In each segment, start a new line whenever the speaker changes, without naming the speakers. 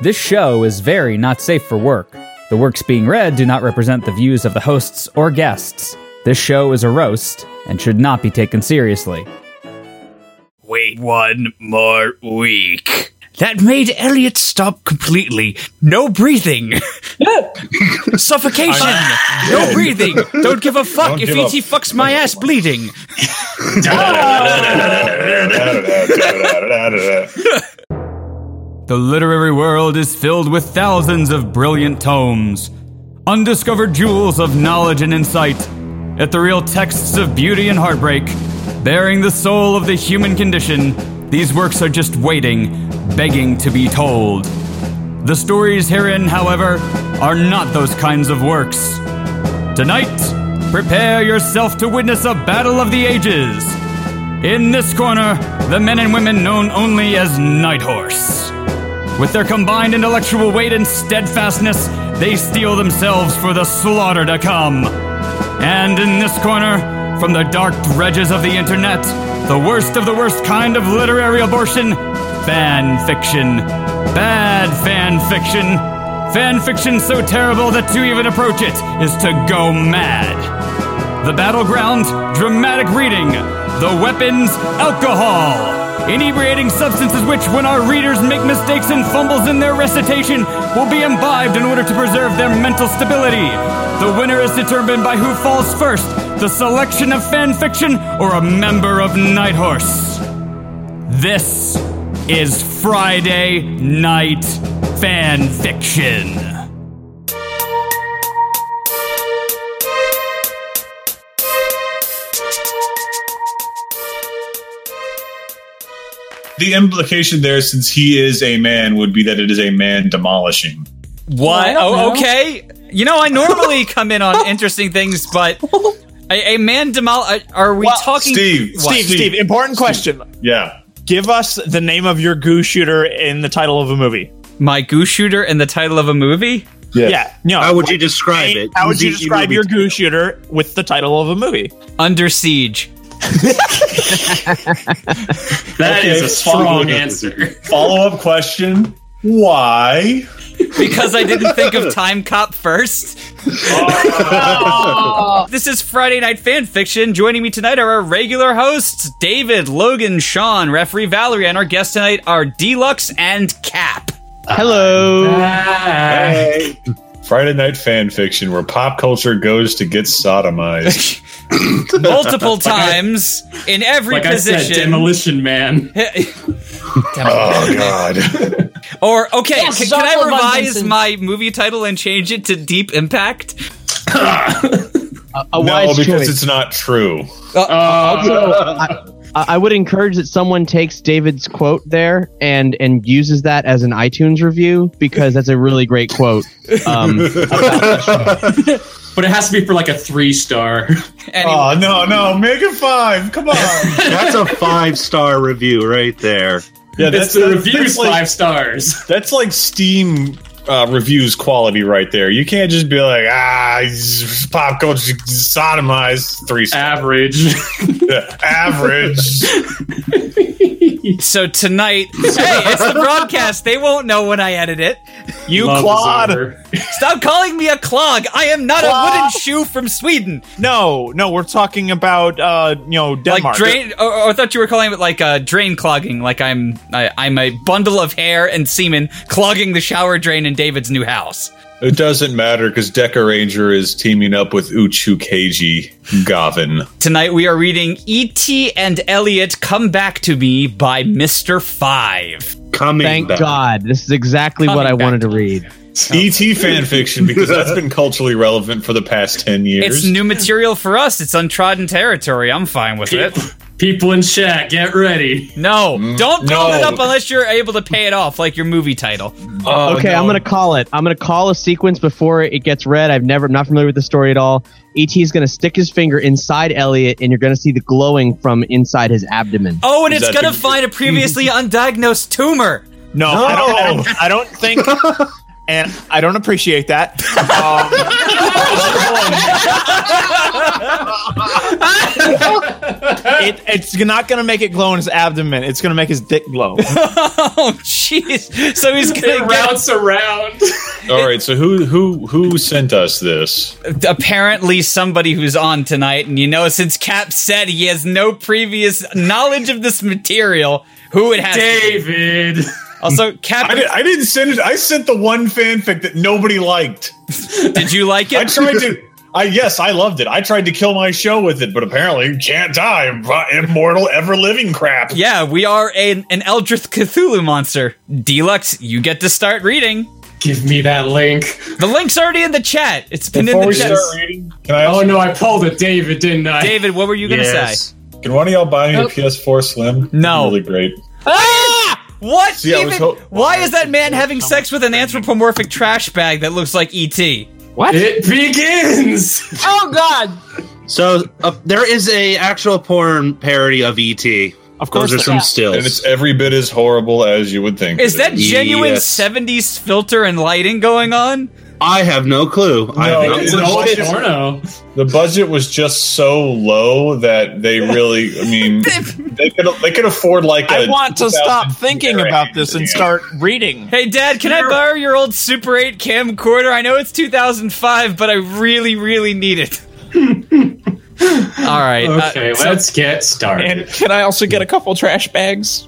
This show is very not safe for work. The works being read do not represent the views of the hosts or guests. This show is a roast and should not be taken seriously.
Wait one more week. That made Elliot stop completely. No breathing. Suffocation. no breathing. Don't give a fuck if
give
E.T.
up.
fucks my ass bleeding.
The literary world is filled with thousands of brilliant tomes, undiscovered jewels of knowledge and insight, ethereal texts of beauty and heartbreak, bearing the soul of the human condition. These works are just waiting, begging to be told. The stories herein, however, are not those kinds of works. Tonight, prepare yourself to witness a battle of the ages. In this corner, the men and women known only as Night Horse. With their combined intellectual weight and steadfastness, they steel themselves for the slaughter to come. And in this corner, from the dark dredges of the internet, the worst of the worst kind of literary abortion fan fiction. Bad fan fiction. Fan fiction so terrible that to even approach it is to go mad. The battleground, dramatic reading. The weapons, alcohol. Inebriating substances which, when our readers make mistakes and fumbles in their recitation, will be imbibed in order to preserve their mental stability. The winner is determined by who falls first the selection of fan fiction or a member of Night Horse. This is Friday Night Fan Fiction.
The implication there, since he is a man, would be that it is a man demolishing.
What?
I don't know.
oh, okay. You know, I normally come in on interesting things, but a, a man demol. uh, Are we
Well,
talking?
Steve,
What?
Steve, Steve, important question.
Yeah.
Give us the name of your goo shooter in the title of a movie.
My goo shooter and the title of a movie.
Yeah, no.
How would you describe
name-
it?
How would you
Movie-
describe
movie
your
title.
goo shooter with the title of a movie?
Under siege.
That
Okay,
is a strong
fine.
answer.
Follow up question. Why?
because I didn't think of Time Cop first.
Oh.
This is Friday Night Fan Fiction. Joining me tonight are our regular hosts David, Logan, Sean, referee Valerie, and our guests tonight are Deluxe and Cap.
Ah.
Hey. Friday night fan fiction where pop culture goes to get sodomized.
Multiple times in every
Like I said,
position.
Demolition Man.
oh God.
or, okay,
Yes,
c- can I
Jean-Claude Van
revise
Vincent.
my movie title and change it to Deep Impact?
a
no,
wise
because
choice.
it's not true.
Uh,
Uh,
I, I would encourage that someone takes David's quote there and and uses that as an iTunes review because that's a really great quote. Um,
But it has to be for like a three star.
Anyway,
Oh no, no, make it five. Come on.
That's a five star review right there.
Yeah,
It's the review's
that's like,
five stars.
That's like Steam uh, reviews quality right there. You can't just be like, ah, z- pop culture sodomized three stars.
Average.
average.
so tonight, hey, it's the broadcast. They won't know when I edit it.
You
Love is
Claude.
over.
Stop calling me a clog. I am not a wooden shoe from Sweden.
No, no, we're talking about uh, you know, Denmark.
Like drain. Oh, oh, I thought you were calling it like uh, drain clogging. Like I'm, I, I'm a bundle of hair and semen clogging the shower drain in David's new house.
It doesn't matter because Deca Ranger is teaming up with Uchu Keiji Gavin.
Tonight we are reading E.T. and Elliot Come Back to Me by Mr. Five.
Coming
thank
back.
God, this is exactly what I
Coming back Oh.
wanted to read.
ET fanfiction because that's been culturally relevant for the past 10 years.
It's new material for us. It's untrodden territory. I'm fine with it.
People in chat, get ready.
No, don't build
Mm, no.
it up unless you're able to pay it off like your movie title.
Oh,
Okay,
no.
I'm gonna call it. I'm gonna call a sequence before it gets read. I've never, I'm not familiar with the story at all. Et is gonna stick his finger inside Elliot, and you're gonna see the glowing from inside his abdomen.
Oh, and
Is
it's
that
gonna
the-
find a previously undiagnosed tumor.
No, I don't. I don't think. and I don't appreciate that. Um, it, it's not going to make it glow in his abdomen. It's going to make his dick glow.
Oh, jeez. So he's
It
gonna get
routes around.
All right, so who who who sent us this?
apparently somebody who's on tonight, and you know, since Cap said he has no previous knowledge of this material, who it has. to be.
David.
Also, Cap,
I, did, I didn't send it. I sent the one fanfic that nobody liked.
did you like
I
it?
tried to. I yes, I loved it. I tried to kill my show with it, but apparently you can't die. im- Immortal, ever living crap.
Yeah, we are an, an Eldritch Cthulhu monster. Deluxe, you get to start reading.
Give me that link.
The link's already in the chat. It's been
Before
in
we
the chat.
start reading, can I?
Oh
Also,
no, I pulled a David, didn't I?
David, what were you gonna say?
Can one of y'all buy me a PS4 Slim?
No.
really great.
Ah! What?
See, I was
even?
ho-
why is that man having sex with an anthropomorphic trash bag that looks like E ET?
It begins.
Oh God!
So uh, there is a actual porn parody of ET.
Of course,
Those are
there
some
is.
And it's
stills.
every bit as horrible as you would think.
Is that
Yes.
genuine 70s filter and lighting going on?
I have no clue. I
No,
have no
it's
It's
clue.
an old
bullshit.
porno.
The budget was just so low that they really, I mean, they could they could afford like. I
I want to stop thinking about this and start reading.
Hey, Dad, can I borrow your old Super 8 camcorder? I know it's 2005, but I really, really need it. All right. uh,
Okay,
so-
let's get started.
And can I also get a couple trash bags?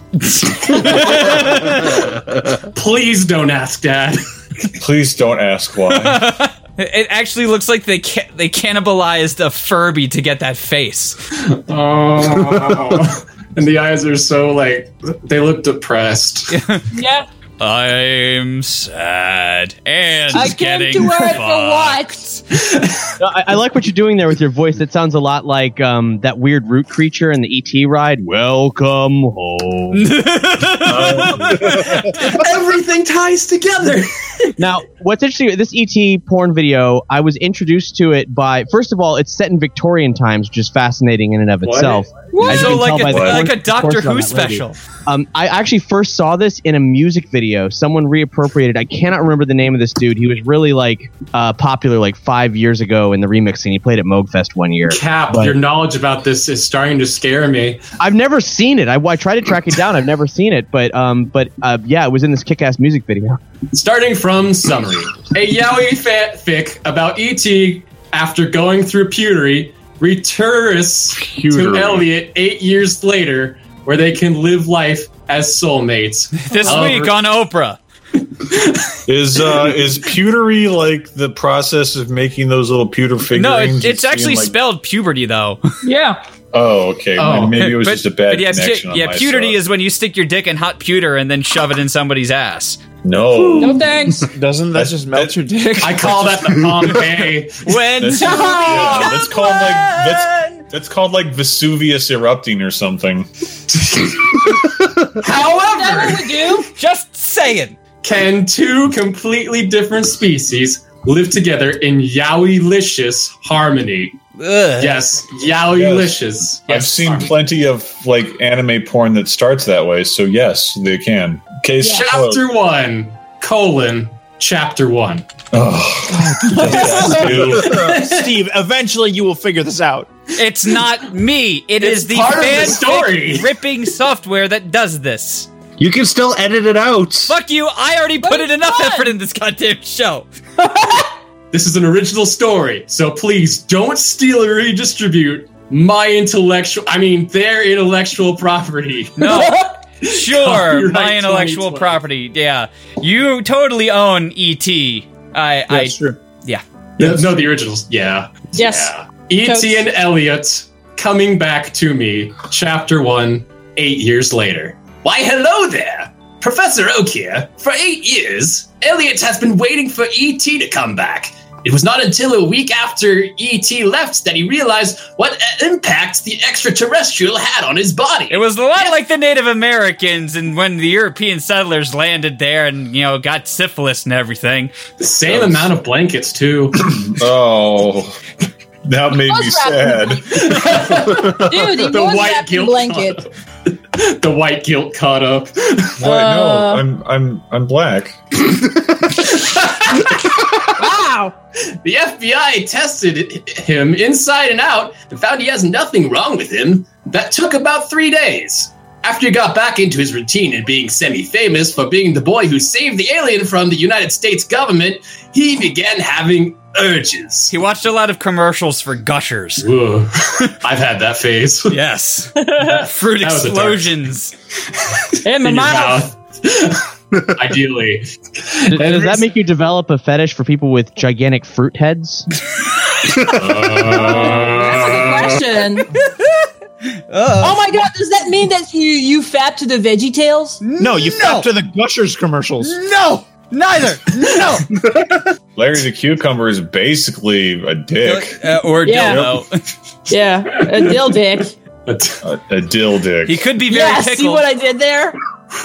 Please don't ask Dad.
Please don't ask why.
it actually looks like they ca- they cannibalized a Furby to get that face.
Oh. and the eyes are so like they look depressed.
Yeah,
I'm sad and
I came to Earth for what?
No, I, I like what you're doing there with your voice. That sounds a lot like um, that weird root creature in the ET ride. Welcome home.
Everything ties together.
now, what's interesting, this ET porn video, I was introduced to it by, first of all, it's set in Victorian times, which is fascinating in and of
What?
itself.
What?
As you
So
can
like
tell
a,
by the
like a
porn-
Doctor
portion on
Who
that lady.
special.
Um, I actually first saw this in a music video. Someone reappropriated. I cannot remember the name of this dude. He was really like uh, popular like five years ago in the remix scene. He played at Moogfest one year.
Cap,
But-
your knowledge about this is starting to scare me.
I've never seen it. I, I tried to track it down. I've never seen it, but um, but uh, yeah, it was in this kick-ass music video.
Starting from summary. A yaoi fanfic about E.T. after going through puberty returns to
Puberty.
Elliot eight years later, where they can live life as soulmates.
This
Oh,
week on Oprah.
is uh, is pewtery like the process of making those little pewter figurines?
No, it-
and
it's
seeing,
actually
like-
spelled puberty though.
Yeah.
Oh, okay.
Oh.
Maybe it was just a bad
yeah,
connection.
pu- yeah, puberty is when you stick your dick in hot pewter and then shove it in somebody's ass.
no.
No thanks.
Doesn't that
That's-
just melt
that-
your dick?
I call that the Pompeii.
When
That's, yeah, that's called like that's that's called like Vesuvius erupting or something.
Is that
However,
what we do?
just saying.
can two completely different species live together in yaoi-licious harmony?
Ugh.
Yes, yaoi-licious.
I've seen plenty of like anime porn that starts that way, so yes, they can. Case closed.
Chapter one, colon, chapter one.
Oh.
Dude,
Steve, eventually you will figure this out.
It's not me. It
It's
is the
part of the
fan
story.
ripping software that does this.
You can still edit it out.
Fuck you! I already put in
it's
enough
fun.
effort in this goddamn show.
This is an original story, so please don't steal or redistribute my intellectual, I mean, their intellectual property.
No, sure,
Copyright
my intellectual
2020.
property. Yeah, you totally own ET. I, I
true.
No, no, the originals. Yeah.
Yes.
Yeah.
Totes.
E.T. and Elliot coming back to me, chapter one, eight years later. Why, hello there! Professor Oak here. For eight years, Elliot has been waiting for E.T. to come back. It was not until a week after E.T. left that he realized what a- impact the extraterrestrial had on his body.
It was a lot like the Native Americans, and when the European settlers landed there, and you know, got syphilis and everything.
the same amount of blankets, too.
oh, that made me
Those wrapped
sad.
Dude, he
The
was
white
wrapped in
guilt
blanket.
the white guilt caught up.
Uh,
Wait, no, I'm I'm I'm black.
Wow.
The FBI tested him inside and out and found he has nothing wrong with him. That took about three days. After he got back into his routine and being semi famous for being the boy who saved the alien from the United States government, he began having urges.
He watched a lot of commercials for Gushers.
Whoa. I've had that phase.
Yes. Fruit
That was a dark-
explosions.
In the
In your
mouth.
mouth. Ideally.
Does, does that make you develop a fetish for people with gigantic fruit heads?
That's
Uh-huh.
a good
Uh,
question.
Uh,
Oh my god, does that mean that you you fap to the Veggie Tales?
No, you no. to the Gushers commercials.
No, neither. No.
Larry the Cucumber is basically a dick.
Uh, or
Yeah.
dildo.
Yeah, a dill dick.
A, a dill dick.
He could be very
Yeah, see
pickled.
what I did there?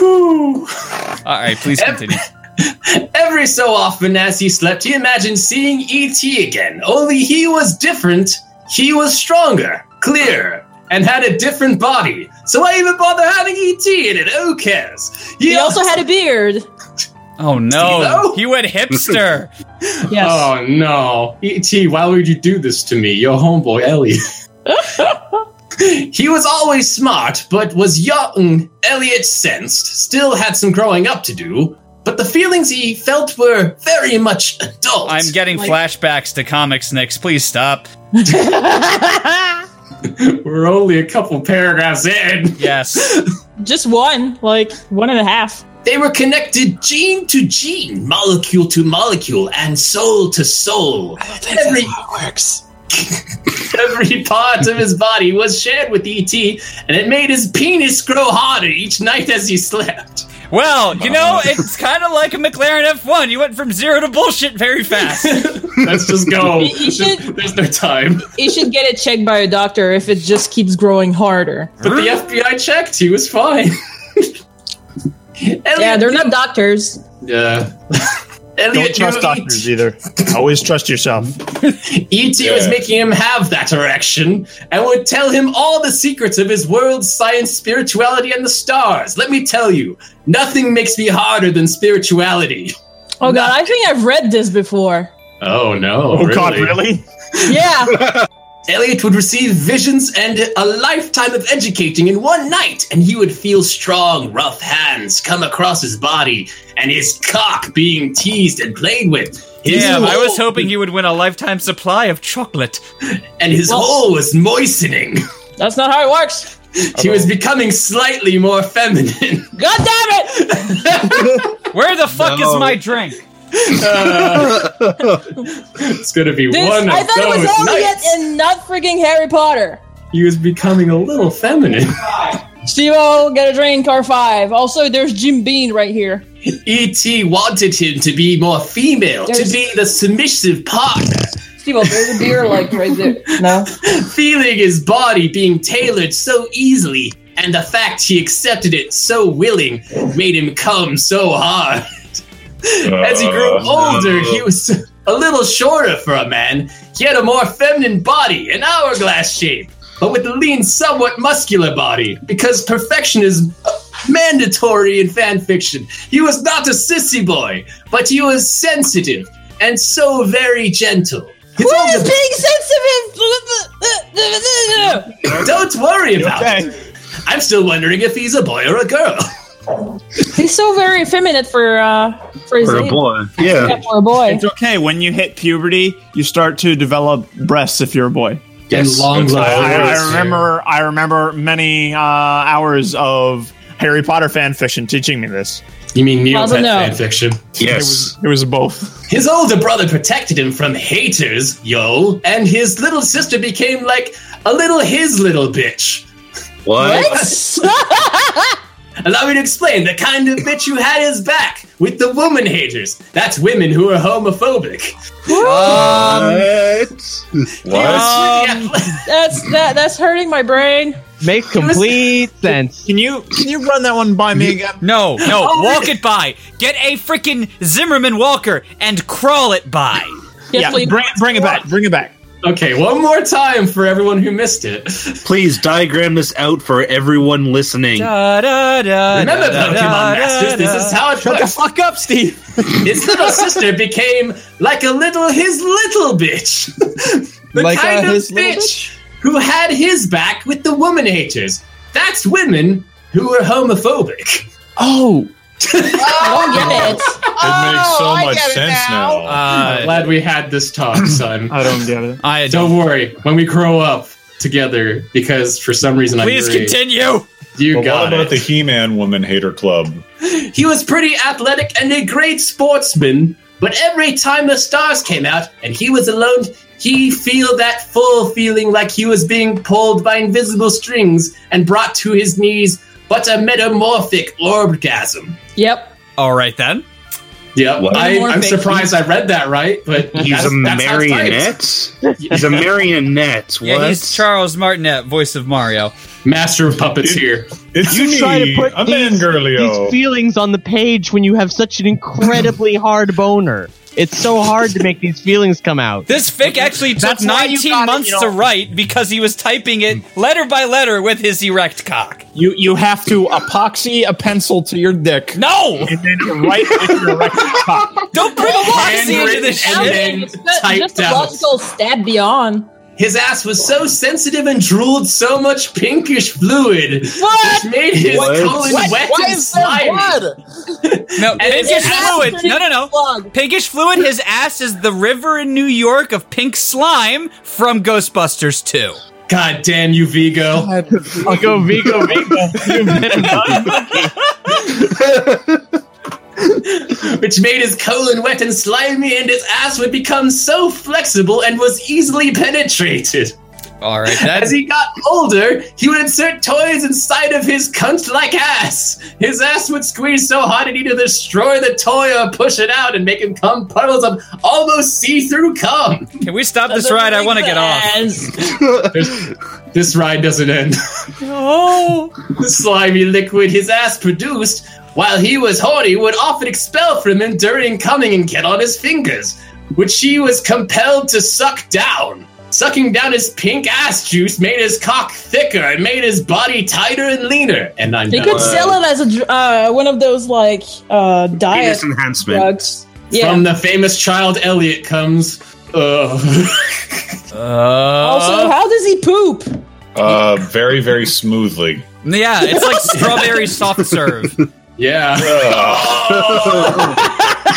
All right, please continue.
Every so often as he slept, he imagined seeing
E
E.T. again, only he was different. He was stronger, clearer, and had a different body. So why even bother having E.T. in it? Who cares?
He also had a beard.
Oh no,
Dildo?
he went hipster.
Yes.
Oh no. E.T., why would you do this to me? Your homeboy, Elliot. he was always smart, but was young. Elliot sensed, still had some growing up to do, but the feelings he felt were very much adult.
I'm getting
Like-
flashbacks to comics, Nick. Please stop.
We're only a couple paragraphs in.
Yes.
Just one, like one and a half.
They were connected gene to gene, molecule to molecule, and soul to soul. Every works. Every part of his body was shared with ET, and it made his penis grow harder each night as he slept. Uh-huh.
Well, you know, it's kind of like a McLaren F1. You went from zero to bullshit very fast.
Let's just go.
You- you should-
There's no time.
You should get it checked by a doctor if it just keeps growing harder.
But the FBI checked. He was fine.
Yeah,
Elliot-
they're not doctors.
Yeah.
Don't
Elliot
trust
knew
doctors either. Always trust yourself.
E.T. E was
Yeah.
making him have that erection and would tell him all the secrets of his world, science, spirituality, and the stars. Let me tell you, nothing makes me harder than spirituality.
Oh god, I think I've read this before.
Oh no.
Oh, God, really?
Yeah.
Elliot would receive visions and a lifetime of educating in one night, and he would feel strong, rough hands come across his body and his cock being teased and played with. His
Damn, I was
hole-
hoping you would win a lifetime supply of chocolate.
And his hole was moistening.
That's not how it works.
He was becoming slightly more feminine.
God damn it!
Where the fuck
No.
is my drink?
Uh, It's gonna be
This,
one of
I thought it
those
was Elliot
nights.
and not freaking Harry Potter.
He was becoming a little feminine.
Steve-O, get a drain, car five. Also, there's Jim Bean right here.
E.T. wanted him to be more female,
There's-
to be the submissive partner,
Steve-O, there's a beer like right there. No.
feeling his body being tailored so easily, and the fact he accepted it so willing made him come so hard. As he grew older, he was a little shorter for a man. He had a more feminine body, an hourglass shape, but with a lean, somewhat muscular body, because perfection is mandatory in fan fiction. He was not a sissy boy, but he was sensitive and so very gentle. His
What
older-
is being sensitive?
don't worry about
Okay.
it. I'm still wondering if he's a boy or a girl.
He's so very effeminate for uh for his
For a
age.
boy.
Yeah,
Yeah.
for a boy.
It's okay. When you hit puberty, you start to develop breasts if you're a boy.
Yes.
I, I remember. I remember many uh, hours of Harry Potter fan fiction teaching me this.
You mean
Father, no. fan
fiction?
Yes.
It was both.
His older brother protected him from haters, yo, and his little sister became like a little his little bitch.
What?
Allow me to explain the kind of bitch who had his back with the woman haters. That's women who are homophobic.
Um,
What?
That's that. That's hurting my brain.
Makes complete sense.
Can you can you run that one by me again?
No, no,
Oh,
walk
really?
it by. Get a freaking Zimmerman walker and crawl it by.
Yes,
yeah,
please.
bring bring it back. Bring it back.
Okay, one more time for everyone who missed it.
Please diagram this out for everyone listening.
Da, da, da,
Remember,
da, da,
Pokemon
da,
Masters, this
da.
is how it
Shut the
works.
fuck up, Steve.
His little sister became like a little his little bitch. the
Like a
kind of
his little
bitch who had his back with the woman haters. That's women who are homophobic.
Oh,
don't get it.
makes so much sense now.
I'm
Uh,
glad we had this talk, son.
I don't get it.
I don't.
Don't worry, when we grow up together, because for some reason
Please
I'm your age,
continue.
You
But what
got
about
it.
the He-Man Woman Hater Club?
He was pretty athletic and a great sportsman, but every time the stars came out and he was alone, he feel that full feeling like he was being pulled by invisible strings and brought to his knees, but a metamorphic orgasm.
Yep.
All right then.
Yeah,
What?
I, I'm
Metamorphic.
surprised I read that right, but
He's
that's-
a
that's how it's typed.
marionette. He's a marionette. What?
Yeah, he's Charles Martinet, voice of Mario.
Master of puppets here.
It's
You
me,
try to put
a man
these-
Gurlio.
These feelings on the page when you have such an incredibly hard boner. It's so hard to make these feelings come out.
This fic actually took
That's why you
19
got it,
months
you know.
to write because he was typing it letter by letter with his erect cock.
You you have to epoxy a pencil to your dick
No!
and then write with your right cock.
Don't bring a Wapsie into this
And
shit!
then
It's not
typed
just a
out.
logical stab beyond.
His ass was so sensitive and drooled so much pinkish fluid,
What?
which made his
What?
colon
what?
wet
Why
and
is there
slimy.
blood?
No, pinkish
His ass
fluid.
is
No, no, no.
plug.
Pinkish fluid, his ass is the river in New York of pink slime from Ghostbusters 2.
God damn you, Vigo.
Vigo, Vigo, Vigo.
Which made his colon wet and slimy, and his ass would become so flexible and was easily penetrated.
All right,
As
that's
he got older, he would insert toys inside of his cunt like ass. His ass would squeeze so hard it either destroy the toy or push it out and make him come puddles of almost see through cum.
Can we stop this ride? I want to get off.
This ride doesn't end.
No.
The slimy liquid his ass produced while he was horny would often expel from him during coming and get on his fingers, which he was compelled to suck down. Sucking down his pink ass juice made his cock thicker and made his body tighter and leaner. And I'm
They
done.
could sell it as a dr- uh, one of those like uh, diet
Penis enhancement.
drugs. Yeah.
From the famous child Elliot comes. Uh,
also,
Uh,
how does he poop?
Uh, very, very smoothly.
yeah, it's like strawberry soft serve.
yeah.
Ugh.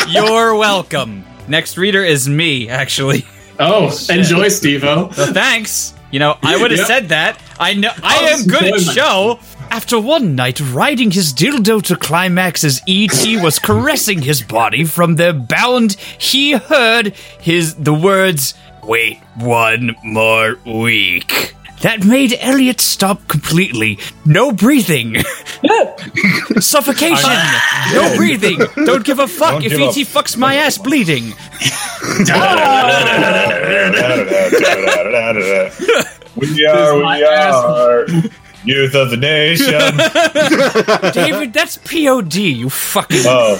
You're welcome. Next reader is me, actually.
Oh, enjoy, Stevo.
So thanks. You know, I would have
Yep.
said that. I know I
Oh,
am good at
enjoyment.
show. After one night riding his dildo to climax as E.T. was caressing his body from their bound, he heard his the words Wait one more week. That made Elliot stop completely. No breathing. Suffocation. no breathing. Don't give a fuck
Don't
if
give
E.T.
a-
fucks my ass bleeding.
we are, we are. Youth of the nation.
David, that's POD, you fucking
Oh,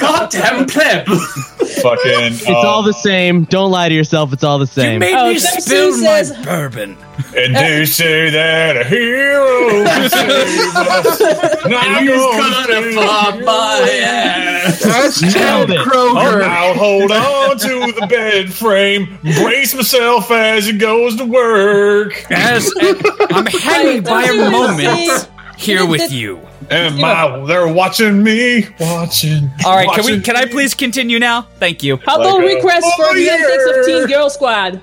Goddamn pleb.
fucking. It's
It's all the same. Don't lie to yourself. It's all the
You
same.
made
Oh,
me
Texas
spill
says-
my bourbon.
And they say that a hero can save us. Now
He's
go
gonna
to-
fuck my ass.
That's Chad Kroger.
I'll hold on to the bed frame, brace myself as it goes to work,
As I'm hanging by
That's
a
really
moment
nice.
here with you.
and my they're watching me, watching.
All right, can we?
watching
Can I
me.
please continue now? Thank you.
How about
Like a-
request for
Over
the antics of
here.
Teen Girl Squad?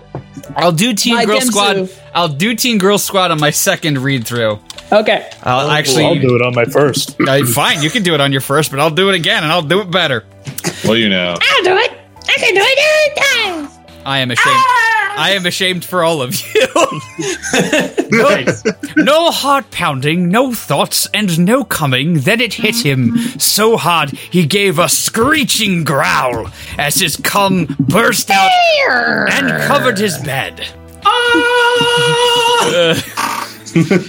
I'll do Teen
My
Girl
Gemzu.
Squad. I'll do Teen Girl Squad on my second read through.
Okay.
I'll
Oh, I'll
actually.
do it on my first.
Uh, fine, you can do it on your first, but I'll do it again, and I'll do it better.
Well, you know,
I'll do it. I can do it every time.
I am ashamed.
Ah!
I am ashamed for all of you.
Nice.
No heart pounding, no thoughts, and no coming. Then it hit him so hard he gave a screeching growl as his cum burst out and covered his bed. Uh,
Ah!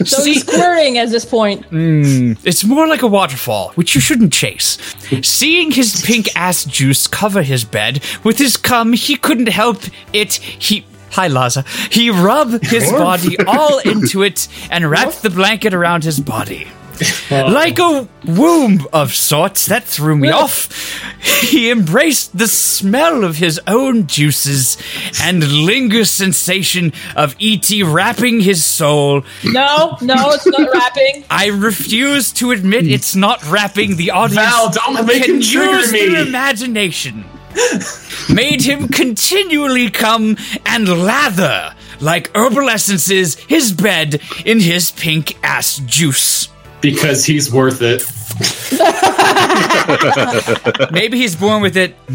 So he's querying at this point.
It's more like a waterfall, which you shouldn't chase. Seeing his pink ass juice cover his bed with his cum, he couldn't help it. He. Hi, Laza. He rubbed his body all into it and wrapped the blanket around his body.
Oh.
Like a womb of sorts, that threw me off. He embraced the smell of his own juices and lingers sensation of E.T. wrapping his soul
No, no, it's not rapping.
I refuse to admit it's not rapping. The audience
Hmm. Val, don't make
can
him trigger
use
me.
their imagination. Made him continually come and lather like herbal essences his bed in his pink ass juice.
because he's worth it.
Maybe he's born with it.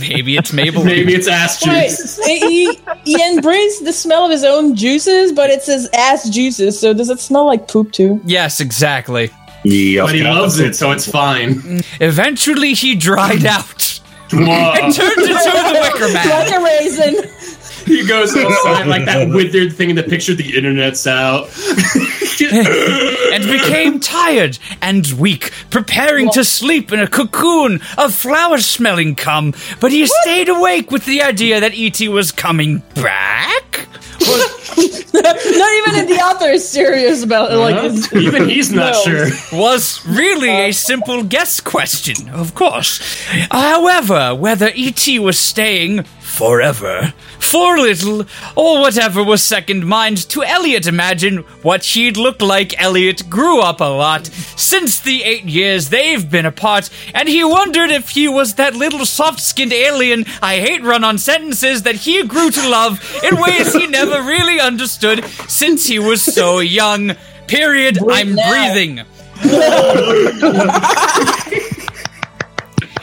Maybe it's Mabel.
Maybe it's ass
Wait,
juice.
he, he embraced the smell of his own juices, but it says ass juices, so does it smell like poop too?
Yes, exactly.
Yeah.
But he loves it, so it's fine.
Eventually, he dried out.
Whoa.
Turned into the Wicker Man.
Like a raisin.
He goes outside like that withered thing in the picture the internet's out.
and became tired and weak, preparing to sleep in a cocoon of flower smelling cum. But he stayed awake with the idea that E.T. was coming back.
not even the author is serious about it. Like,
Huh?
it's-
Even he's not
No.
sure.
Was really a simple guess question, of course. However, whether E.T. was staying forever, for little, or whatever was second mind to Elliot imagine what he'd look like, Elliot grew up a lot since the eight years they've been apart, and he wondered if he was that little soft skinned alien I hate run on sentences that he grew to love in ways he never really understood since he was so young. Period. I'm
now.
breathing.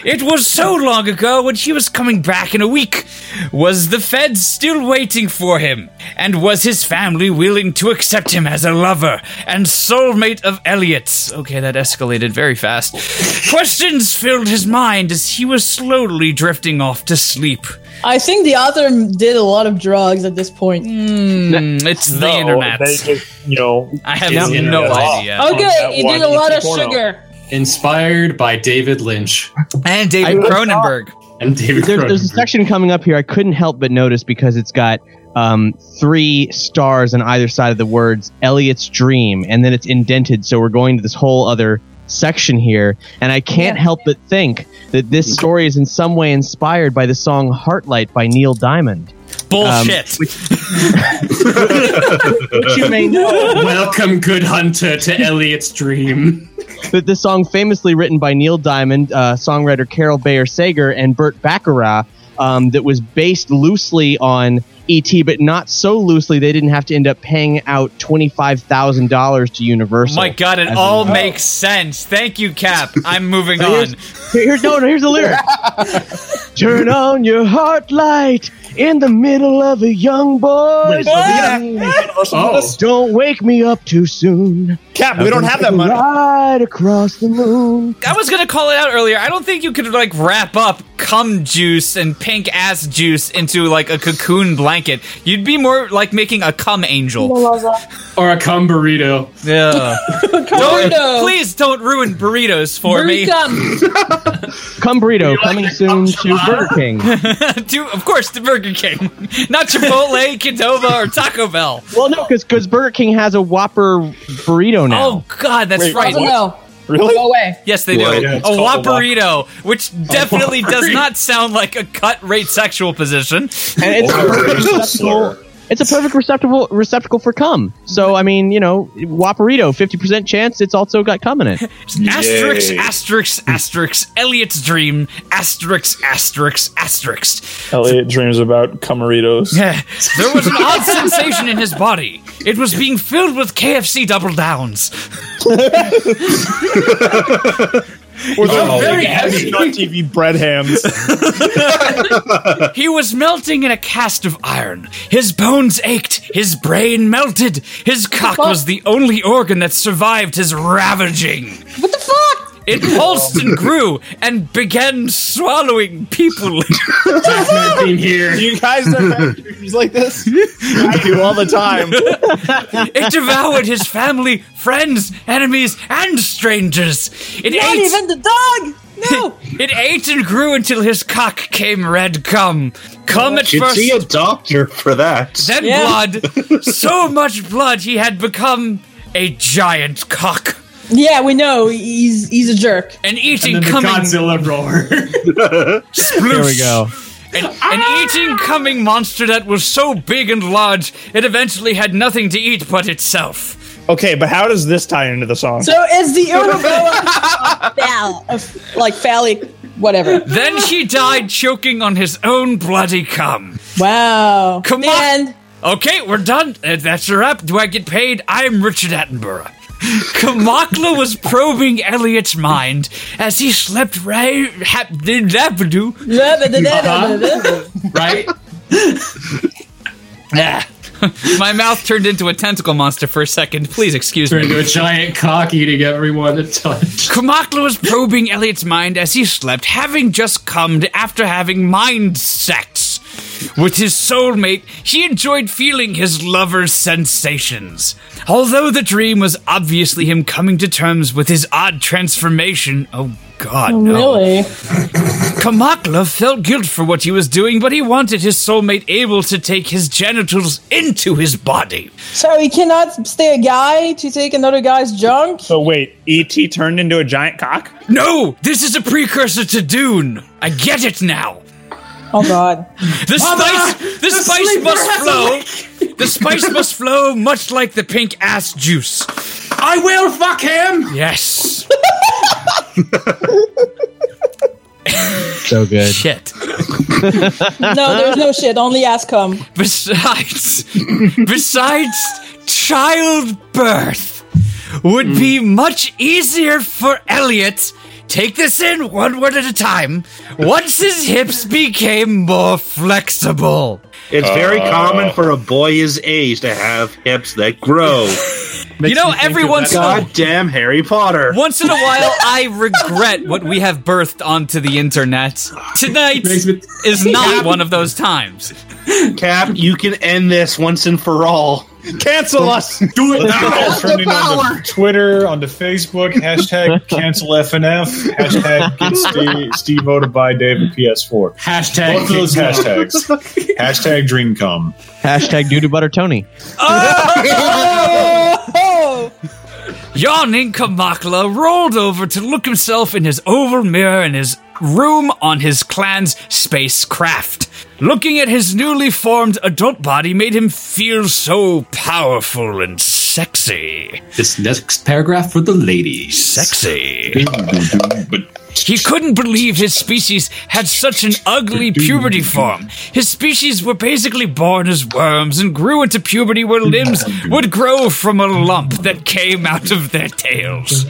It was so long ago when he was coming back in a week. Was the Fed still waiting for him? And was his family willing to accept him as a lover and soulmate of Elliot's? Okay, that escalated very fast. Questions filled his mind as he was slowly drifting off to sleep.
I think the author did a lot of drugs at this point.
Hmm. Mm, It's the
No,
internet.
they just, you know,
I have
it's
no
internet.
idea.
that
Okay, he
one
did a lot
ET
of
porno.
sugar.
Inspired by David Lynch
And David Cronenberg.
and David
There, there's a
Cronenberg.
section coming up here I couldn't help but notice because it's got um, three stars on either side of the words Elliot's dream, and then it's indented. So we're going to this whole other section here, and I can't help but think that this story is in some way inspired by the song "Heartlight" by Neil Diamond. Um,
Bullshit.
you may know
Welcome, good hunter, to Elliot's dream.
that this song, famously written by Neil Diamond, uh, songwriter Carol Bayer Sager, and Burt Baccarat, um, that was based loosely on E.T., but not so loosely they didn't have to end up paying out $25,000 to Universal.
My God, it all makes sense. Thank you, Cap. I'm moving on.
Here- Here's, no, no, here's the lyric Turn on your heart light in the middle of a young boy's dream.
Oh,
Don't wake me up too soon.
Cap, we don't have that money.
Right across the moon.
I was gonna call it out earlier. I don't think you could like wrap up cum juice and pink ass juice into like a cocoon blanket. You'd be more like making a cum angel.
or a cum burrito.
Yeah.
Porno.
Please don't ruin burritos for me.
Burricum.
Come burrito coming soon to Burger King.
to, of course, the Burger King, not Chipotle, Cadova, or Taco Bell.
Well, no, because Burger King has a Whopper burrito now.
Oh God, that's
Wait,
right.
Doesn't know.
Really?
Go away.
Yes, they do.
Well, yeah,
a
it's called a whop-
Whopperito, which definitely does not sound like a cut rate sexual position.
and it's, a perfect
Whopper is a
receptacle,
slur.
it's a perfect receptacle receptacle for cum. So I mean, you know, Whopperito, fifty percent chance it's also got cum in it.
Asterisk,
Yay.
asterisk, asterisk, Elliot's dream, asterisk, asterisk, asterisk.
Elliot dreams about camaritos.
Eh, There was an odd sensation in his body. It was being filled with KFC double downs.
Or the
Oh,
Very
yeah.
heavy.
on TV bread hands.
He was melting in a cast of iron. His bones ached, his brain melted. His cock was the only organ that survived his ravaging.
What the fuck?
It pulsed and grew and began swallowing people.
Jasmine being here.
You guys have had dreams like this? I do all the time.
It devoured his family, friends, enemies, and strangers. It
Not
ate
even the dog. No.
It ate and grew until his cock came red cum.
Oh,
Cum at
You'd
first,
see a doctor for that.
then
Yeah.
blood. so much blood he had become a giant cock.
yeah, we know he's he's a jerk.
An eating
And the
coming
Godzilla roar.
There we go.
An, an eating coming monster that was so big and large it eventually had nothing to eat but itself.
Okay, but how does this tie into the song?
So is the Uruboa of foul, of, like phallic, whatever.
Then she died choking on his own bloody cum.
Wow.
Come on.
Man,
Okay, we're done. Uh, That's a wrap. Do I get paid? I'm Richard Attenborough. Kamakla was probing Elliot's mind as he slept right hap- did-
Uh-huh.
on.
right?
Ah. My mouth turned into a tentacle monster for a second. Please excuse
Turn
me.
into a giant cock eating everyone until it
Kamakla was probing Elliot's mind as he slept, having just cummed after having mind sex. With his soulmate, he enjoyed feeling his lover's sensations. Although the dream was obviously him coming to terms with his odd transformation. Oh, God, no.
Really?
Kamakla felt guilt for what he was doing, but he wanted his soulmate able to take his genitals into his body.
So he cannot stay a guy to take another guy's junk?
So wait, E.T. turned into a giant cock?
No, this is a precursor to Dune. I get it now.
Oh god.
The spice, the spice must flow. The spice must flow, much like the pink ass juice.
I will fuck him!
Yes.
So good.
Shit.
No, there's no shit. Only ass cum.
Besides, besides, childbirth would be
Hmm.
much easier for Elliot. Take this in one word at a time. Once his hips became more flexible.
It's very
Uh.
common for a boy his age to have hips that grow.
you know, every once in a
God damn Harry Potter.
Once in a while, I regret what we have birthed onto the internet. Tonight
Makes me-
is not one of those times.
Cap, you can end this once and for all.
Cancel us!
Do it now!
Let's go.
Turn it on Twitter, onto Facebook, hashtag cancel FNF, hashtag get Steve, Steve O to buy Dave a PS4.
Hashtag
Both of those
kick cock.
hashtags. hashtag dream come.
Hashtag Doodoo Butter Tony.
Oh!
Yawning Kamakla rolled over to look himself in his oval mirror in his room on his clan's spacecraft. Looking at his newly formed adult body made him feel so powerful and sexy.
This next paragraph for the ladies.
Sexy.
But
He couldn't believe his species had such an ugly puberty form. His species were basically born as worms and grew into puberty where limbs would grow from a lump that came out of their tails.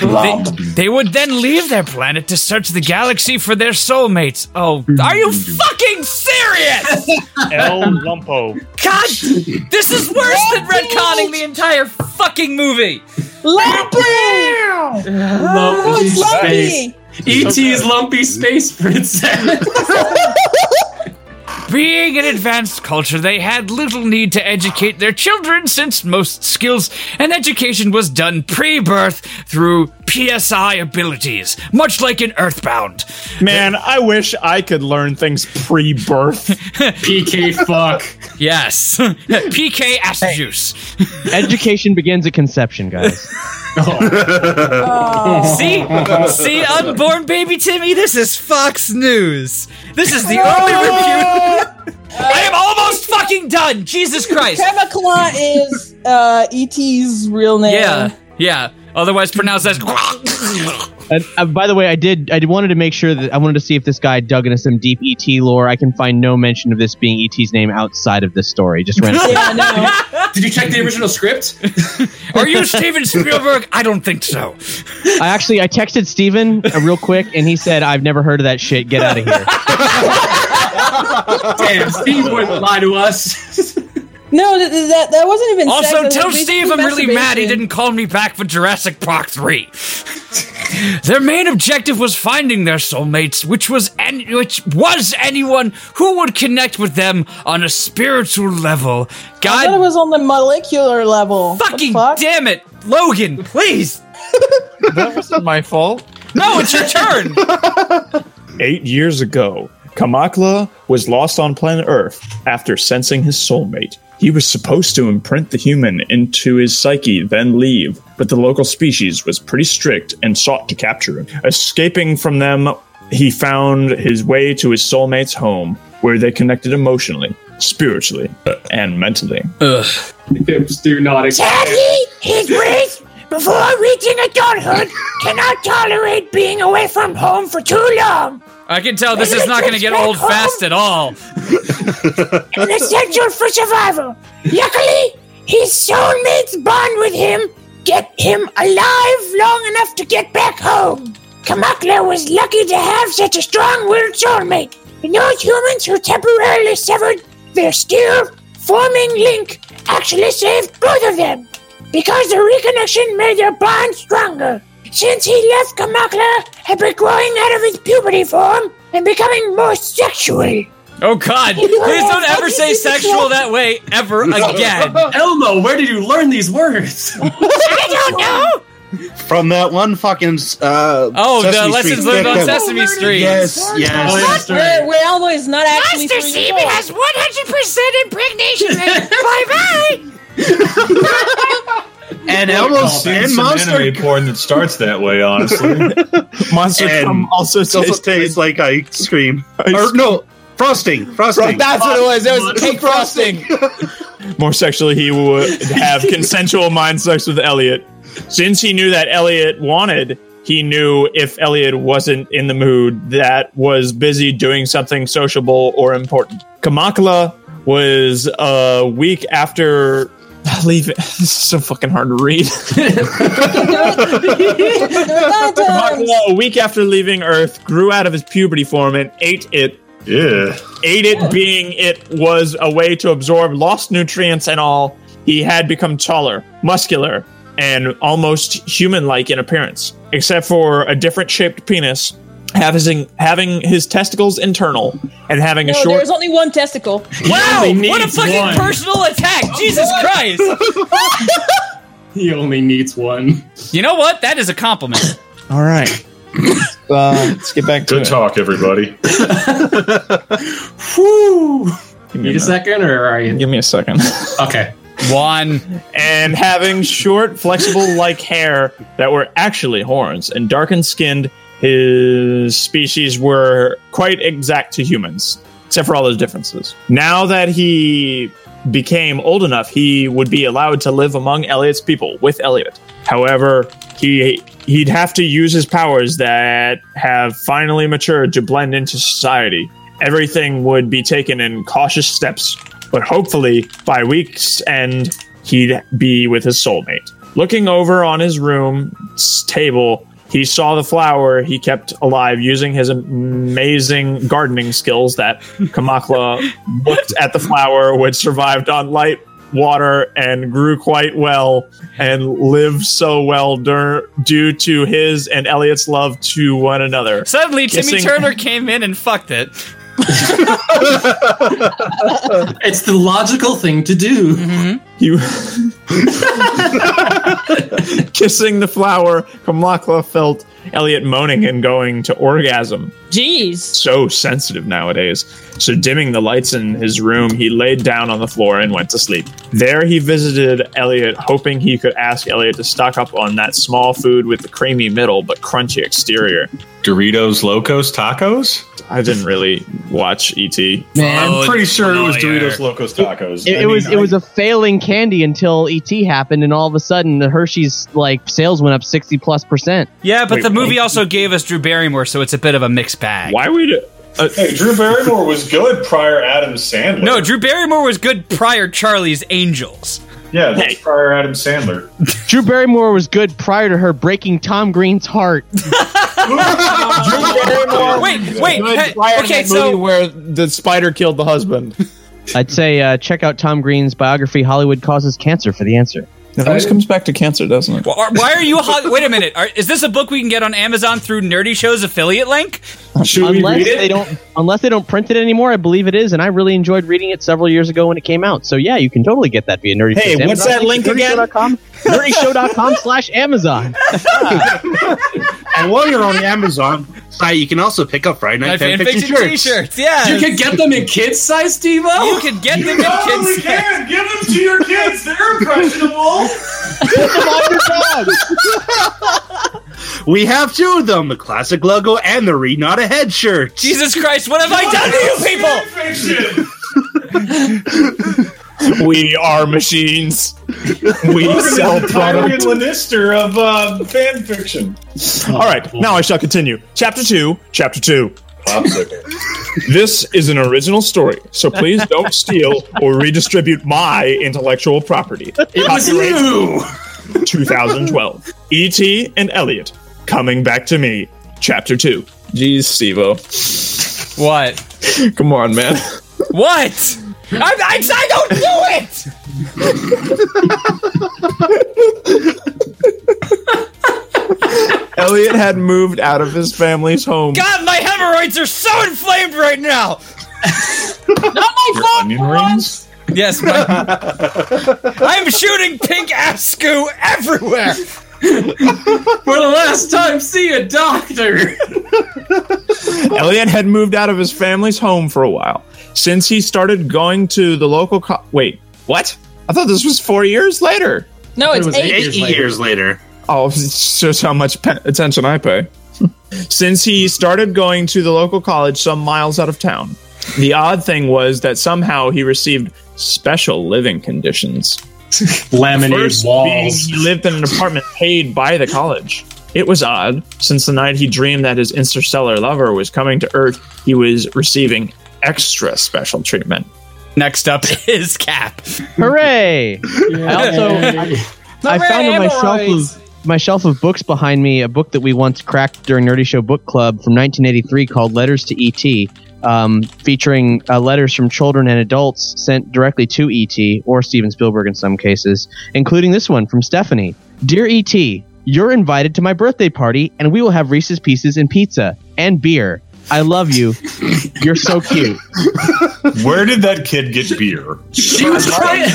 They, they would then leave their planet to search the galaxy for their soulmates. Oh, are you fucking serious?
El Lumpo.
God, this is worse than retconning the entire fucking movie.
Lumpy!
Lumpy
Oh, it's lumpy!
E.T.'s E lumpy space princess.
Being an advanced culture, they had little need to educate their children since most skills and education was done pre birth through PSI abilities, much like in Earthbound.
Man, I wish I could learn things pre-birth.
PK fuck.
Yes. PK ass juice.
Education begins at conception, guys.
Oh.
See? See, unborn baby Timmy? This is Fox News. This is the
Oh!
only review. I am almost fucking done. Jesus Christ.
Chemicla is uh, E.T.'s real name.
Yeah. Yeah. Otherwise pronounced as.
And, uh, by the way, I did. I wanted to make sure that I wanted to see if this guy dug into some deep ET lore. I can find no mention of this being ET's name outside of this story. Just randomly.
Yeah, no.
Did you check the original script?
Are you Steven Spielberg? I don't think so.
I actually I texted Steven uh, real quick, and he said, "I've never heard of that shit. Get out of here."
Damn, Steve wouldn't lie to us.
No, th- th- that, that wasn't even sex,
Also,
that was
tell
basically
Steve I'm really mad he
masturbation.
didn't call me back for Jurassic Park 3. Their main objective was finding their soulmates, which was any, which was anyone who would connect with them on a spiritual level.
I thought it
God
was on the molecular level. What the
fucking
fuck?
damn it, Logan, please.
That wasn't my fault.
No, it's your turn.
Eight years ago, Kamakla was lost on planet Earth after sensing his soulmate. He was supposed to imprint the human into his psyche, then leave, but the local species was pretty strict and sought to capture him. Escaping from them, he found his way to his soulmate's home, where they connected emotionally, spiritually, and mentally.
Pips do not exist.
his race, before reaching adulthood, cannot tolerate being away from home for too long.
I can tell this is not going to get old fast at all.
An essential for survival. Luckily, his soulmates bond with him, get him alive long enough to get back home. Kamakla was lucky to have such a strong-willed soulmate. And those humans who temporarily severed their still forming link actually saved both of them because the reconnection made their bond stronger. Since he left, Kamakla had been growing out of his puberty form and becoming more sexual.
Oh God! Please don't ever say sexual that way ever again.
Elmo, where did you learn these words?
I don't know.
From that one fucking. Uh,
Oh, the
Sesame
lessons
Street
learned on
thing.
Sesame Street.
Yes,
Oh,
yes.
yeah,
Where,
sorry.
where Elmo is not actually.
Master
three
Seaman
years old.
has 100% impregnation rate. bye bye.
And
Oh,
Elmo's
dude,
and
some
Monster
anime porn that starts that way, honestly.
Monster
And
cum also
It also
tastes
tastes like ice cream.
Ice
Or no, frosting. Frosting.
That's what it was. It
was cake frosting.
More sexually, he would have consensual mind sex with Elliot. Since he knew that Elliot wanted, he knew if Elliot wasn't in the mood, that was busy doing something sociable or important. Kamakla was a week after. Leave it. This is so fucking hard to read.
They're bad times.
Kamakla, a week after leaving Earth, grew out of his puberty form and ate it
yeah.
ate it being it was a way to absorb lost nutrients and all he had become taller muscular and almost human-like in appearance except for a different shaped penis having having his testicles internal and having a
No,
short
there's only one testicle.
Wow!
only
What a
needs
fucking
one.
personal attack! Jesus Christ!
He only needs one.
You know what? That is a compliment.
all right uh, let's get back to
Good
it.
talk, everybody.
Whew.
Give,
Need
me a
a
minute.
second, or are you?
Give me a second
Okay.
One.
and having short flexible like hair that were actually horns and darkened skinned his species were quite exact to humans, except for all those differences. Now that he became old enough, he would be allowed to live among Elliot's people with Elliot. However, he he'd have to use his powers that have finally matured to blend into society. Everything would be taken in cautious steps, but hopefully by week's end he'd be with his soulmate. Looking over on his room's table, he saw the flower he kept alive using his amazing gardening skills that Kamakla looked at the flower which survived on light water and grew quite well and lived so well dur- due to his and Elliot's love to one another.
Suddenly, Timmy
Kissing.
Turner came in and fucked it.
It's the logical thing to do.
Mm-hmm.
You kissing the flower, Kamakla felt Elliot moaning and going to orgasm.
Jeez.
so sensitive nowadays. So, dimming the lights in his room, he laid down on the floor and went to sleep. There, he visited Elliot, hoping he could ask Elliot to stock up on that small food with the creamy middle but crunchy exterior.
Doritos Locos Tacos?
I didn't really watch E ET.
I'm pretty sure it was
lawyer.
Doritos Locos Tacos.
It,
I
it was
mean,
it was a failing candy until ET happened, and all of a sudden the Hershey's like sales went up sixty plus percent.
Yeah, but
Wait,
the movie
wait.
also gave us Drew Barrymore, so it's a bit of a mixed bag.
Why would. Uh,
Hey, Drew Barrymore was good prior Adam Sandler.
No, Drew Barrymore was good prior Charlie's Angels.
yeah, that's
Hey.
prior Adam Sandler.
Drew Barrymore was good prior to her breaking Tom Green's heart.
Wait, wait. hey, okay,
movie
so
where the spider killed the husband.
I'd say uh, check out Tom Green's biography, Hollywood Causes Cancer, for the answer.
It always comes back to cancer, doesn't it?
Are- Why are you? Ho- Wait a minute. Are, is this a book we can get on Amazon through Nerdy Show's affiliate link?
Should we
Um, unless
read
they
it?
don't unless they don't print it anymore i believe it is and i really enjoyed reading it several years ago when it came out so yeah you can totally get that via nerdy
Hey,
Show's
what's
Amazon
that link again?
nerdyshow.com nerdyshow.com slash amazon
And while you're on the Amazon site, you can also pick up Friday Night Fanfiction,
fanfiction
shirts.
T-shirts. Yeah,
You can get them in kid size, Steve
You can get them at
we
kids.
can! Give them to your kids! They're impressionable!
We have two of them: the classic logo and the "Read Not Ahead" shirt.
Jesus Christ! What have I done to you people?
Fiction!
we are machines. We sell
Irene
product.
Lannister of uh, fan fiction.
All right, now I shall continue. Chapter two. Chapter two. This is an original story, so please don't steal or redistribute my intellectual property.
It was new.
2012. E.T. E and Elliot coming back to me. Chapter two. Jeez, Stevo.
What?
Come on, man.
What? I, I, I don't do it.
Elliot had moved out of his family's home.
God, my hemorrhoids are so inflamed right now.
Onion rings?
Yes, my, I'm shooting pink asku everywhere.
For the last time, see a doctor.
Elliot had moved out of his family's home for a while. Since he started going to the local co- wait, what? I thought this was four years later.
No, it's
was
eight.
Eight
Years
years later,
Oh, it's just how much pe- attention I pay. Since he started going to the local college some miles out of town, the odd thing was that somehow he received special living conditions.
Laminated
First being
walls.
he lived in an apartment paid by the college. It was odd, since the night he dreamed that his interstellar lover was coming to Earth, he was receiving extra special treatment.
Next up is Cap.
hooray i also i found on my shelf of my shelf of books behind me a book that we once cracked during nerdy show book club from 1983 called letters to et um, featuring uh, letters from children and adults sent directly to et or steven spielberg in some cases including this one from stephanie dear et you're invited to my birthday party and we will have reese's pieces and pizza and beer i love you you're so cute
Where did that kid get beer?
She was trying.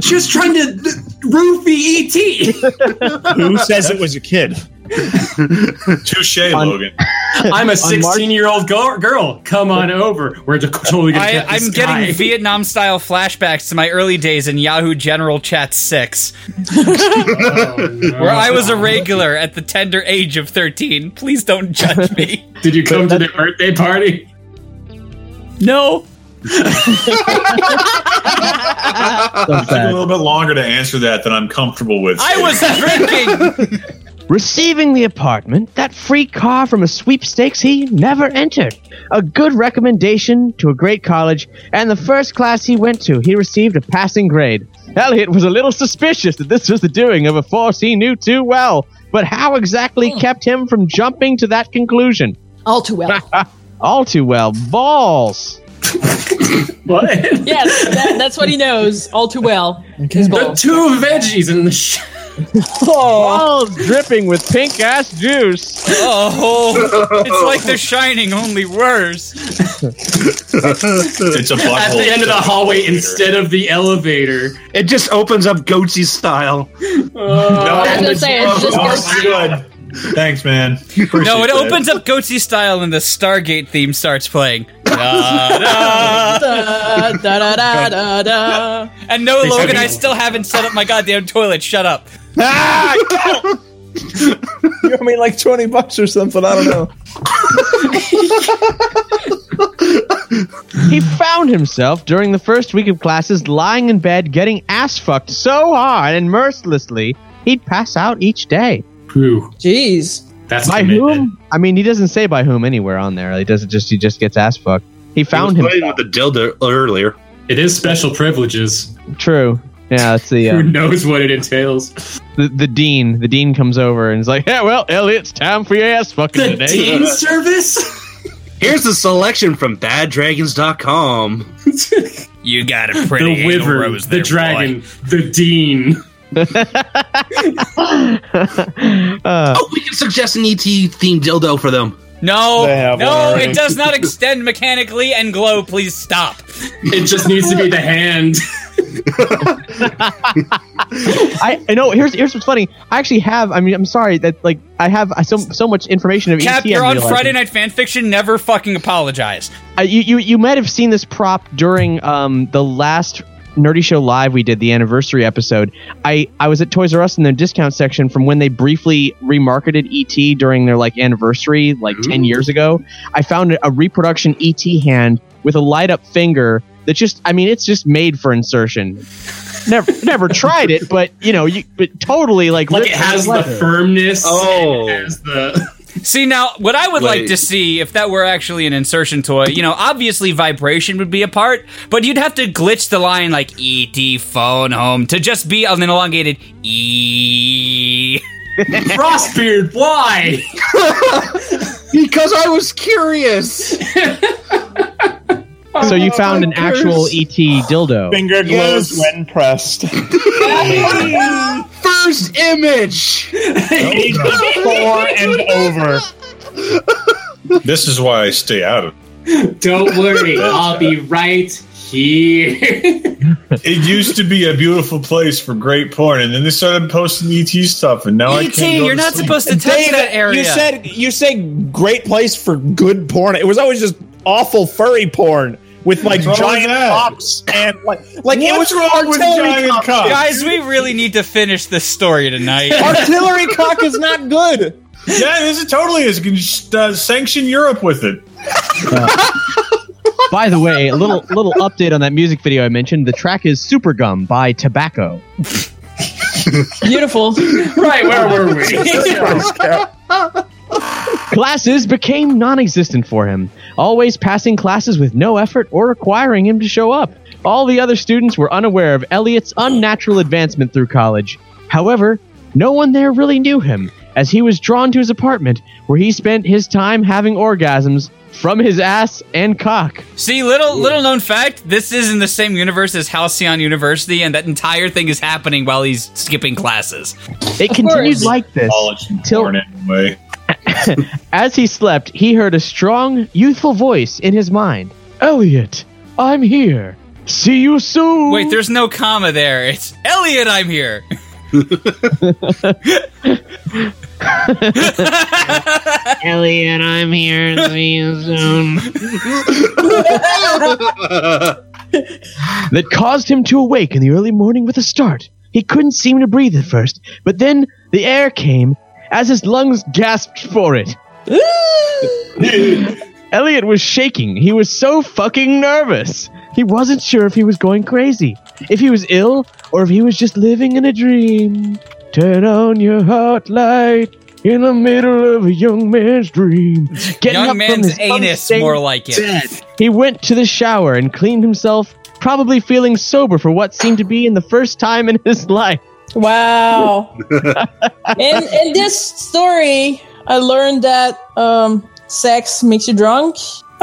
She was trying to E roofie ET.
Who says it was a kid?
Touche, Logan.
I'm a 16 year old go- girl. Come on over. We're just totally gonna
I,
get this
I'm
guy.
getting Vietnam style flashbacks to my early days in Yahoo General Chat 6,
Oh,
where I was a regular at the tender age of 13. Please don't judge me.
Did you come to the birthday party?
No.
so
Took a
sad.
little bit longer to answer that than I'm comfortable with.
I was drinking.
Receiving the apartment, that free car from a sweepstakes he never entered, a good recommendation to a great college, and the first class he went to, he received a passing grade. Elliot was a little suspicious that this was the doing of a force he knew too well, but how exactly kept him from jumping to that conclusion?
All too well.
All too well, balls.
What?
yes, that, that's what he knows. All too well. His
The
ball.
two veggies in the. Sh-
Oh.
Balls dripping with pink ass juice.
Oh, it's like The Shining, only worse.
it's a butthole.
at the end of the hallway instead of the elevator. Uh,
it just opens up Goatsy style.
I was gonna say, it's just
oh, good. Thanks, man.
No, it opens up Goatsy style and the Stargate theme starts playing. Da, da.
Da, da, da, da, da.
And no, Logan, I still haven't set up my goddamn toilet. Shut up.
Ah!
You owe me like 20 bucks or something, I don't know.
He found himself during the first week of classes lying in bed getting ass fucked so hard and mercilessly he'd pass out each day.
Phew.
Jeez.
That's
By
commitment.
whom? I mean, he doesn't say by whom anywhere on there. He doesn't just he just gets ass fucked. He found
He
him.
was playing with the dildo earlier.
It is special privileges.
True. Yeah, that's the, uh,
Who knows what it entails?
the the dean. The dean comes over and is like, "Yeah, well, Elliot's time for your ass fucking
The
today."
dean service?
Here's the selection from BadDragons.com.
You got a
The wyvern, the dragon, the dean.
oh, we can suggest an ET themed dildo for them.
No,
They have one
no,
already.
it does not extend mechanically. And glow, please stop.
It just needs to be the hand.
I, I know. Here's here's what's funny. I actually have. I mean, I'm sorry that like I have uh, so so much information of E
Cap,
ET.
you're
I'm
on
realizing.
Friday Night Fanfiction. Never fucking apologize.
Uh, you, you you might have seen this prop during um, the last Nerdy Show Live we did, the anniversary episode. I, I was at Toys R Us in their discount section from when they briefly remarketed ET during their like anniversary, like ten years ago. I found a reproduction ET hand with a light up finger that just I mean it's just made for insertion. Never never tried it, but you know you but totally like
Like it has the firmness. Oh, it has the
See now, what I would like
Wait.
to see if that were actually an insertion toy, you know, obviously vibration would be a part, but you'd have to glitch the line like "et phone home" to just be an elongated "e."
Frostbeard. Why?
Because I was curious. Oh,
Oh,
so you found an actual E ET dildo.
Finger glows
Yes.
when pressed.
First image.
Age four and over.
This is why I stay out of
Don't worry, I'll be right here.
it. It used to be a beautiful place for great porn, and then they started posting ET stuff, and now I
ET,
can't. Go
E you're
to
not
sleep.
supposed to touch
Dave,
that area.
You said you said great place for good porn. It was always just awful furry porn with like
What's wrong with
giant
that?
cops and like like it
What's
was
wrong with
artillery
giant
cock.
cock?
guys, we really need to finish this story tonight.
artillery cock is not good.
Yeah, this is totally is. You can just, uh, sanction Europe with it.
By the way, a little little update on that music video I mentioned. The track is Super Gum by Tobacco.
Beautiful.
right, where were we?
Classes became non-existent for him, always passing classes with no effort or requiring him to show up. All the other students were unaware of Elliot's unnatural advancement through college. However, no one there really knew him, as he was drawn to his apartment, where he spent his time having orgasms from his ass and cock.
See, little little known fact, this is in the same universe as Halcyon University, and that entire thing is happening while he's skipping classes.
It continued like this
College and
till
porn anyway.
As he slept, he heard a strong, youthful voice in his mind. Elliot, I'm here. See you soon.
Wait, there's no comma there. It's Elliot, I'm here.
Elliot, I'm here. See you soon. that caused him to awake in the early morning with a start. He couldn't seem to breathe at first, but then the air came as his lungs gasped for it. Elliot was shaking. He was so fucking nervous. He wasn't sure if he was going crazy, if he was ill, or if he was just living in a dream. Turn on your heart light in the middle of a young man's dream. Getting up
Young
from
man's
his
anus,
unstained
more like it.
he went to the shower and cleaned himself, probably feeling sober for what seemed to be in the first time in his life.
Wow. in in this story, I learned that um, sex makes you drunk.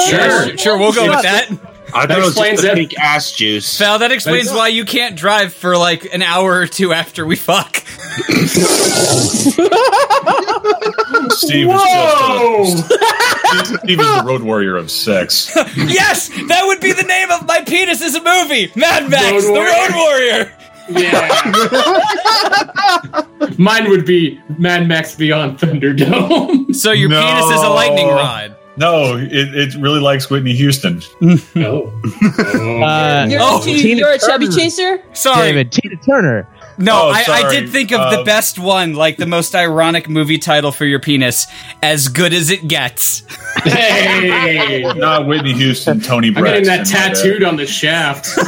Sure, sure, we'll go with that.
I thought it was
explains
just the
it.
pink ass juice.
Val, that explains why you can't drive for like an hour or two after we fuck.
Steve Whoa! is just a, Steve is the road warrior of sex.
yes, that would be the name of my penis is a movie. Mad Max,
Road
The
Warrior.
Road
Yeah.
Warrior.
Mine would be Mad Max Beyond Thunderdome.
So your
No.
penis is a lightning rod.
Oh. No, it, it really likes Whitney Houston.
no. Oh.
Uh,
You're,
Oh,
a, ch-
Tina
you're a chubby
Turner.
chaser?
Sorry,
David, Tina Turner.
No,
Oh,
I, I
sorry.
did think of the
Um,
best one, like the most ironic movie title for your penis, "As Good as It Gets."
Hey.
Not Whitney Houston, Tony
I'm
Braxton.
getting that
right there.
tattooed on the shaft.
so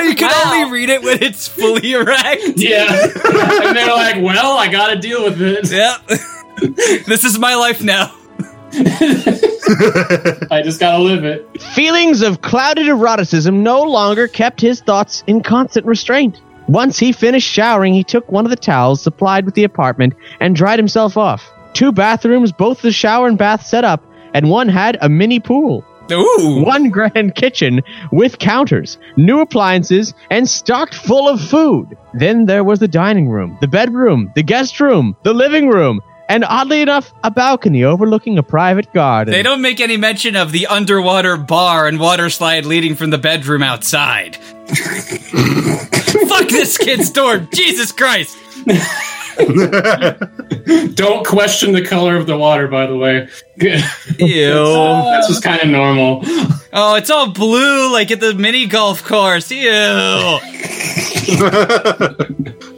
you can
Wow.
only read it when it's fully erect.
yeah. And they're like, well, I gotta deal with it.
Yep. this is my life now.
I just gotta live it.
Feelings of clouded eroticism no longer kept his thoughts in constant restraint. Once he finished showering, he took one of the towels supplied with the apartment and dried himself off. Two bathrooms, both the shower and bath set up, and one had a mini pool.
Ooh.
One grand kitchen with counters, new appliances, and stocked full of food. Then there was the dining room, the bedroom, the guest room, the living room, and oddly enough, a balcony overlooking a private garden.
They don't make any mention of the underwater bar and water slide leading from the bedroom outside. Fuck this kid's door, Jesus Christ!
Don't question the color of the water, by the way.
Ew.
That's just kind of normal.
Oh, it's all blue like at the mini golf course. Ew.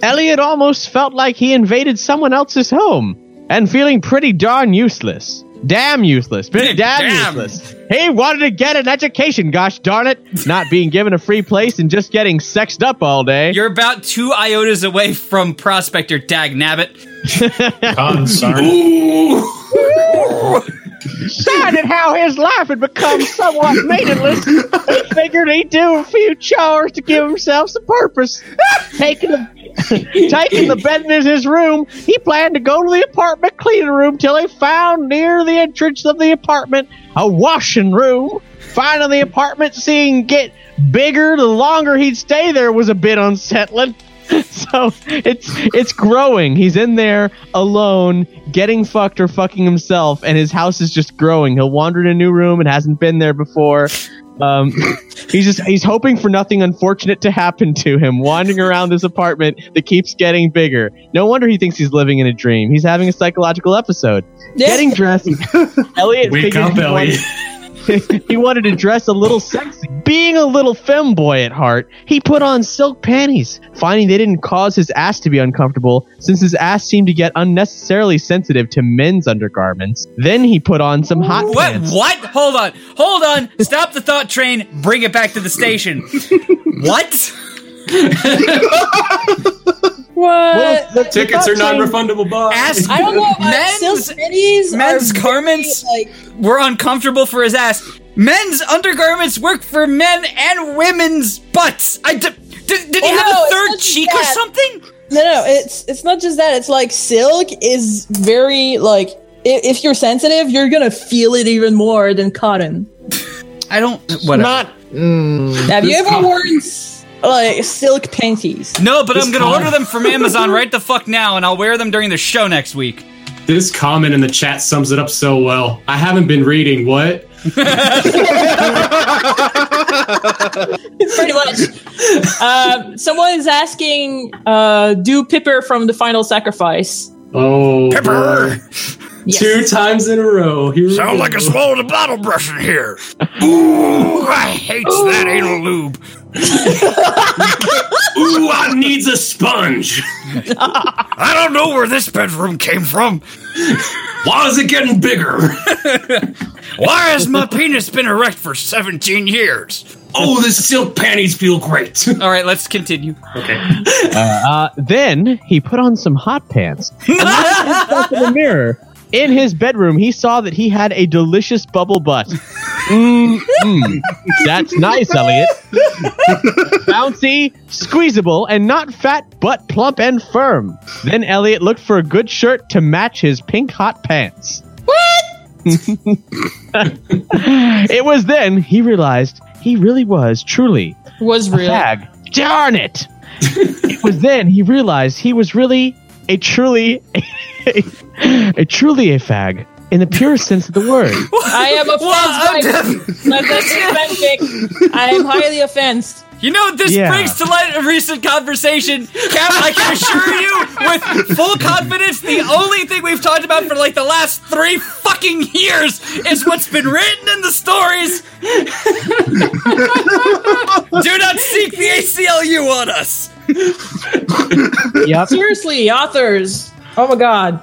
Elliot almost felt like he invaded someone else's home and feeling pretty darn useless. Damn useless. Pretty damn,
Damn.
useless. He wanted to get an education, gosh darn it. Not being given a free place and just getting sexed up all day.
You're about two iotas away from Prospector Dag Nabbit.
sad at how his life had become somewhat meaningless. He figured he'd do a few chores to give himself some purpose. Taking the taking the bed in his room, he planned to go to the apartment cleaning room till he found near the entrance of the apartment a washing room. Finding the apartment seeing get bigger the longer he'd stay there was a bit unsettling. So it's it's growing. He's in there alone, getting fucked or fucking himself, and his house is just growing. He'll wander in a new room and hasn't been there before. Um, he's just he's hoping for nothing unfortunate to happen to him, wandering around this apartment that keeps getting bigger. No wonder he thinks he's living in a dream. He's having a psychological episode.
This-
Getting dressed, Elliot.
Wake
figured
up,
he wanted-
Ellie.
he wanted to dress a little sexy. Being a little femboy at heart, he put on silk panties, finding they didn't cause his ass to be uncomfortable since his ass seemed to get unnecessarily sensitive to men's undergarments. Then he put on some hot
What?
pants.
What? Hold on. Hold on. Stop the thought train. Bring it back to the station. what?
What?
the
Tickets are non refundable, Bob.
Ass?
I don't know.
Men's-
Men's, cities
men's
are very,
garments?
like
were uncomfortable for his ass. Men's undergarments work for men and women's butts. I d- did, did he
Well,
have
Oh, no,
a
it's
third
not just
cheek or
that.
something?
No, no, it's it's not just that. It's like silk is very like if, if you're sensitive, you're gonna feel it even more than cotton.
I don't. Whatever.
Not. Mm,
Have you ever worn s- like silk panties?
no, but I'm gonna
con-
order them from Amazon right the fuck now, and I'll wear them during the show next week.
This comment in the chat sums it up so well. I haven't been reading what?
Pretty much. um, someone is asking, uh, do Pipper from the Final Sacrifice?
Oh. boy.
Yes.
Two times in a row. Here we go.
swallowed a bottle brush in here. Ooh, I hates that anal lube.
Ooh, I needs a sponge.
I don't know where this bedroom came from.
Why is it getting bigger?
Why has my penis been erect for 17 years?
Oh, the silk panties feel great.
All right, let's continue.
Uh, then he put on some hot pants. And looked himself in the mirror. In his bedroom, he saw that he had a delicious bubble butt. Mm, mm. That's nice, Elliot. Bouncy, squeezable, and not fat, but plump and firm. Then Elliot looked for a good shirt to match his pink hot pants. What? it was then he realized he really was truly
Was
a
real.
fag. Darn it! it was then he realized he was really a truly a, truly a fag in the purest sense of the word.
I am offended. by- by this fanfic. I am highly offensed.
You know, this
Yeah.
brings to light a recent conversation. Cap, I can assure you with full confidence, the only thing we've talked about for like the last three fucking years is what's been written in the stories. Do not seek the ACLU on us.
yep.
Seriously, authors. Oh my god.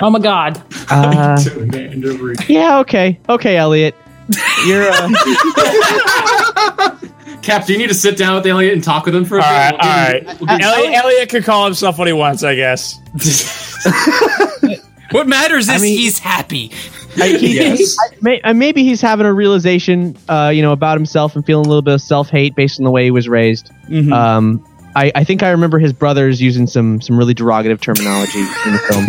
Oh my god.
Uh,
Amanda Reed.
yeah. Okay. Okay, Elliot. You're. Uh,
Cap, do you need to sit down with Elliot and talk with him for a
all right,
bit?
all right. Elliot, Elliot could call himself what he wants, I guess.
What matters is
mean-
he's happy.
yes.
may, uh, maybe he's having a realization, uh, you know, about himself and feeling a little bit of self hate based on the way he was raised.
Mm-hmm.
Um, I, I think I remember his brothers using some some really derogative terminology in the film.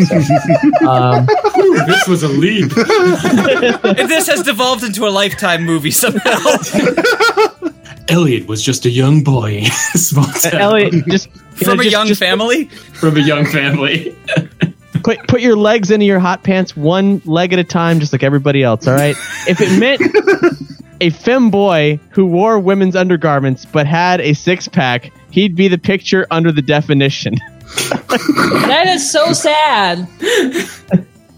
So. um,
Whew, this was a leap.
this has devolved into a lifetime movie somehow.
Elliot was just a young boy in a small town
Elliot, just you know,
From a
just-
young
just
family?
from a young family.
Put put your legs into your hot pants one leg at a time, just like everybody else. All right. if it meant a femboy who wore women's undergarments but had a six pack, he'd be the picture under the definition.
That is so sad.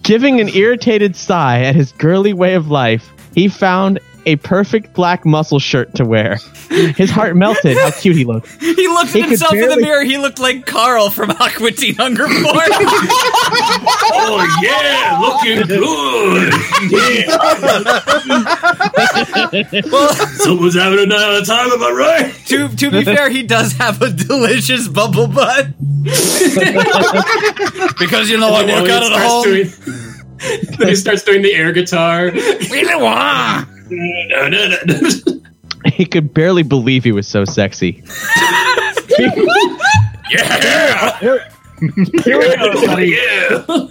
Giving an irritated sigh at his girly way of life, he found a perfect black muscle shirt to wear. His heart melted. How cute he looked.
He looked
He
at
could
himself in the
barely-
mirror. He looked like Carl from Aqua Teen Hunger Force.
Oh yeah, looking good. Someone's having a night of the time, am I right?
to, to be fair, he does have a delicious bubble butt. because you know I work out at home.
doing, then he starts doing the air guitar.
He could barely believe he was so sexy.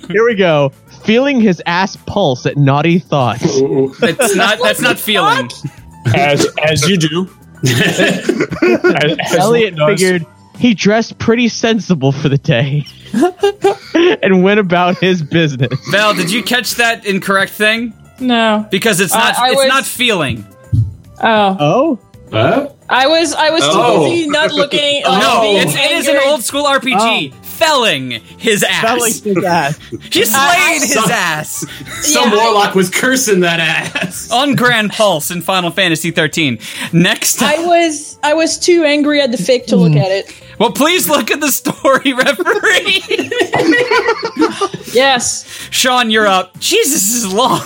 Here we go. Feeling his ass pulse at naughty thoughts.
That's not that's not feeling.
as as you do. As- as
Elliot
one does.
figured he dressed pretty sensible for the day and went about his business.
Val, did you catch that incorrect thing?
No.
Because it's not
Uh, I- I
it's
was-
not feeling.
Oh,
Oh,
Huh?
I was I was
Oh.
too busy not looking. uh,
No,
being
it's, it is an
angered.
old school
Oh.
RPG. Felling his ass.
his ass.
He slayed his
Some-
ass
Some
Yeah.
warlock was cursing that ass.
on Grand Pulse in Final Fantasy 13. Next
I
time.
was I was too angry at the fake to look at it.
Well, please look at the story referee.
Yes.
Sean, you're up. Jesus this is long.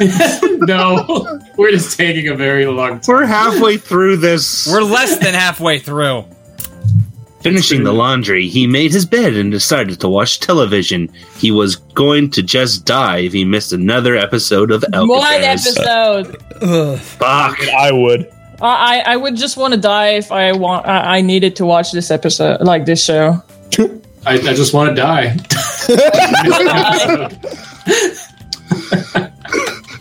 No, we're just taking a very long time.
We're halfway through this.
We're less than halfway through.
Finishing the laundry, he made his bed and decided to watch television. He was going to just die if he missed another episode of
One
Alcatraz.
episode.
Fuck.
I would.
I I I would just want to die if I want I, I needed to watch this episode like this show.
I, I just want to die.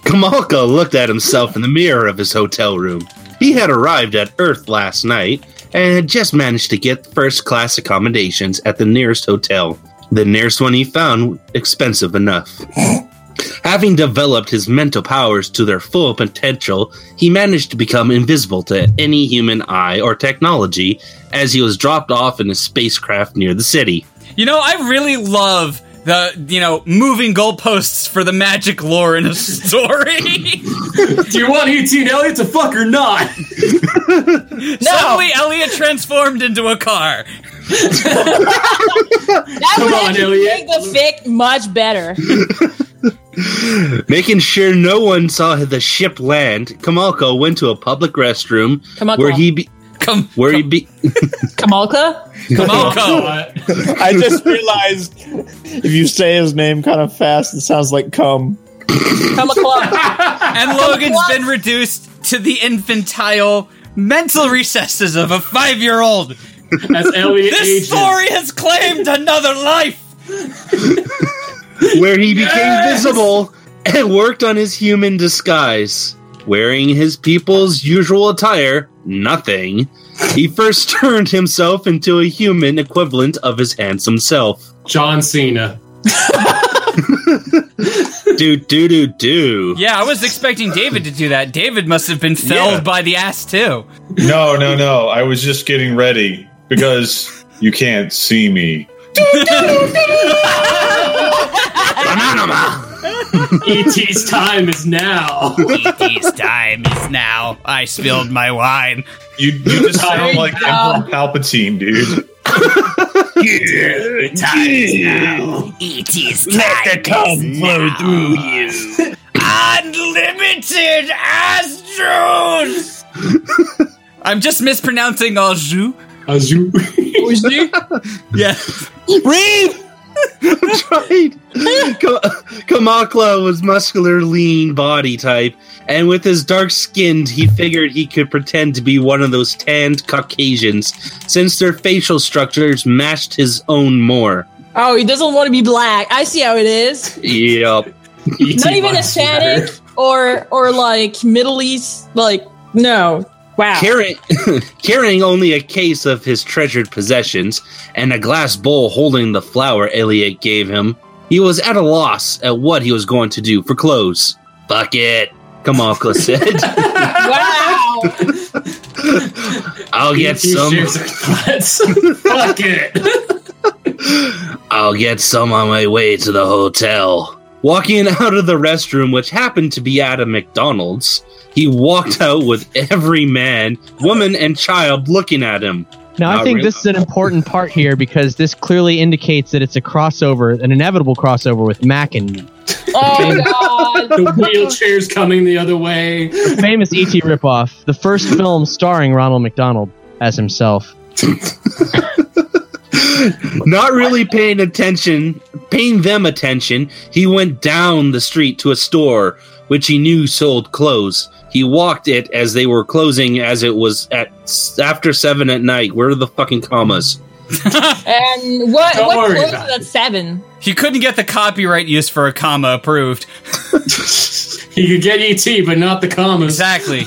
Kamalka looked at himself in the mirror of his hotel room. He had arrived at Earth last night and had just managed to get first class accommodations at the nearest hotel. The nearest one he found expensive enough. Having developed his mental powers to their full potential, he managed to become invisible to any human eye or technology as he was dropped off in a spacecraft near the city.
You know, I really love the, you know, moving goalposts for the magic lore in a story.
Do you want ET and Elliot to fuck or not?
Suddenly, Elliot transformed into a car.
That
Come
would
on,
actually
Elliot.
make the fic much better.
Making sure no one saw the ship land, Kamalko went to a public restroom
Kamalko.
where he be-
Come,
Where he be?
Kamalka?
Kamalko.
I just realized if you say his name kind of fast, it sounds like cum.
Kamalka.
And Logan's been reduced to the infantile mental recesses of a five year old.
As Elliot
This
ages.
story has claimed another life.
Where he became visible and worked on his human disguise, wearing his people's usual attire. Nothing. He first turned himself into a human equivalent of his handsome self.
John Cena.
Do do do do.
Yeah, I was expecting David to do that. David must have been felled
Yeah.
by the ass, too.
No, no, no. I was just getting ready because you can't see me.
Anonymous.
ET's time is now.
ET's time is now. I spilled my wine.
You, you just sound like Emperor Palpatine, dude.
ET's time is now. Oh, Unlimited ass juice. I'm just mispronouncing all jus.
As you.
Yes.
right. Kamakla was muscular, lean body type, and with his dark skinned, he figured he could pretend to be one of those tanned Caucasians, since their facial structures matched his own more.
Oh, he doesn't want to be black. I see how it is.
Yep.
Not even Asiatic or or like Middle East. Like no. Wow.
Carry- carrying only a case of his treasured possessions and a glass bowl holding the flower Elliot gave him, he was at a loss at what he was going to do for clothes. Fuck it. Come on, Clisette.
wow.
I'll get
He
some.
shares threats. Fuck it.
I'll get some on my way to the hotel. Walking out of the restroom, which happened to be at a McDonald's, he walked out with every man, woman, and child looking at him.
Now, I
Not
think
really.
this is an important part here because this clearly indicates that it's a crossover, an inevitable crossover with Mac and me.
Oh god.
The wheelchair's coming the other way.
The famous E.T. ripoff, the first film starring Ronald McDonald as himself.
Not really paying attention, paying them attention, he went down the street to a store which he knew sold clothes. He walked it as they were closing, as it was at after seven at night. Where are the fucking commas?
And what
Don't
what
worry
close
about
is at seven?
He couldn't get the copyright use for a comma approved.
He could get ET, but not the commas.
Exactly.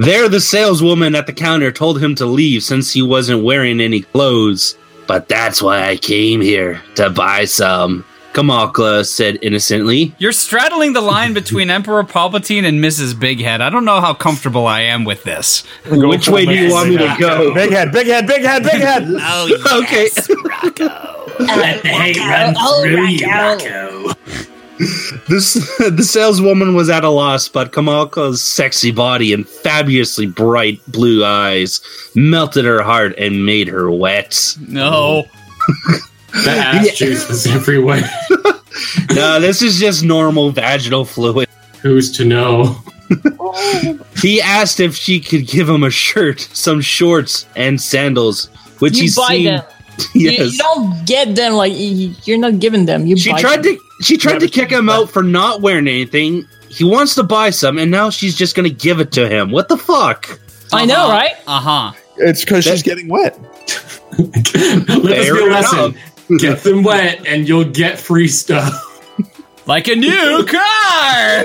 There, the saleswoman at the counter told him to leave since he wasn't wearing any clothes. But that's why I came here to buy some. Kamakla said innocently.
You're straddling the line between Emperor Palpatine and Mrs. Big Head. I don't know how comfortable I am with this.
Which way do you want me to go?
Big head, big head, big head, big head.
Oh,
Okay.
Let the hate run
Oh,
through you,
Rocco.
Rocco.
This the saleswoman was at a loss, but Kamalka's sexy body and fabulously bright blue eyes melted her heart and made her wet.
No.
The ass juice was everywhere.
no, this is just normal vaginal fluid.
Who's to know?
He asked if she could give him a shirt, some shorts, and sandals, which
You
he
buy
seemed-
them. You-
Yes.
You, don't get them like you- you're not giving them. You
she
buy
tried
them.
to she tried to kick him out for not wearing anything. He wants to buy some, and now she's just gonna give it to him. What the fuck?
I know,
Uh-huh.
right?
Uh huh.
It's because she's
That-
getting wet.
Let us
Fair
be a lesson. Get them wet, and you'll get free stuff.
Like a new car.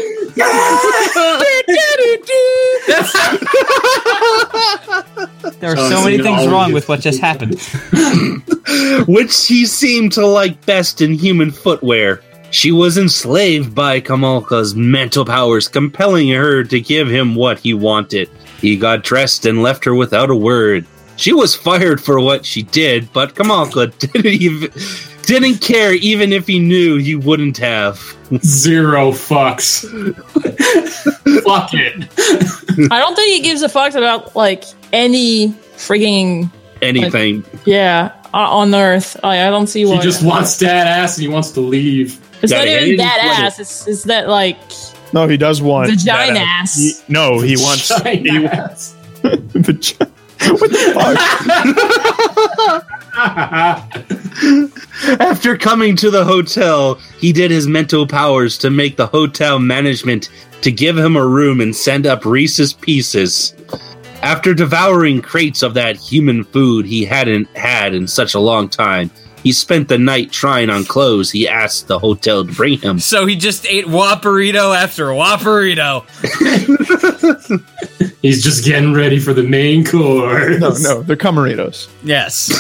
There are
So
so
it's
many
in
things
all
wrong
your-
with what just happened.
Which he seemed to like best in human footwear. She was enslaved by Kamalka's mental powers, compelling her to give him what he wanted. He got dressed and left her without a word. She was fired for what she did, but Kamalka didn't even didn't care even if he knew he wouldn't have.
Zero fucks. Fuck it.
I don't think he gives a fuck about like any freaking
Anything.
yeah o- on Earth. I, I don't see
He
why.
just wants that ass, and he wants to leave.
it's
that
not
it
even
is
that
what it-
ass. It's, it's that like
No, he does want
Vagina
that
ass.
He- no, he wants
Vagina
he-
ass.
vagi- what the fuck?
After coming to the hotel, he did his mental powers to make the hotel management to give him a room and send up Reese's pieces. After devouring crates of that human food he hadn't had in such a long time, he spent the night trying on clothes he asked the hotel to bring him.
So he just ate Whopperito after Whopperito.
He's just getting ready for the main course.
No, no, they're camaritos.
Yes.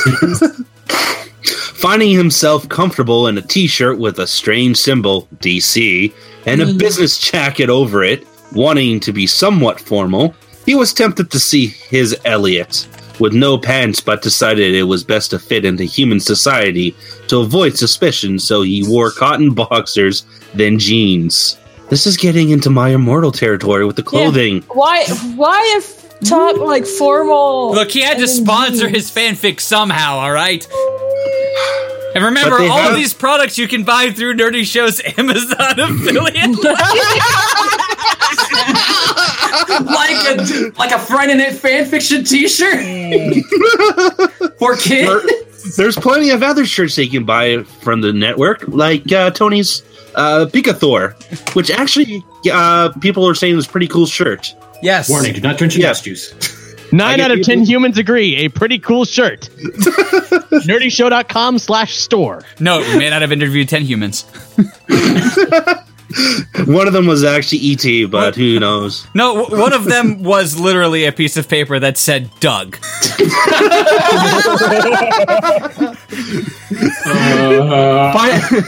Finding himself comfortable in a t shirt with a strange symbol, DC, and a business jacket over it, wanting to be somewhat formal, he was tempted to see his Elliot with no pants, but decided it was best to fit into human society to avoid suspicion, so he wore cotton boxers, then jeans. This is getting into my immortal territory with the clothing.
why why if top like formal.
Look, he had to sponsor his fanfic somehow, all right? And remember,
But they
all
have-
these products you can buy through Nerdy Show's Amazon affiliate.
like a like a friend in it fanfiction T-shirt for
There-
kids.
there's plenty of other shirts they can buy from the network, like uh, Tony's uh, Picathor, which actually uh, people are saying is a pretty cool shirt.
yes.
Warning: Do not drink your
Yeah.
ass juice.
Nine out of ten humans agree. A pretty cool shirt. Nerdyshow.com slash store.
No, we may not have interviewed 10 humans.
One of them was actually ET, but who knows?
No, w- one of them was literally a piece of paper that said Doug.
Fin-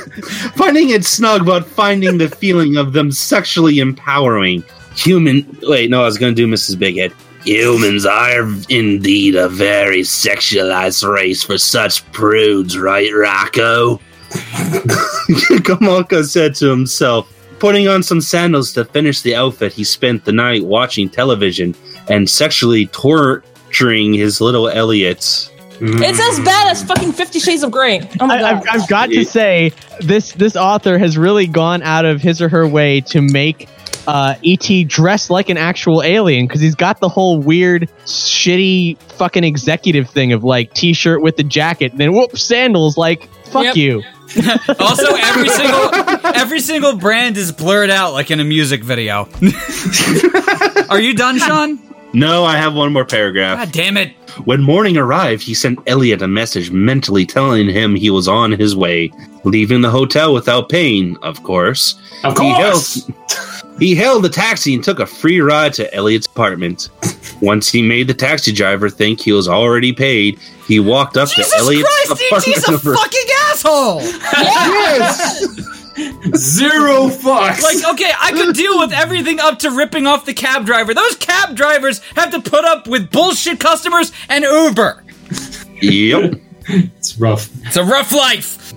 finding it snug, but finding the feeling of them sexually empowering human. Wait, no, I was going to do Mrs. Bighead. Humans are indeed a very sexualized race for such prudes, right, Rocco? Kamaka said to himself, putting on some sandals to finish the outfit. He spent the night watching television and sexually torturing his little Elliot.
It's as bad as fucking Fifty Shades of Grey. Oh my
I,
god.
I've, I've got to say, this this author has really gone out of his or her way to make uh, ET dress like an actual alien because he's got the whole weird, shitty, fucking executive thing of like t-shirt with the jacket, and then whoop sandals. Like fuck
Yep.
you.
also, every single every single brand is blurred out like in a music video. Are you done, Sean?
No, I have one more paragraph.
God damn it.
When morning arrived, he sent Elliot a message mentally telling him he was on his way, leaving the hotel without paying, of course.
Of
He
course.
hailed, he hailed a taxi and took a free ride to Elliot's apartment. Once he made the taxi driver think he was already paid, he walked up to Elliot's apartment. number-
asshole!
Yes!
Zero fucks.
Like, okay, I could deal with everything up to ripping off the cab driver. Those cab drivers have to put up with bullshit customers and Uber.
yep.
It's rough.
It's a rough life.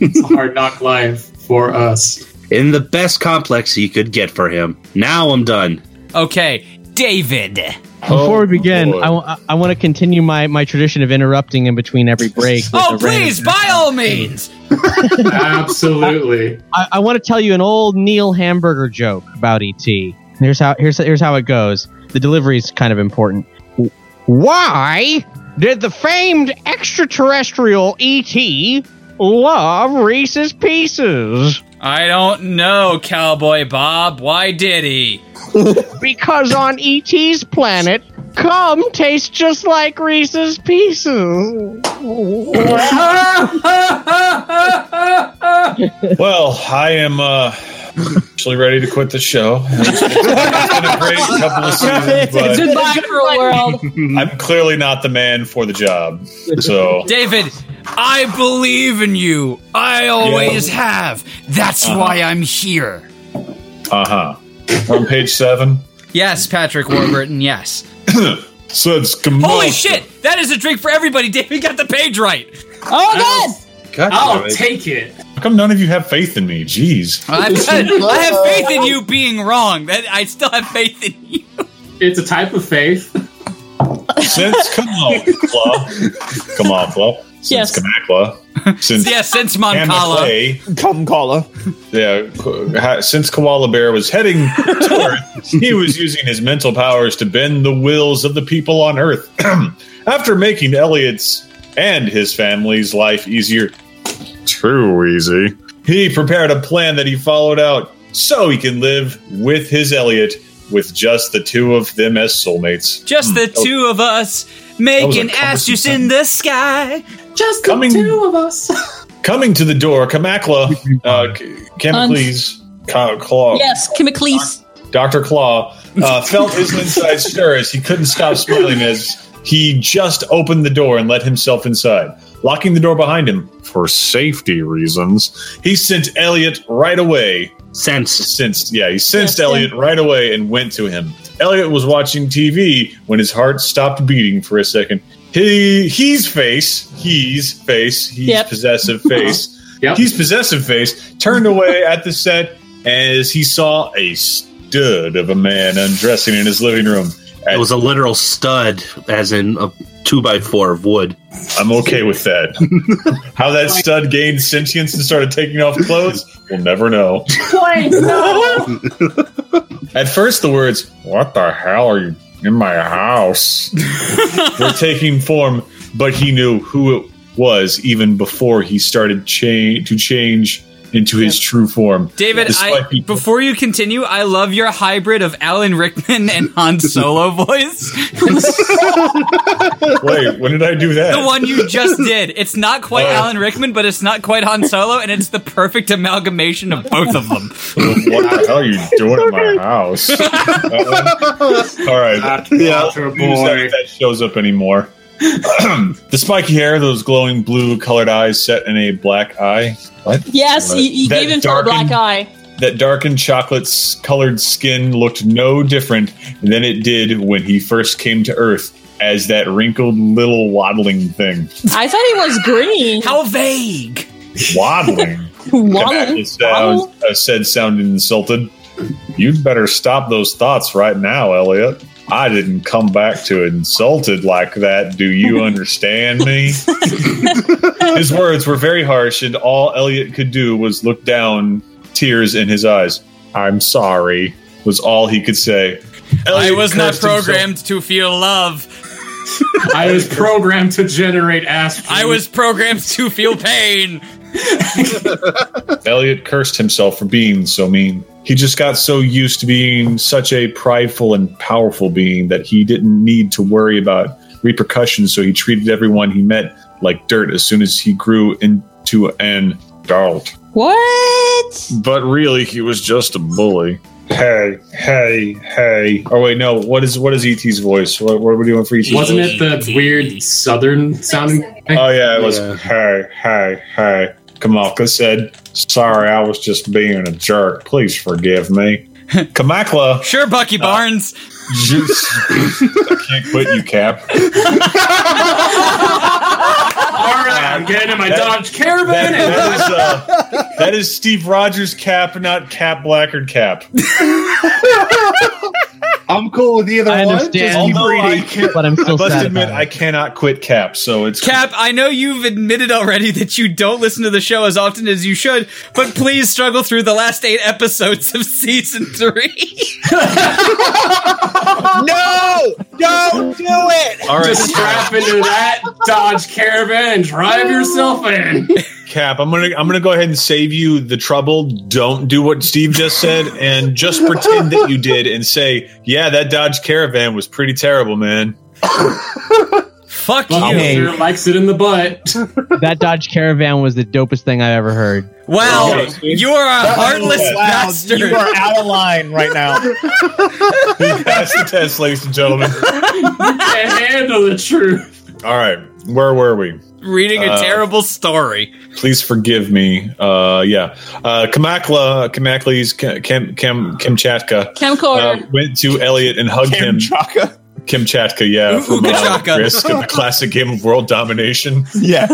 It's a hard knock life for us.
In the best complex he could get for him. Now I'm done.
Okay, David.
Before we begin, I want to continue my, my tradition of interrupting in between every break. with
Oh,
a random-
please, by all means.
Absolutely.
I, I want to tell you an old Neil Hamburger joke about ET. Here's how here's here's how it goes. The delivery is kind of important. W- Why did the famed extraterrestrial ET love Reese's Pieces?
I don't know, Cowboy Bob. Why did he?
Because on ET's planet, cum tastes just like Reese's Pieces.
Well, I am uh, actually ready to quit the show. It's been a great couple of seasons, but
Goodbye, cruel world.
I'm clearly not the man for the job. So
David, I believe in you. I always have. That's why I'm here.
Uh huh. On page seven.
Yes, Patrick Warburton, yes.
Since Kamaka,
Holy shit! That is a drink for everybody. David got the page right.
Oh god!
God
I'll
damn it.
take it.
How come none of you have faith in me? Jeez.
I've said- I have faith in you being wrong. That I still have faith in you.
It's a type of faith.
Since Kamakla. Kamakla. Since
Yes.
Kamakla. Since
Yeah, since
Kamakla.
Moncala.
Come, caller.
Yeah, qu- ha- since Koala Bear was heading to Earth, he was using his mental powers to bend the wills of the people on Earth. After making Elliot's and his family's life easier, too easy, he prepared a plan that he followed out so he can live with his Elliot with just the two of them as soulmates.
Just the two of us making
cumbersome
ass juice in the sky.
Just
Coming-
the two of us.
Coming to the door, Kamakla, uh,
Um,
Kamiklees, Ka- Claw,
Yes, Kimmy, please.
Dr. Claw uh, felt his inside stir as he couldn't stop smiling as he just opened the door and let himself inside. Locking the door behind him for safety reasons, he sent Elliot right away.
Sense.
Since yeah, he sensed
Yes,
Elliot right away and went to him. Elliot was watching TV when his heart stopped beating for a second. He he's face, he's face, he's
Yep.
possessive face.
Yep.
He's possessive face turned away at the set as he saw a stud of a man undressing in his living room.
It was a literal stud, as in a two by four of wood.
I'm okay with that. How that stud gained sentience and started taking off clothes, we'll never know. At first, the words, What the hell are you in my house? were taking form, but he knew who it was even before he started cha- to change into his true form.
David,
Despite
I, before you continue, I love your hybrid of Alan Rickman and Han Solo voice.
Wait, when did I do that?
The one you just did. It's not quite
Oh.
Alan Rickman, but it's not quite Han Solo, and it's the perfect amalgamation of both of them.
what the hell are you doing in my house? That one? All right. Yeah. That, that shows up anymore. the spiky hair, those glowing blue colored eyes set in a black eye. What?
Yes,
What?
he, he
That
gave himself a black
darkened-
eye.
That darkened chocolate s- colored skin looked no different than it did when he first came to Earth as that wrinkled little waddling thing.
I thought he was green.
How vague.
Waddling.
Waddle.
Kabadda sounds- uh, said, sounding insulted. You'd better stop those thoughts right now, Elliot. I didn't come back to insulted like that. Do you understand me? his words were very harsh, and all Elliot could do was look down, tears in his eyes. I'm sorry, was all he could say.
I
Elliot
was not
cursed himself.
programmed to feel love.
I was programmed to generate ass.
I was programmed to feel pain.
Elliot cursed himself for being so mean. He just got so used to being such a prideful and powerful being that he didn't need to worry about repercussions, so he treated everyone he met like dirt as soon as he grew into an adult.
What?
But really, he was just a bully. Hey, hey, hey. Oh, wait, no. What is what is E.T.'s voice? What, what are we doing for E E.T.?
Wasn't it the weird southern sounding? thing?
Oh yeah, it was.
Yeah.
Hey, hey, hey. Kamalka said, "Sorry, I was just being a jerk. Please forgive me." Kamakla,
Sure, Bucky Barnes.
just I can't quit you, Cap.
All right, I'm getting in my Dodge Caravan.
That- that, is, uh, that is Steve Rogers' cap, not Cap Blackard cap.
I'm cool with either
I
one.
understand.
Just keep
Although I
reading.
can't,
but I'm
I
still
must
sad
admit,
about
I cannot quit Cap. So it's
Cap, I know you've admitted already that you don't listen to the show as often as you should, but please struggle through the last eight episodes of season three.
No! Don't do it!
All right,
Just strap into that Dodge Caravan and drive yourself in.
Cap. I'm gonna I'm gonna go ahead and save you the trouble. Don't do what Steve just said, and just pretend that you did, and say, "Yeah, that Dodge Caravan was pretty terrible, man."
Fuck
Bucky
you.
sure likes it in the butt.
that Dodge Caravan was the dopest thing I've ever heard.
Wow,
Okay.
you are a heartless
was
bastard.
You are out of line right now.
That's the test, ladies and gentlemen.
Can't handle the truth.
All right, where were we?
reading a
Uh,
terrible story.
Please forgive me. Uh, yeah, uh, Kamakla, Kamakli's Kim Kim Kim Kimchatka uh,
Camcorder.
went to Elliot and hugged him.
Chaka.
Kimchatka, yeah,
Ooh,
from uh,
Chaka.
risk of the classic game of world domination.
Yeah.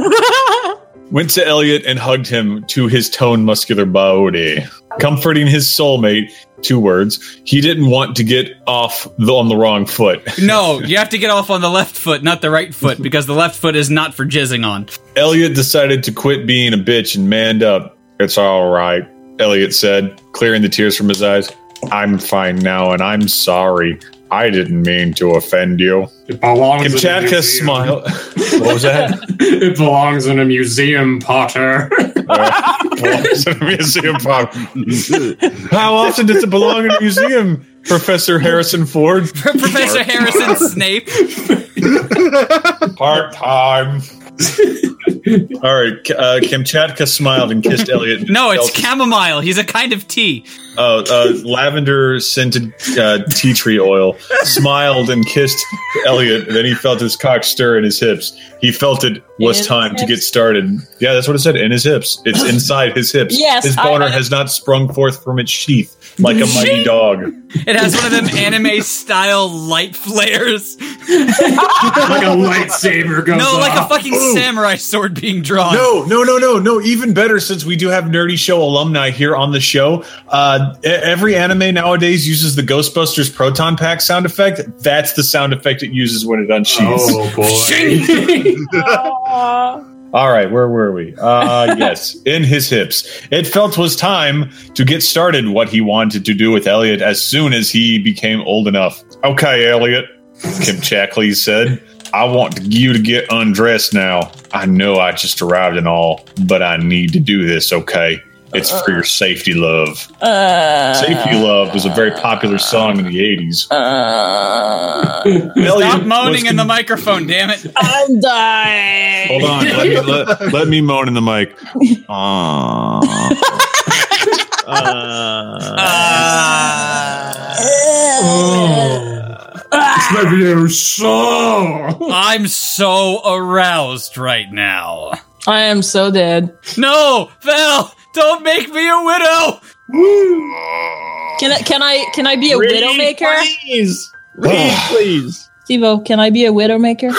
Went to Elliot and hugged him to his toned muscular body, comforting his soulmate. Two words. He didn't want to get off the, on the wrong foot.
No, you have to get off on the left foot, not the right foot, because the left foot is not for jizzing on.
Elliot decided to quit being a bitch and manned up. It's all right, Elliot said, clearing the tears from his eyes. I'm fine now, and I'm sorry. I didn't mean to offend you.
It belongs in a
Kimchatka
museum.
smiled. what was that?
It belongs in a museum, Potter.
belongs in a museum, Bob. How often does it belong in a museum, Professor Harrison Ford?
Professor Harrison Snape.
Part time. All right, uh, Kamchatka smiled and kissed Elliot.
No, it's
Elton-
chamomile. He's a kind of tea.
Oh, uh, lavender scented uh, tea tree oil smiled and kissed Elliot. Then he felt his cock stir in his hips. He felt it was
In
time
his
to get
hips.
started. Yeah, that's what it said. In his hips. It's inside his hips.
Yes,
his
I-
boner
I-
has not sprung forth from its sheath like a mighty dog.
It has one of them anime style light flares.
like a lightsaber goes
No, like a
off.
fucking samurai sword being drawn.
No, no, no, no, no. Even better, since we do have Nerdy Show alumni here on the show. Uh, e- every anime nowadays uses the Ghostbusters proton pack sound effect. That's the sound effect it uses when it unsheathes.
Oh boy.
All right, where were we? Uh, yes, in his hips. It felt was time to get started what he wanted to do with Elliot as soon as he became old enough. Okay, Elliot, Kim Chackley said, I want you to get undressed now. I know I just arrived and all, but I need to do this, okay? It's for your safety, love.
Uh,
Safety Love was a very popular song in the 80s.
Stop
Elliot
moaning
was
in the microphone, damn it.
I'm dying.
Hold on. Let me, let, let me moan in the mic. Ah. uh,
Oh.
I'm so aroused right now.
I am so dead.
No, Oh, Val, don't make me a widow.
Can I? Can I? Can I be a
Read,
widowmaker?
Please, read,
Ah.
please.
Stevo, can I be a widowmaker?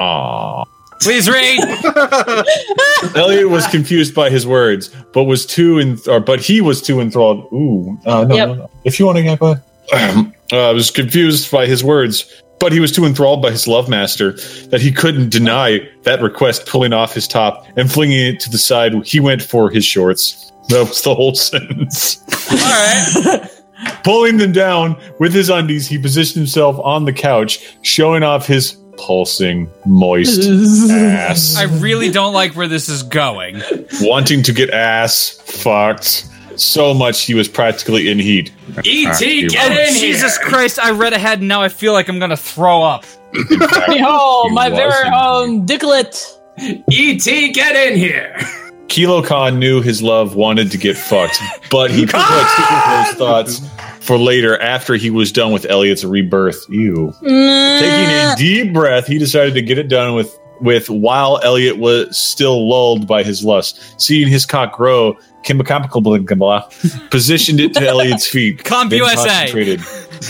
Aw.
Please read.
Elliot was confused by his words, but was too in, or but he was too enthralled. Ooh, uh, no,
Yep.
no, no. If you want to get by, Uh, I was confused by his words, but he was too enthralled by his love master that he couldn't deny that request. Pulling off his top and flinging it to the side, he went for his shorts. That was the whole sentence.
All right.
Pulling them down with his undies, he positioned himself on the couch, showing off his pulsing, moist ass.
I really don't like where this is going.
wanting to get ass fucked so much he was practically in heat.
E.T., E get
Oh,
in
Jesus
here!
Christ, I read ahead and now I feel like I'm going to throw up.
Behold, my
was
very
indeed.
own dicklet.
E
E.T., get in here!
Kilo Khan knew his love wanted to get fucked, but he put those thoughts for later after he was done with Elliot's rebirth. Ew. Taking a deep breath, he decided to get it done with with while Elliot was still lulled by his lust. Seeing his cock grow, Kimbakambakambla positioned it to Elliot's feet.
Comp
then
USA.
concentrated.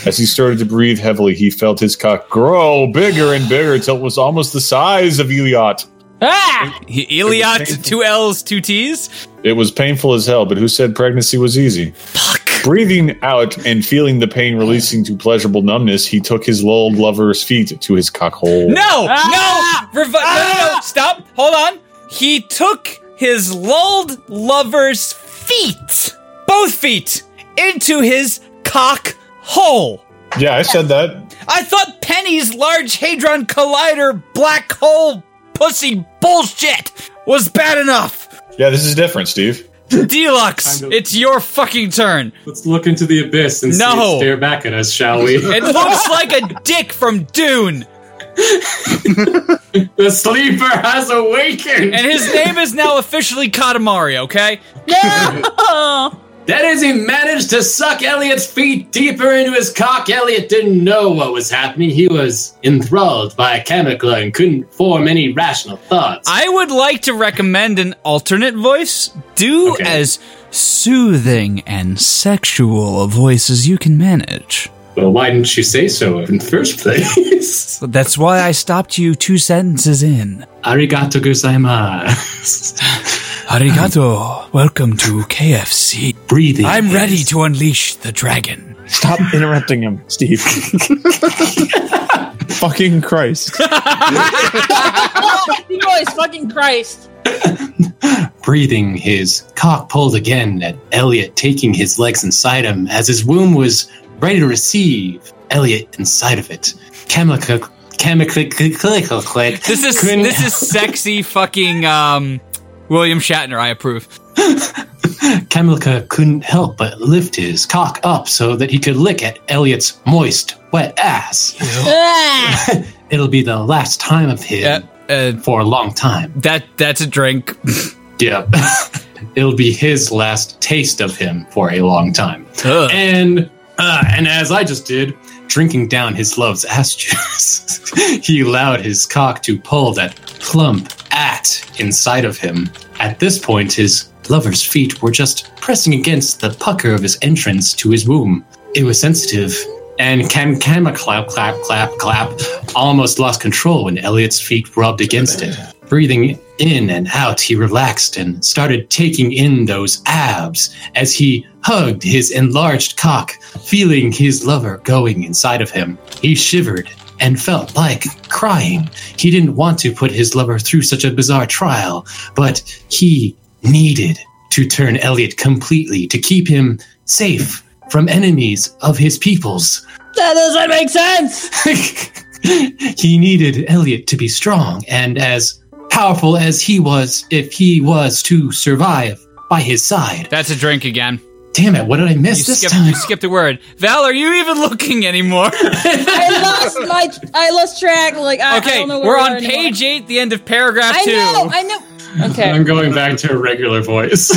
As he started to breathe heavily, he felt his cock grow bigger and bigger till it was almost the size of Eliot.
Ah!
He- Eliot, two L's, two T's.
It was painful as hell, but who said pregnancy was easy? Breathing out and feeling the pain releasing to pleasurable numbness, he took his lulled lover's feet to his cockhole.
No,
Ah!
no, revi- no, no, no, stop, hold on. He took his lulled lover's feet, both feet, into his cock hole.
Yeah, I said that.
I thought Penny's Large Hadron Collider black hole pussy bullshit was bad enough.
Yeah, this is different, Steve.
Deluxe,
Kind of.
it's your fucking turn.
Let's look into the abyss and see
No.
it stare back at us, shall we?
It looks like a dick from Dune,
the sleeper has awakened!
and his name is now officially Katamari, okay?
No!
Then as he managed to suck Elliot's feet deeper into his cock, Elliot didn't know what was happening. He was enthralled by a chemical and couldn't form any rational thoughts.
I would like to recommend an alternate voice. Do
Okay.
as soothing and sexual a voice as you can manage.
well, why didn't you say so in the first place?
But that's why I stopped you two sentences in.
Arigato gozaimasu.
Arigato. Welcome to KFC.
Breathing.
I'm ready to unleash the dragon.
Stop interrupting him, Steve. Fucking Christ.
Boys, fucking Christ.
breathing his cock pulled again at Elliot, taking his legs inside him as his womb was ready to receive Elliot inside of it. Chemical, chemical, clinical, click.
This is
couldn't-
this is sexy fucking um William Shatner, I approve.
Kamilka couldn't help but lift his cock up so that he could lick at Elliot's moist, wet ass.
Ah!
It'll be the last time of him
Uh, uh,
for a long time.
that that's a drink.
Yep. It'll be his last taste of him for a long time.
Ugh.
And uh, and as I just did, drinking down his love's ass juice, he allowed his cock to pull that plump at inside of him. At this point, his lover's feet were just pressing against the pucker of his entrance to his womb. It was sensitive, and Cam Cam clap clap clap clap almost lost control when Elliot's feet rubbed against it. Breathing in and out, he relaxed and started taking in those abs as he hugged his enlarged cock, feeling his lover going inside of him. He shivered and felt like crying. He didn't want to put his lover through such a bizarre trial, but he needed to turn Elliot completely to keep him safe from enemies of his peoples.
That doesn't make sense!
he needed Elliot to be strong and as powerful as he was if he was to survive
by his side.
That's a drink again.
Damn it, what did I miss
you
this
skipped,
time?
You skipped a word. Val, are you even looking anymore?
I lost my. I lost track. Like I, I
okay,
don't know where
we're
we
on
are anymore.
page eight, the end of paragraph
I
two.
know. I know. Okay.
I'm going back to a regular voice.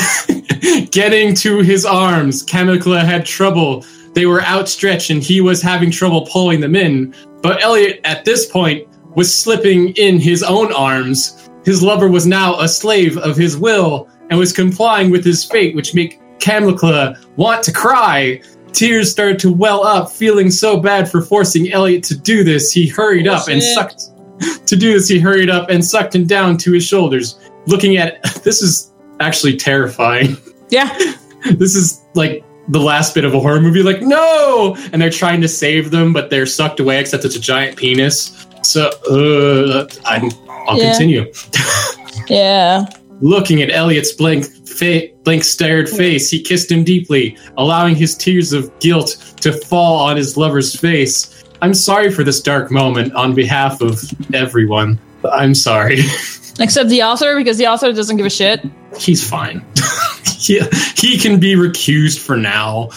Getting to his arms, Kamikla had trouble. They were outstretched and he was having trouble pulling them in. But Elliot, at this point, was slipping in his own arms. His lover was now a slave of his will and was complying with his fate, which made Kamikla want to cry. Tears started to well up, feeling so bad for forcing Elliot to do this. He hurried up and
Bullshit.
sucked to do this, he hurried up and sucked him down to his shoulders. Looking at this is actually terrifying.
Yeah.
This is like the last bit of a horror movie, like, no! And they're trying to save them, but they're sucked away, except it's a giant penis. So, uh, I'm, I'll
Yeah.
continue.
Yeah.
Looking at Elliot's blank, fa- blank stared face, he kissed him deeply, allowing his tears of guilt to fall on his lover's face. I'm sorry for this dark moment on behalf of everyone. I'm sorry.
Except the author, because the author doesn't give a shit.
He's fine. he, he can be recused for now.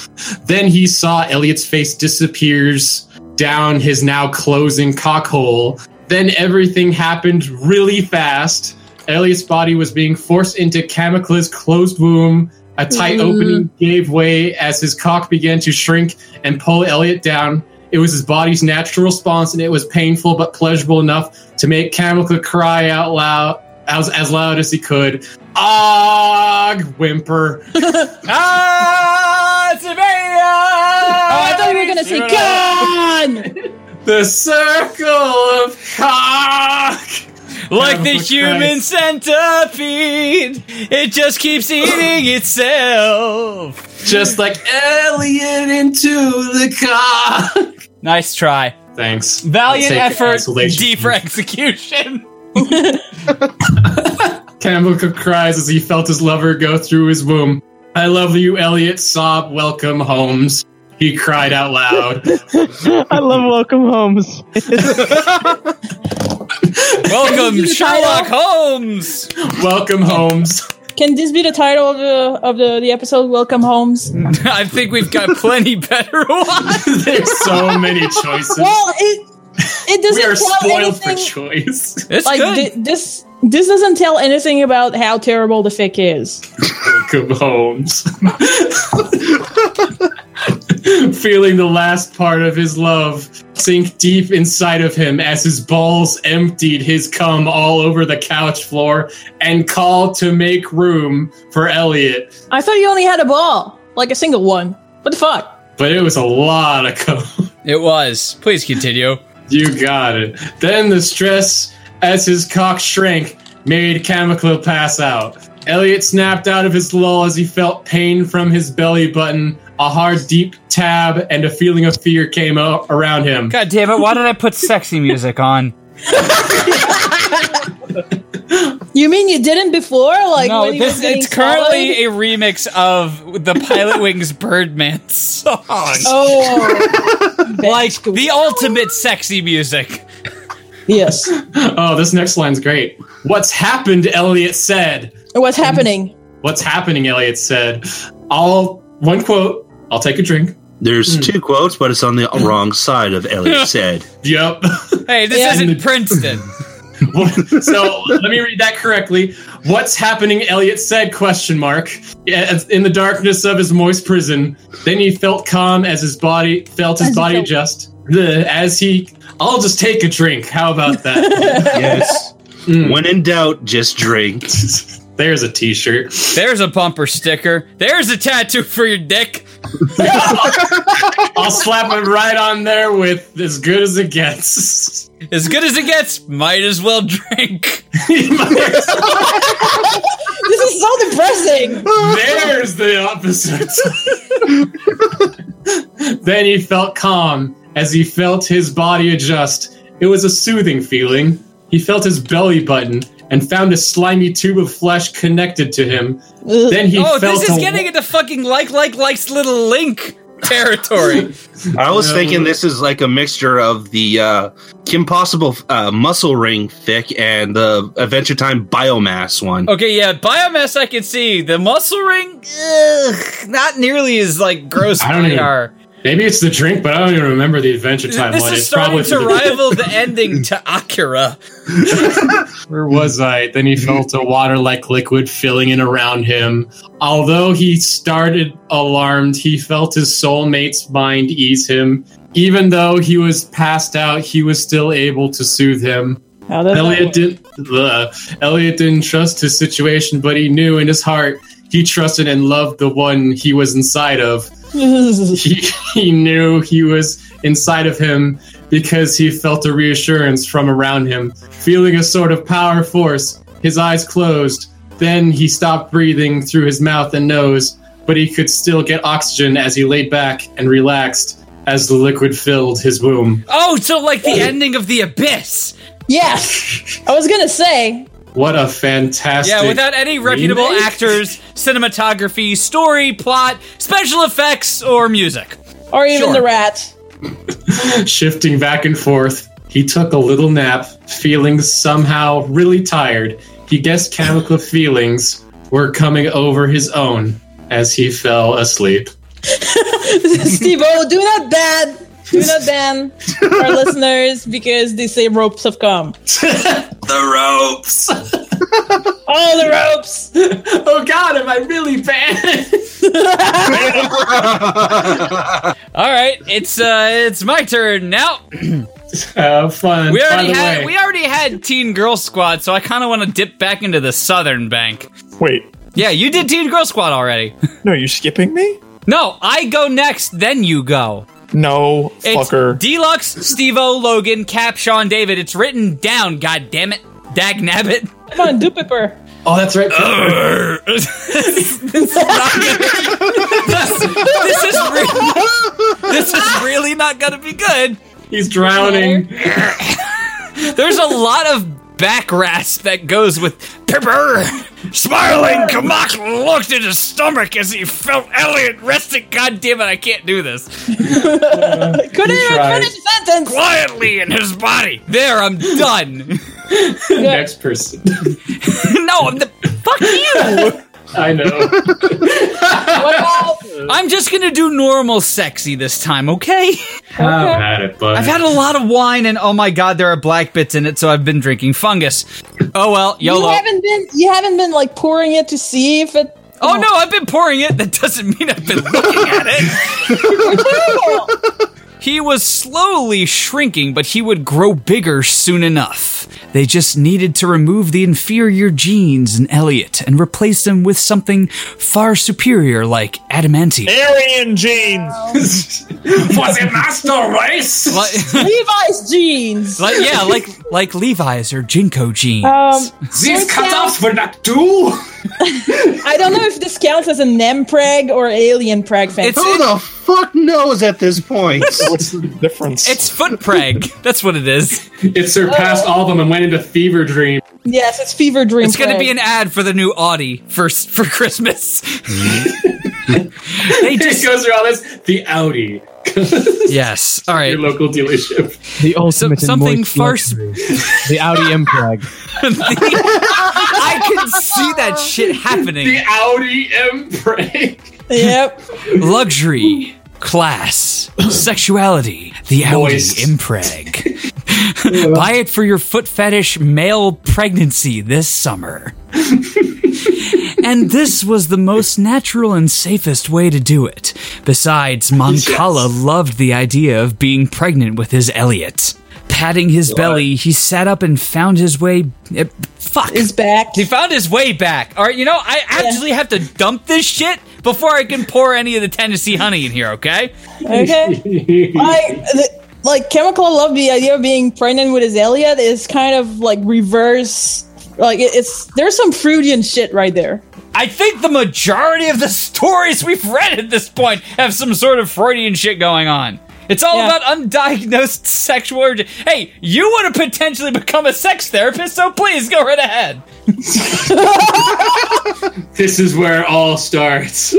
Then he saw Elliot's face disappears down his now closing cockhole. Then everything happened really fast. Elliot's body was being forced into Kamikla's closed womb. A tight
Mm.
opening gave way as his cock began to shrink and pull Elliot down. It was his body's natural response, and it was painful but pleasurable enough to make Kamikla cry out loud, as, as loud as he could. Ah! Og whimper.
ah,
Oh, I thought you were gonna say "Gone."
The circle of cock.
Like the
Oh, Christ.
human centipede, it just keeps eating itself.
Just like Elliot into the cock.
Nice try.
Thanks.
Valiant
I'll take the
effort,
cancellation.
D for execution.
Kamilka cries as he felt his lover go through his womb. I love you, Elliot. Sob, welcome, Holmes. He cried out loud.
I love Welcome Homes.
Welcome, Sherlock Holmes.
welcome, Holmes.
Can this be the title of the of the, the episode? Welcome Holmes.
I think we've got plenty better ones.
There's so many choices.
Well, it it
we
doesn't
are
tell
spoiled for
anything.
choice.
It's
like
good.
thi- this this doesn't tell anything about how terrible the fic is.
Welcome, Holmes. Feeling the last part of his love sink deep inside of him as his balls emptied his cum all over the couch floor and called to make room for Elliot.
I thought you only had a ball, like a single one. What the fuck?
but it was a lot of code.
It was. Please continue.
You got it. Then the stress as his cock shrank made Kamiklo pass out. Elliot snapped out of his lull as he felt pain from his belly button. A hard, deep tab and a feeling of fear came o- around him.
God damn it! Why did I put sexy music on?
You mean you didn't before? Like
no,
when he was
this
getting
it's currently
swallowed?
a remix of the Pilot Wings Birdman song.
Oh
like the ultimate sexy music.
yes.
Oh, this next line's great. What's happened, Elliot said.
What's happening?
What's happening, Elliot said. I'll, one quote, I'll take a drink.
There's two quotes, but it's on the wrong side of Elliot said.
Yep.
Hey, this
Yeah.
isn't Princeton.
so let me read that correctly. What's happening? Elliot said. Question mark. Yeah, In the darkness of his moist prison, then he felt calm as his body felt his
As he
body
felt-
adjust. Bleh, As he, I'll just take a drink. How about that?
Yes.
Mm.
When in doubt, just drink.
There's a T-shirt.
There's a bumper sticker. There's a tattoo for your dick.
I'll slap it right on there with as good as it gets.
As good as it gets, might as well drink.
This is so depressing.
There's the opposite. then he felt calm as he felt his body adjust. It was a soothing feeling. He felt his belly button and found a slimy tube of flesh connected to him. Then he
oh,
felt
this is
a-
getting into fucking like like likes little link.
territory.
I was
No.
thinking this is like a mixture of the uh, Kim Possible uh, muscle ring thick and the Adventure Time biomass one.
Okay, yeah, biomass I can see. The muscle ring, ugh, not nearly as like gross.
I don't
they
even.
are.
Maybe it's the drink, but I don't even remember the Adventure Time
This
one.
is
It's probably
starting to
from the-
rival the ending to Akira.
Where was I? Then he felt a water like liquid filling in around him. Although he started alarmed, he felt his soulmate's mind ease him. Even though he was passed out, he was still able to soothe him.
How does that
Elliot didn't. Uh, Elliot didn't trust his situation, but he knew in his heart he trusted and loved the one he was inside of. he, he knew he was inside of him because he felt a reassurance from around him, feeling a sort of power force. His eyes closed. Then he stopped breathing through his mouth and nose, but he could still get oxygen as he lay back and relaxed as the liquid filled his womb.
Oh, so like the ending of the Abyss.
Yeah, I was gonna say.
What a fantastic.
Yeah, without any reputable
remake.
actors, cinematography, story, plot, special effects, or music.
Or even
Sure.
the rat.
Shifting back and forth, he took a little nap, feeling somehow really tired. He guessed chemical feelings were coming over his own as he fell asleep.
Steve O, oh, do not ban. Do not ban our listeners because the same ropes have come.
The ropes!
All the ropes!
oh god, am I really banned?
All right, it's uh, it's my turn now.
Have Uh, fun.
We
By
already
the
had
way-
we already had Teen Girl Squad, so I kind of want to dip back into the Southern Bank.
Wait.
Yeah, you did Teen Girl Squad already.
No, you're skipping me?
No, I go next, then you go.
No,
It's
fucker.
Deluxe, Stevo, Logan, Cap, Sean, David. It's written down. God damn it, Dag Nabbit.
Come on, do paper.
Oh, that's right.
this, this is re- this is really not gonna be good.
He's drowning.
There's a lot of back rasp that goes with Pipper. Smiling, Kamak looked at his stomach as he felt Elliot resting. God damn it, I can't do this.
Couldn't even
tried.
finish the sentence.
Quietly in his body. There, I'm done.
Next person.
no, I'm the fuck you.
I know.
I'm just gonna do normal sexy this time, okay?
I've had it, but
I've had a lot of wine, and oh my god, there are black bits in it, so I've been drinking fungus. Oh well, YOLO.
You haven't been. You haven't been like pouring it to see if it.
Oh no, I've been pouring it. That doesn't mean I've been looking at it. he was slowly shrinking, but he would grow bigger soon enough. They just needed to remove the inferior genes in Elliot and replace them with something far superior like adamantium.
Aryan jeans.
Was it Master Race?
Levi's jeans.
Like yeah, like like Levi's or Jinko jeans.
Um,
These
so it sounds-
were not do.
I don't know if this counts as a nempreg or alien preg fantasy.
Who the fuck knows at this point?
What's the difference?
It's foot preg. That's what it is.
It surpassed all of them and went into fever dream.
yes, it's fever Oh. dream.
It's going to
preg.
be an ad for the new Audi for for Christmas. they
It
just
goes through all this. The Audi,
yes. All right.
your local dealership.
The ultimate in
something
moist
far-
luxury. the Audi Impreg.
I can see that shit
The
happening.
Audi Embrace.
Yep.
Luxury, class, sexuality, the Audi
Moist.
impreg. Buy it for your foot fetish male pregnancy this summer. and this was the most natural and safest way to do it. Besides, Moncala loved the idea of being pregnant with his Elliot. Patting his belly, he sat up and found his way. eh, fuck.
Is back.
He found his way back. All right, you know, I actually have to dump this shit before I can pour any of the Tennessee honey in here, okay?
Okay. I the, like chemical love. The idea of being pregnant with his Elliot is kind of like reverse. Like it, it's there's some Freudian shit right there.
I think the majority of the stories we've read at this point have some sort of Freudian shit going on.
It's all about undiagnosed sexual urge. Hey, you want to potentially become a sex therapist, so please go right ahead.
This is where it all starts.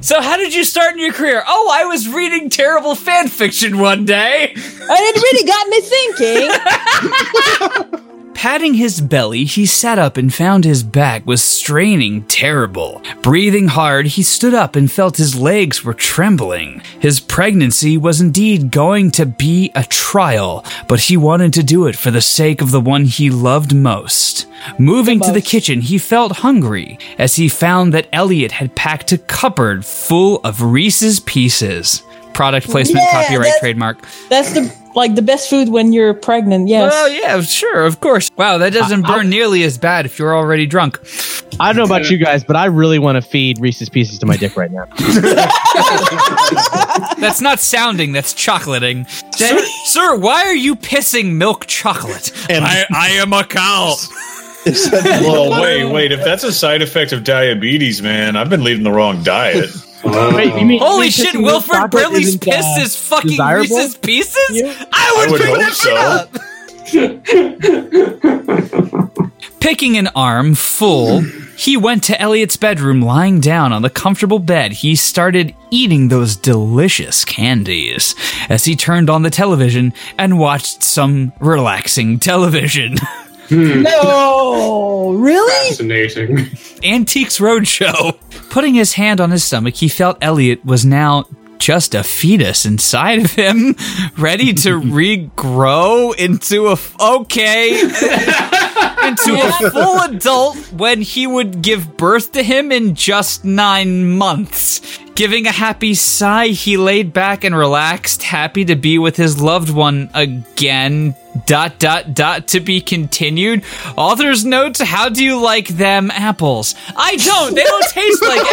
so, how did you start in your career? Oh, I was reading terrible fan fiction one day. And
it really got me thinking.
Patting his belly, he sat up and found his back was straining terrible. Breathing hard, he stood up and felt his legs were trembling. His pregnancy was indeed going to be a trial, but he wanted to do it for the sake of the one he loved most. Moving to the kitchen, he felt hungry as he found that Elliot had packed a cupboard full of Reese's pieces. Product placement,
Yeah,
copyright,
that's-
trademark.
That's the like the best food when you're pregnant. Yes.
Well, yeah, sure, of course. Wow, that doesn't burn nearly as bad if you're already drunk.
I don't know about you guys, but I really want to feed Reese's Pieces to my dick right now.
That's not sounding, that's chocolating. Sir, sir, why are you pissing milk chocolate?
I-
am a cow.
well, wait, wait. If that's a side effect of diabetes, man, I've been leading the wrong diet.
Holy shit, Wilfred Brimley's
isn't, uh,
pissed his fucking
desirable?
Reese's Pieces? I
I
would,
would
bring
hope
that
so.
up.
Picking an arm full, he went to Elliot's bedroom, lying down on the comfortable bed. He started eating those delicious candies as he turned on the television and watched some relaxing television.
Hmm.
No, really?
Fascinating.
Antiques Roadshow. Putting his hand on his stomach, he felt Elliot was now just a fetus inside of him, ready to regrow into a f- okay into a full adult when he would give birth to him in just 9 months. Giving a happy sigh, he laid back and relaxed, happy to be with his loved one again. Dot dot dot to be continued. Author's notes, how do you like them apples? I don't. They don't taste like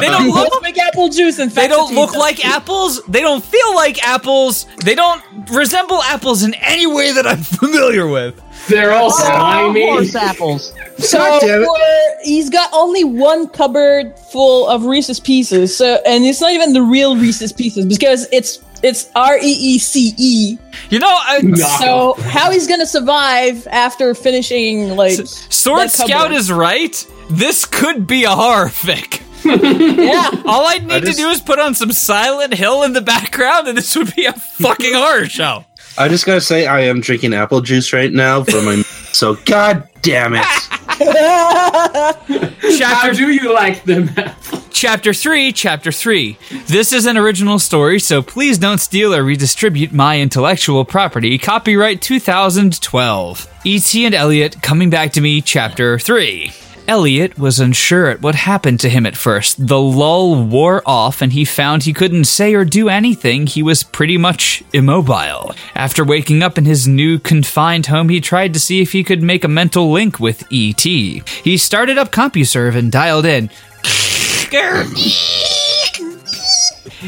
They don't look
like apple juice and
They don't look like apples. They don't feel like apples. They don't resemble apples in any way that I'm familiar with.
They're all
horse apples.
Oh, So for- he's got only one cupboard full of Reese's pieces. So and it's not even the real Reese's pieces because it's it's R E E C E.
You know, I,
So how he's gonna survive after finishing like
Sword
that cupboard.
Scout is right. This could be a horror fic.
yeah.
All I'd need to do is put on some Silent Hill in the background, and this would be a fucking horror show.
I just gotta say, I am drinking apple juice right now for my. so god damn it!
Chapter,
do you like them?
chapter 3, Chapter 3. This is an original story, so please don't steal or redistribute my intellectual property. Copyright 2012. E.T. E and Elliot coming back to me, Chapter 3. Elliot was unsure at what happened to him at first. The lull wore off, and he found he couldn't say or do anything. He was pretty much immobile. After waking up in his new confined home, he tried to see if he could make a mental link with E.T. He started up CompuServe and dialed in.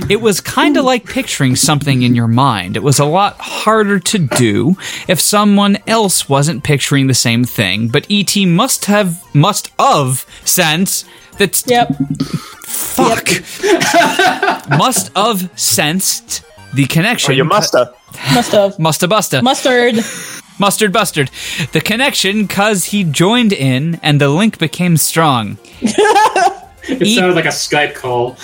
It was kind of like picturing something in your mind. It was a lot harder to do if someone else wasn't picturing the same thing, but ET must have must of sense that's
Yep.
Fuck. must of sensed the connection.
Oh, you musta.
Must have.
Musta busta.
Mustard.
Mustard bustard. The connection cuz he joined in and the link became strong.
It sounded like a Skype call.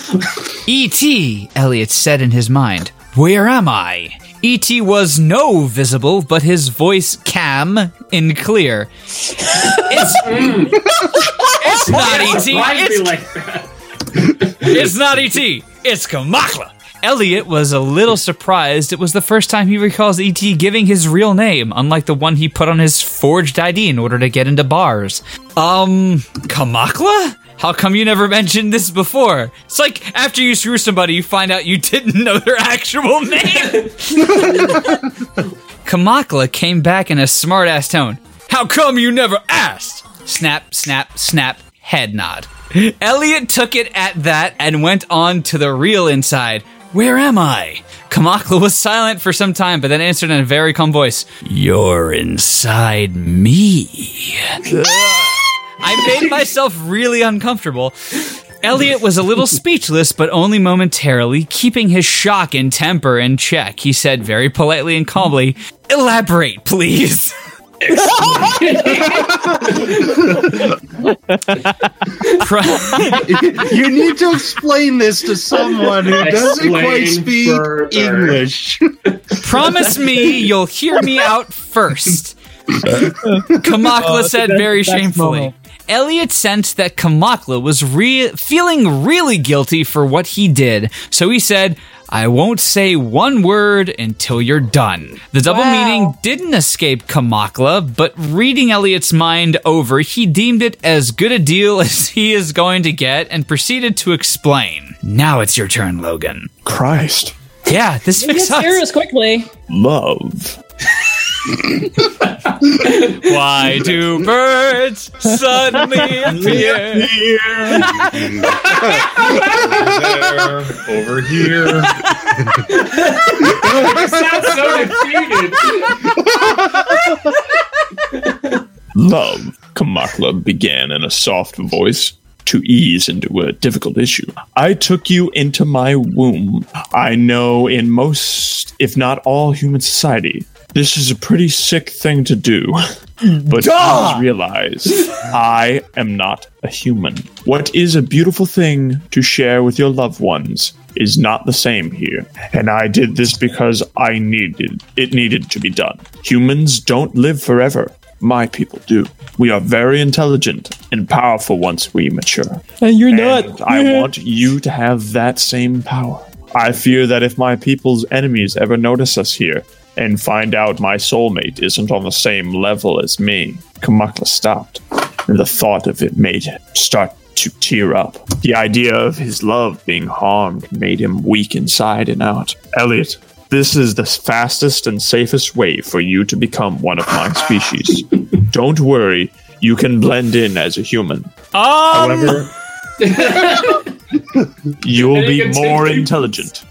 E.T., E Elliot said in his mind. Where am I? E.T. was no visible, but his voice cam in clear. It's, it's not E.T.
Surprised me
It's,
like that.
it's not E.T. It's Kamakla. Elliot was a little surprised. It was the first time he recalls E.T. giving his real name, unlike the one he put on his forged ID in order to get into bars. Um, Kamakla? How come you never mentioned this before? It's like after you screw somebody, you find out you didn't know their actual name. Kamakla came back in a smart ass tone. How come you never asked? Snap, snap, snap, head nod. Elliot took it at that and went on to the real inside. Where am I? Kamakla was silent for some time, but then answered in a very calm voice You're inside me. I made myself really uncomfortable. Elliot was a little speechless, but only momentarily, keeping his shock and temper in check. He said very politely and calmly, Elaborate, please.
you need to explain this to someone who doesn't quite
Explain
speak
further.
English.
Promise me you'll hear me out first. Kamakla
Oh,
said
that's-
very
that's
shamefully.
normal.
Elliot sensed that Kamakla was re- feeling really guilty for what he did, so he said, I won't say one word until you're done. The double meaning didn't escape Kamakla, but reading Elliot's mind over, he deemed it as good a deal as he is going to get and proceeded to explain. Now it's your turn, Logan.
Christ.
Yeah, this
Get
fix us.
serious quickly.
Love.
Why do birds suddenly appear?
there, over here.
you sound so defeated.
Love, Kamakla began in a soft voice to ease into a difficult issue. I took you into my womb. I know in most, if not all, human society, this is a pretty sick thing to do. But
Duh!
please realize I am not a human. What is a beautiful thing to share with your loved ones is not the same here. And I did this because I needed it needed to be done. Humans don't live forever. My people do. We are very intelligent and powerful once we mature.
And you're
And I want you to have that same power. I fear that if my people's enemies ever notice us here and find out my soulmate isn't on the same level as me, Kamakla stopped, and the thought of it made him start to tear up. The idea of his love being harmed made him weak inside and out. Elliot, this is the fastest and safest way for you to become one of my species. Don't worry, you can blend in as a human.
Um,
However, You'll
And it
be
continues.
more intelligent.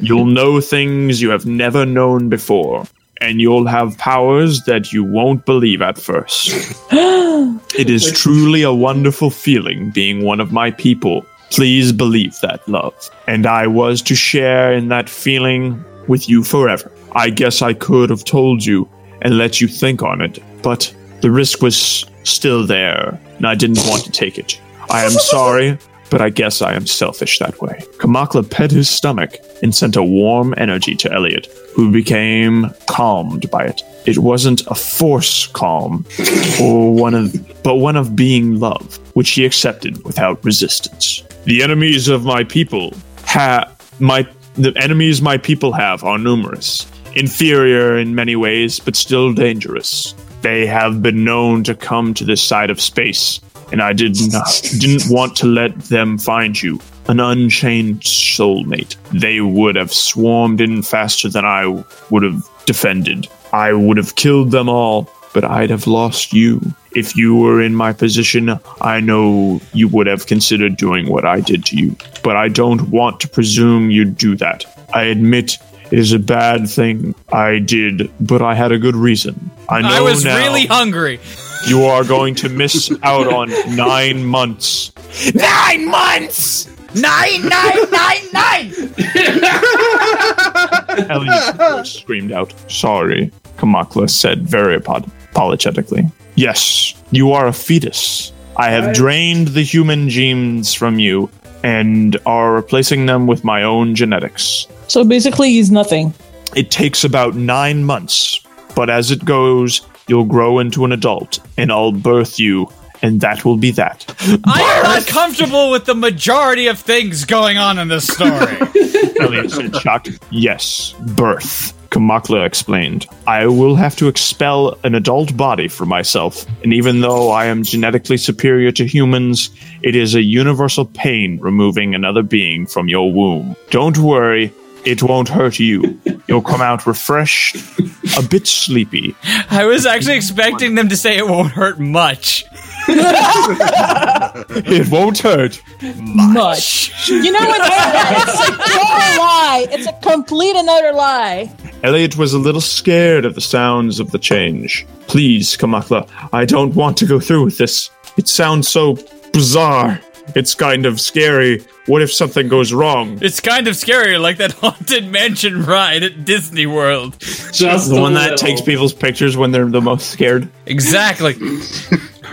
You'll know things you have never known before, and you'll have powers that you won't believe at first. It is truly a wonderful feeling being one of my people. Please believe that love. And I was to share in that feeling with you forever. I guess I could have told you and let you think on it, but the risk was still there, and I didn't want to take it. I am sorry, but I guess I am selfish that way. Kamakla pet his stomach and sent a warm energy to Elliot, who became calmed by it. It wasn't a force calm, or one of, but one of being love, which he accepted without resistance. The enemies of my people ha my the enemies my people have are numerous, inferior in many ways, but still dangerous. They have been known to come to this side of space, and I did not didn't want to let them find you, an unchained soulmate. They would have swarmed in faster than I would have defended. I would have killed them all, but I'd have lost you. If you were in my position, I know you would have considered doing what I did to you. But I don't want to presume you'd do that. I admit it is a bad thing I did, but I had a good reason. I know
I was
now
really hungry.
you are going to miss out on nine months.
Nine months! Nine, nine, nine, nine!
Ellie screamed out, Sorry, Kamakla said very apo- apologetically. Yes, you are a fetus. I have drained the human genes from you and are replacing them with my own genetics.
So basically, he's nothing.
It takes about nine months, but as it goes, you'll grow into an adult, and I'll birth you, and that will be that.
I am not comfortable with the majority of things going on in this story.
Elliot said, shocked. Yes, birth. Kamakla explained. I will have to expel an adult body from myself, and even though I am genetically superior to humans, it is a universal pain removing another being from your womb. Don't worry, it won't hurt you. You'll come out refreshed, a bit sleepy,
I was actually expecting them to say it won't hurt much.
It won't hurt.
Much. You know what? It's a total lie. It's a complete another lie.
Elliot was a little scared of the sounds of the change. Please, Kamakla, I don't want to go through with this. It sounds so bizarre. It's kind of scary. What if something goes wrong?
It's kind of scary, like that haunted mansion ride at Disney World.
Just the one that takes people's pictures when they're the most scared.
Exactly.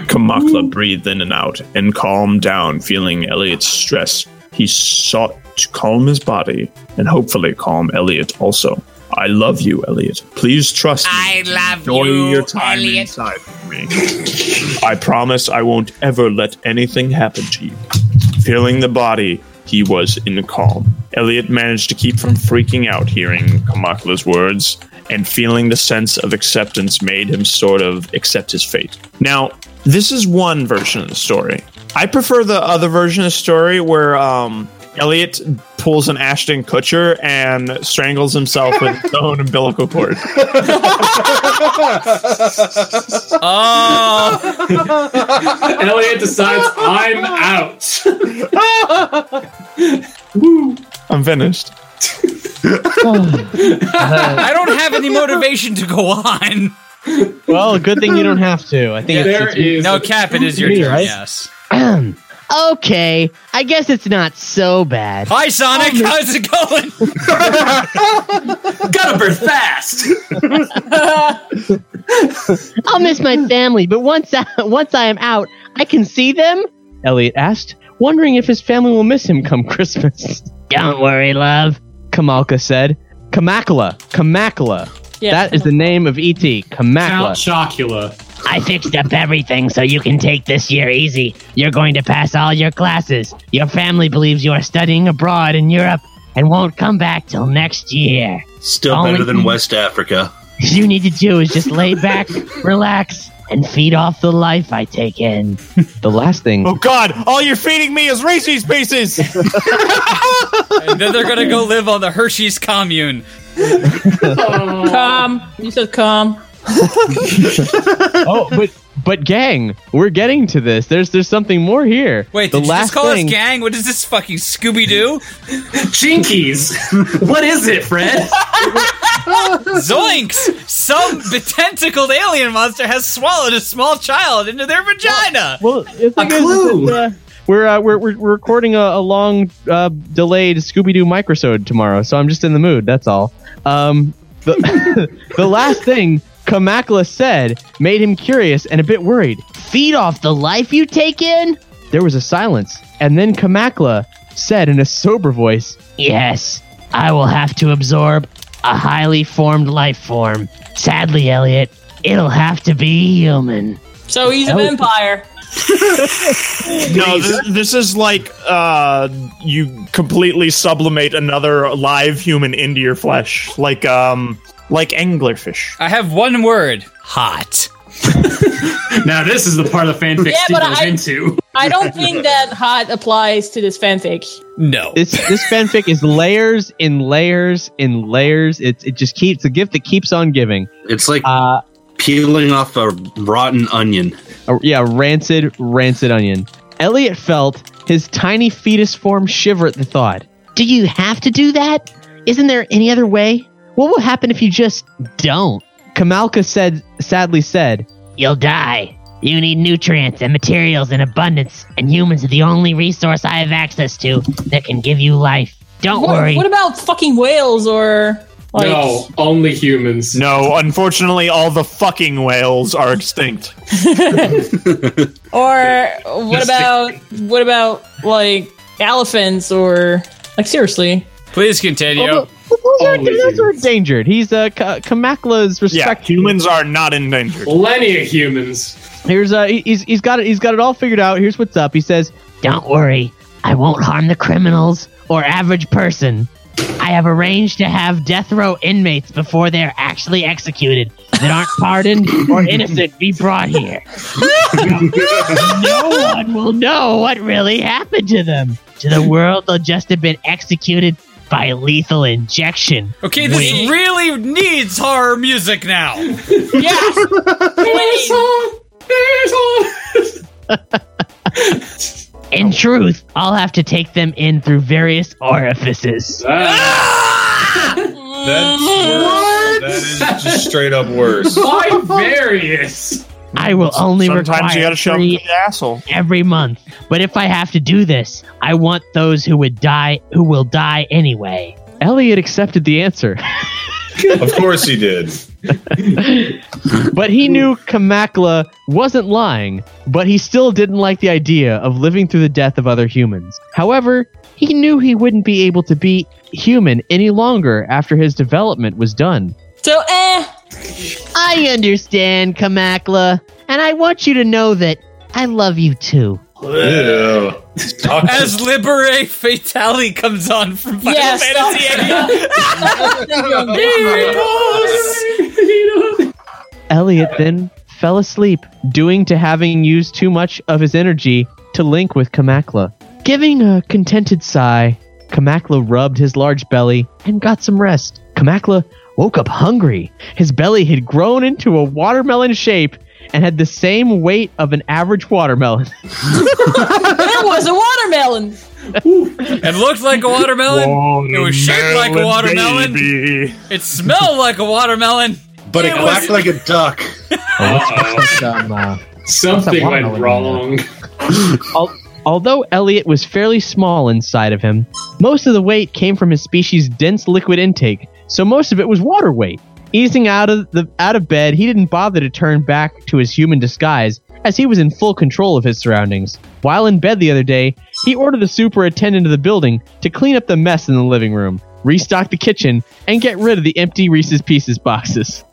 Kamakla breathed in and out and calmed down, feeling Elliot's stress. He sought to calm his body and hopefully calm Elliot also. I love you, Elliot. Please trust me.
I love
Enjoy
you,
your time
Elliot.
inside with me. I promise I won't ever let anything happen to you. Feeling the body, he was in calm. Elliot managed to keep from freaking out hearing Kamakla's words, and feeling the sense of acceptance made him sort of accept his fate. Now, this is one version of the story. I prefer the other version of the story where um, Elliot pulls an Ashton Kutcher and strangles himself with his own umbilical cord.
Uh. Oh.
Elliot decides I'm out.
I'm finished.
I don't have any motivation to go on.
Well, good thing you don't have to. I think it's, it's
no cap. It is your
me,
turn.
right?
Yes.
okay, I guess it's not so bad.
Hi, Sonic.
Oh,
How's it going?
Gotta burn fast.
I'll miss my family, but once I, once I am out, I can see them.
Elliot asked, wondering if his family will miss him come Christmas.
Don't worry, love.
Kamalka said. Kamakla. Kamakla.
Yeah,
that is the name of ET. Kamakla.
Chocula.
I fixed up everything so you can take this year easy. You're going to pass all your classes. Your family believes you are studying abroad in Europe and won't come back till next year.
Still
Only
better than
thing
West Africa.
You need to do is just lay back, relax, and feed off the life I take in.
The last thing.
Oh God! All you're feeding me is Reese's Pieces.
And then they're gonna go live on the Hershey's commune.
Calm. You said calm.
oh, but but gang, we're getting to this. There's there's something more here.
Wait,
the
did you
last
just call
thing-
us gang? What is this fucking Scooby Doo?
Jinkies. What is it, Fred?
Zoinks! Some betentacled alien monster has swallowed a small child into their vagina.
Well, the thing is, is that, uh, we're, uh, we're we're we're recording a, a long uh, delayed Scooby Doo microsode tomorrow, so I'm just in the mood. That's all. Um, the the last thing Kamakla said made him curious and a bit worried.
Feed off the life you take in?
There was a silence, and then Kamakla said in a sober voice,
Yes, I will have to absorb a highly formed life form. Sadly, Elliot, it'll have to be human.
So he's a vampire.
No, this, this is like uh, you completely sublimate another live human into your flesh, like um, like anglerfish.
I have one word: hot.
now this is the part of the fanfic
Yeah,
Steve
but
goes
I-
into.
I don't think that hot applies to this fanfic.
No.
This this fanfic is layers in layers in layers. It's it just keeps the gift that keeps on giving.
It's like
uh,
peeling off a rotten onion.
A- yeah, rancid, rancid onion. Elliot felt his tiny fetus form shiver at the thought.
Do you have to do that? Isn't there any other way? What will happen if you just don't?
Kamalka said, sadly said,
You'll die. You need nutrients and materials in abundance, and humans are the only resource I have access to that can give you life. Don't
What,
worry.
what about fucking whales or like?
No, only humans.
No, unfortunately, all the fucking whales are extinct.
Or what about what about like elephants or like seriously?
Please continue.
Those are endangered. He's uh, Ka- Kamakla's
Yeah,
respect.
humans are not endangered.
Plenty of humans.
Here's uh, he- he's he's got it. He's got it all figured out. Here's what's up. He says,
Don't worry. I won't harm the criminals or average person. I have arranged to have death row inmates before they're actually executed that aren't pardoned or innocent be brought here. no one will know what really happened to them. To the world, they'll just have been executed by lethal injection.
Okay, this
Wait.
really needs horror music now.
Yes.
Oh.
In truth, I'll have to take them in through various orifices.
That's worse. That is just straight up worse.
Why various?
I will only
Sometimes
require
you gotta shove 'em
three
through the asshole.
every month. But if I have to do this, I want those who would die who will die anyway.
Elliot accepted the answer.
of course he did.
but he knew Kamakla wasn't lying, but he still didn't like the idea of living through the death of other humans. However, he knew he wouldn't be able to be human any longer after his development was done.
So, eh. I understand, Kamakla, and I want you to know that I love you too.
As Libere Fatali comes on from Final
Yeah, stop.
Fantasy X. Here he goes!
Elliot then fell asleep, due to having used too much of his energy to link with Kamakla. Giving a contented sigh, Kamakla rubbed his large belly and got some rest. Kamakla woke up hungry. His belly had grown into a watermelon shape and had the same weight of an average watermelon.
Oh, that was a watermelon.
It looked like a watermelon. It was shaped like a watermelon. It smelled like a watermelon.
But it,
was-
quacked like a duck.
Something went wrong.
Al- Although Elliot was fairly small inside of him, most of the weight came from his species' dense liquid intake, so most of it was water weight. Easing out of the out of bed, he didn't bother to turn back to his human disguise, as he was in full control of his surroundings. While in bed the other day, he ordered the superintendent of the building to clean up the mess in the living room, restock the kitchen, and get rid of the empty Reese's Pieces boxes.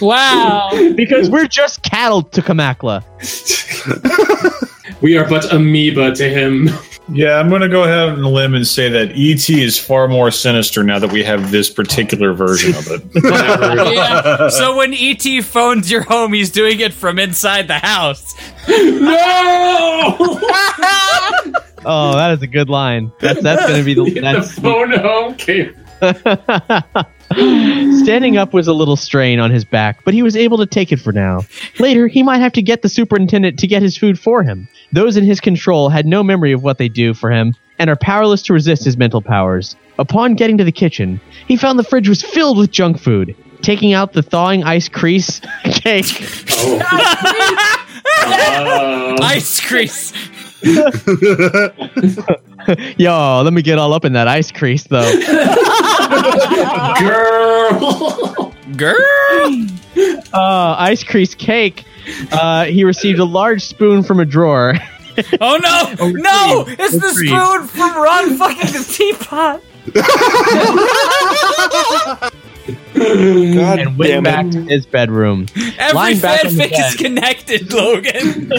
wow!
because we're just cattle to Kamakla.
We are but amoeba to him.
Yeah, I'm going to go ahead and limb and say that ET is far more sinister now that we have this particular version of it.
Yeah. So when ET phones your home, he's doing it from inside the house.
No!
Oh, that is a good line. That's that's gonna be the, that's
Oh no! Okay.
Standing up was a little strain on his back, but he was able to take it for now. Later, he might have to get the superintendent to get his food for him. Those in his control had no memory of what they do for him and are powerless to resist his mental powers. Upon getting to the kitchen, he found the fridge was filled with junk food. Taking out the thawing ice crease cake,
Oh. Ice crease.
yo, let me get all up in that ice crease though.
Girl.
Girl.
Uh, ice crease cake. Uh, he received a large spoon from a drawer.
Oh no! no!
crease.
It's
Oh,
the
crease.
spoon from Ron fucking the teapot.
and went back to his bedroom.
Every
Lying back on the
fanfic is
bed.
connected, Logan.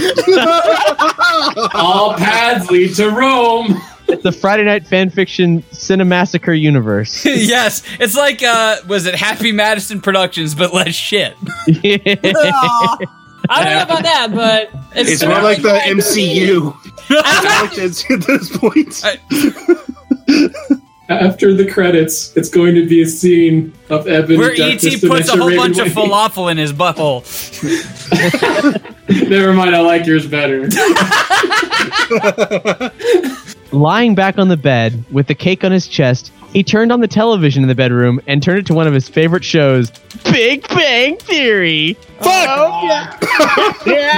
All paths lead to Rome.
It's the Friday Night Fanfiction Cinemassacre universe.
yes, it's like uh, was it Happy Madison Productions, but less shit.
Aw. I don't know about that, but it's,
It's more like the MCU. It's at this point.
After the credits, it's going to be a scene of Evan
Where
and Duck
ET
just
puts a whole
eviscerated
bunch of
Wayne.
falafel in his butthole.
Never mind, I like yours better.
Lying back on the bed with the cake on his chest, he turned on the television in the bedroom and turned it to one of his favorite shows, Big Bang Theory. Fuck!
Oh,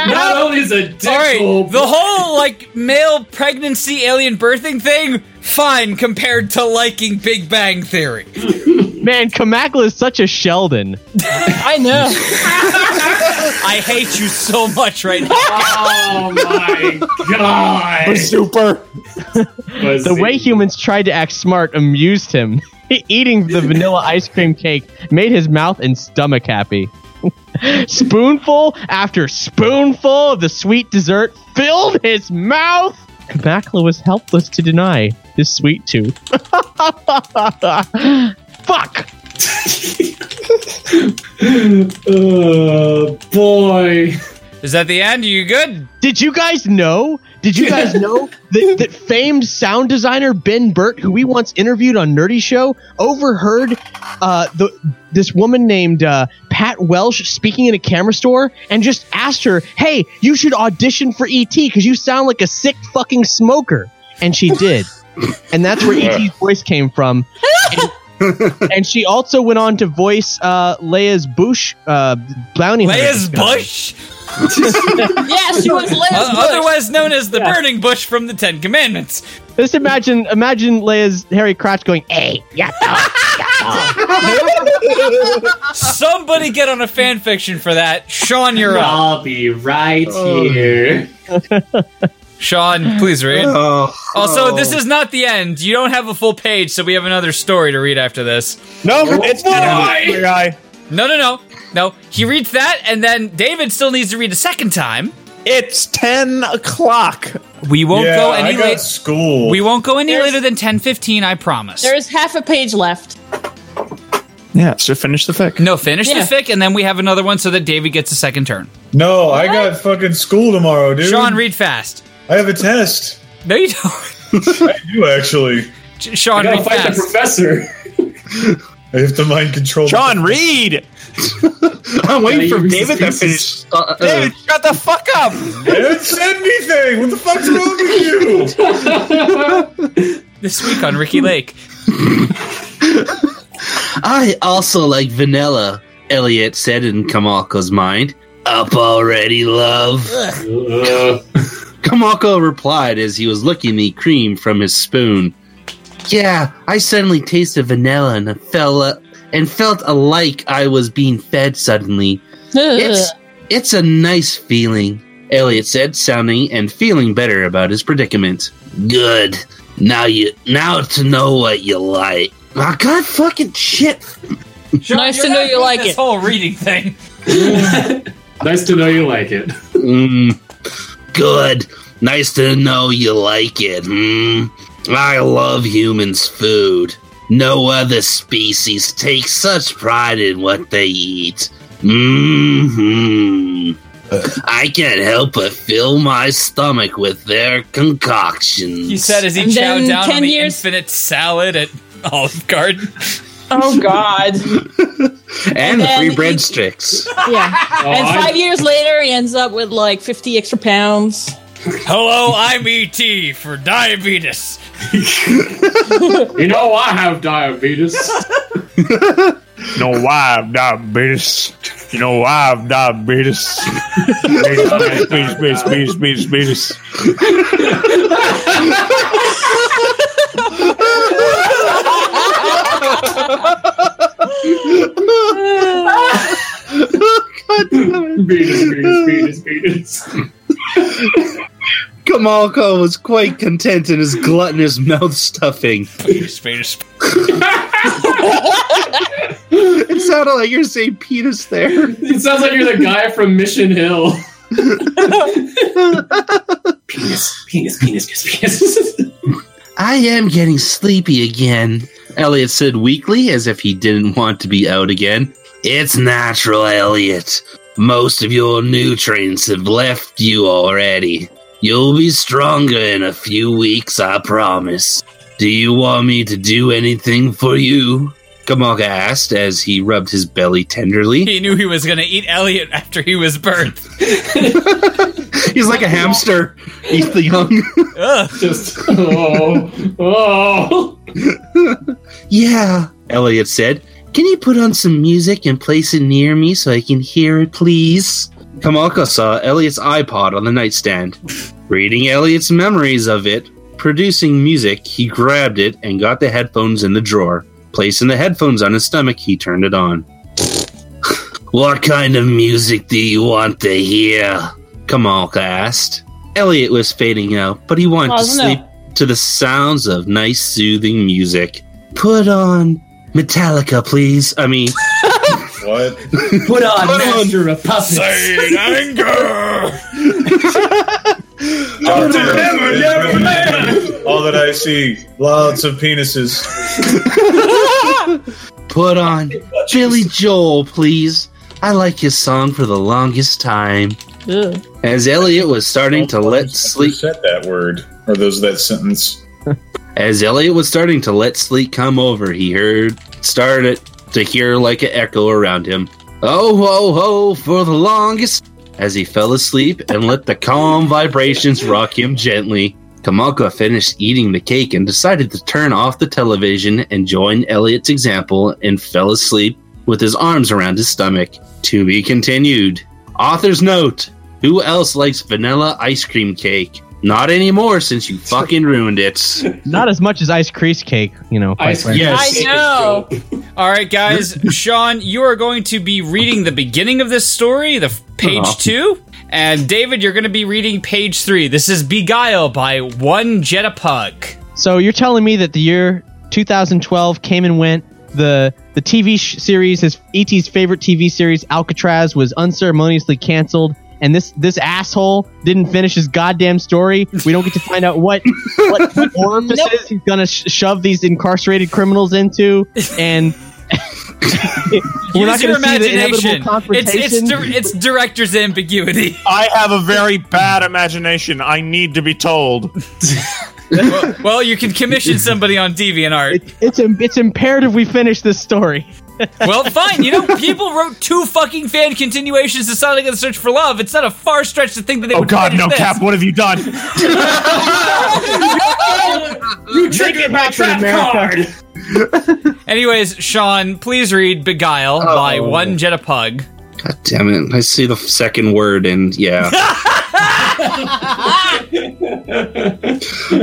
Not only is a
All right,
dickhole,
the whole like male pregnancy alien birthing thing, fine compared to liking Big Bang Theory.
Man, Kamakla is such a Sheldon.
I know.
I hate you so much right now.
oh my god!
Super. the way humans tried to act smart amused him. Eating the vanilla ice cream cake made his mouth and stomach happy. spoonful after spoonful of the sweet dessert filled his mouth. Kabakla was helpless to deny his sweet tooth. Fuck!
oh boy.
Is that the end? Are you good?
Did you guys know? Did you guys know that, that famed sound designer Ben Burt, who we once interviewed on Nerdy Show, overheard uh, the, this woman named uh, Pat Welsh speaking in a camera store and just asked her, "Hey, you should audition for ET because you sound like a sick E fucking smoker." And she did, and that's where ET's voice came from. And and she also went on to voice uh, Leia's Bush uh, bounty. hunter
Leia's
disguise.
bush?
yes, she was Leia's
O-
bush.
Otherwise known as the burning bush from the Ten Commandments.
Just imagine, imagine Leia's Harry Crotch going, "Hey, yeah."
Somebody get on a fan fiction for that. Sean, you're up.
I'll be right
Oh.
here.
Sean, please read.
Oh.
Also, this is not the end. You don't have a full page, so we have another story to read after this.
No, it's not.
No, no, no. No, he reads that, and then David still needs to read a second time.
It's 10 o'clock.
We won't
Yeah,
go any
I got
later.
School.
We won't go any later than 10:15, I promise.
There is half a page left.
Yeah, so finish the fic.
No, finish
Yeah.
the fic, and then we have another one so that David gets a second turn.
No, I got fucking school tomorrow, dude.
Sean, read fast.
I have a test.
No, you don't.
I do actually.
Sean, read fast.
professor.
I have to mind control.
Sean, read.
I'm waiting
Gotta
for
use
David to
his
finish. Uh, uh,
David, shut the fuck up.
I haven't said anything. What the fuck's wrong with you?
This week on Ricky Lake.
I also like vanilla, Elliot said in Kamalko's mind. Up already, love.
Uh,
Kamako replied as he was licking the cream from his spoon. Yeah, I suddenly tasted vanilla and I fell uh, and felt alike I was being fed suddenly. It's it's a nice feeling, Elliot said, sounding and feeling better about his predicament. Good. Now you now to know what you like. Oh, God fucking shit.
Sean,
Nice
you're
to know
not
you
doing
like
this
it.
whole reading thing.
nice to know you like it.
Mm, good. Nice to know you like it. Mm. I love humans' food. No other species takes such pride in what they eat. hmm I can't help but fill my stomach with their concoctions.
He said as he
And
chowed
then
down on
10
the
years-
infinite salad at Olive Garden.
Oh God.
and the
and
free
he-
bread sticks.
Yeah. and
Oh, I-
five years later, he ends up with like 50 extra pounds.
Hello, I'm ET for diabetes.
You know I have diabetes.
No, why I've diabetes. You know why I've diabetes. Beatus, beatus, beatus, beatus, beatus, beatus.
Beatus, beatus, beatus, beatus.
Kamalko was quite content in his gluttonous mouth stuffing.
Penis, penis.
It sounded like you're saying penis there.
It sounds like you're the guy from Mission Hill. penis, penis, penis, penis, penis.
I am getting sleepy again, Elliot said weakly, as if he didn't want to be out again. It's natural, Elliot. Most of your nutrients have left you already. You'll be stronger in a few weeks, I promise. Do you want me to do anything for you? Kamalka asked as he rubbed his belly tenderly.
He knew he was going to eat Elliot after he was burned.
He's like a hamster. Eat the young.
Ugh.
Just oh, oh.
Yeah, Elliot said. Can you put on some music and place it near me so I can hear it, please? Kamalka saw Elliot's iPod on the nightstand. Reading Elliot's memories of it, producing music, he grabbed it and got the headphones in the drawer. Placing the headphones on his stomach, he turned it on. what kind of music do you want to hear? Kamalka asked. Elliot was fading out, but he wanted to
Wasn't it?
sleep to the sounds of nice, soothing music. Put on Metallica, please. I mean,
What?
Put on
Put on-
Master of Puppets.
Saint anger.
All that- all that I see, lots of penises.
put on Billy Joel, please. I like his song for the longest time.
Ugh.
As Elliot was starting to let sleep,
Said that word or those that sentence.
as Elliot was starting to let sleep come over, he heard started to hear like an echo around him. Oh ho ho for the longest as he fell asleep and let the calm vibrations rock him gently. Kamalka finished eating the cake and decided to turn off the television and join Elliot's example and fell asleep with his arms around his stomach. To be continued. Author's note Who else likes vanilla ice cream cake? Not anymore since you fucking ruined it.
Not as much as ice crease cake, you know. quite frankly.
I know. All right, guys. Sean, you are going to be reading the beginning of this story, the f- page
Aw.
two, and David, you're going to be reading page three. This is Beguile by One Jetapug.
So you're telling me that the year 2012 came and went. The the TV sh- series, his ET's favorite TV series, Alcatraz, was unceremoniously canceled, and this this asshole didn't finish his goddamn story. We don't get to find out what what, what orifices he's gonna sh- shove these incarcerated criminals into, and we're not
Use your
gonna see the
imagination.
inevitable
It's,
confrontation.
it's, dir- it's director's ambiguity.
I have a very bad imagination. I need to be told.
well, well, you can commission somebody on DeviantArt.
it's, im- it's imperative we finish this story.
Well, fine. You know, people wrote two fucking fan continuations to Sonic and the Search for Love. It's not a far stretch to think that they
Oh
would
God,
finish
no,
this.
Cap! What have you done?
you triggered my trap card.
Anyways, Sean, please read Beguile by One Jetapug.
God damn it. I see the second word and yeah.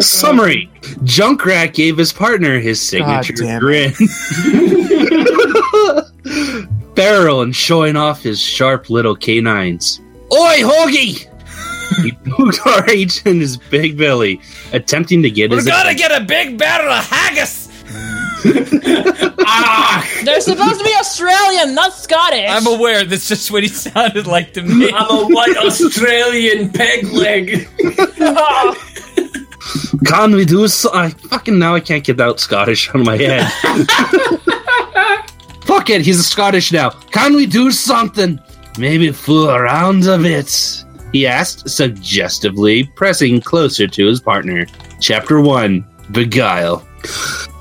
Summary Junkrat gave his partner his signature grin. Barrel and showing off his sharp little canines. Oi, Hoggy! he poked RH in his big belly, attempting to get his. attention.
get a big barrel of haggis.
They're supposed to be Australian, not Scottish.
I'm aware that's just what he sounded like to me.
I'm a white Australian peg leg. Oh.
Can we do so? I fucking now I can't get out Scottish on my head. Fuck it, he's Scottish now. Can we do something? Maybe fool around a bit? He asked, suggestively, pressing closer to his partner. Chapter 1 Beguile.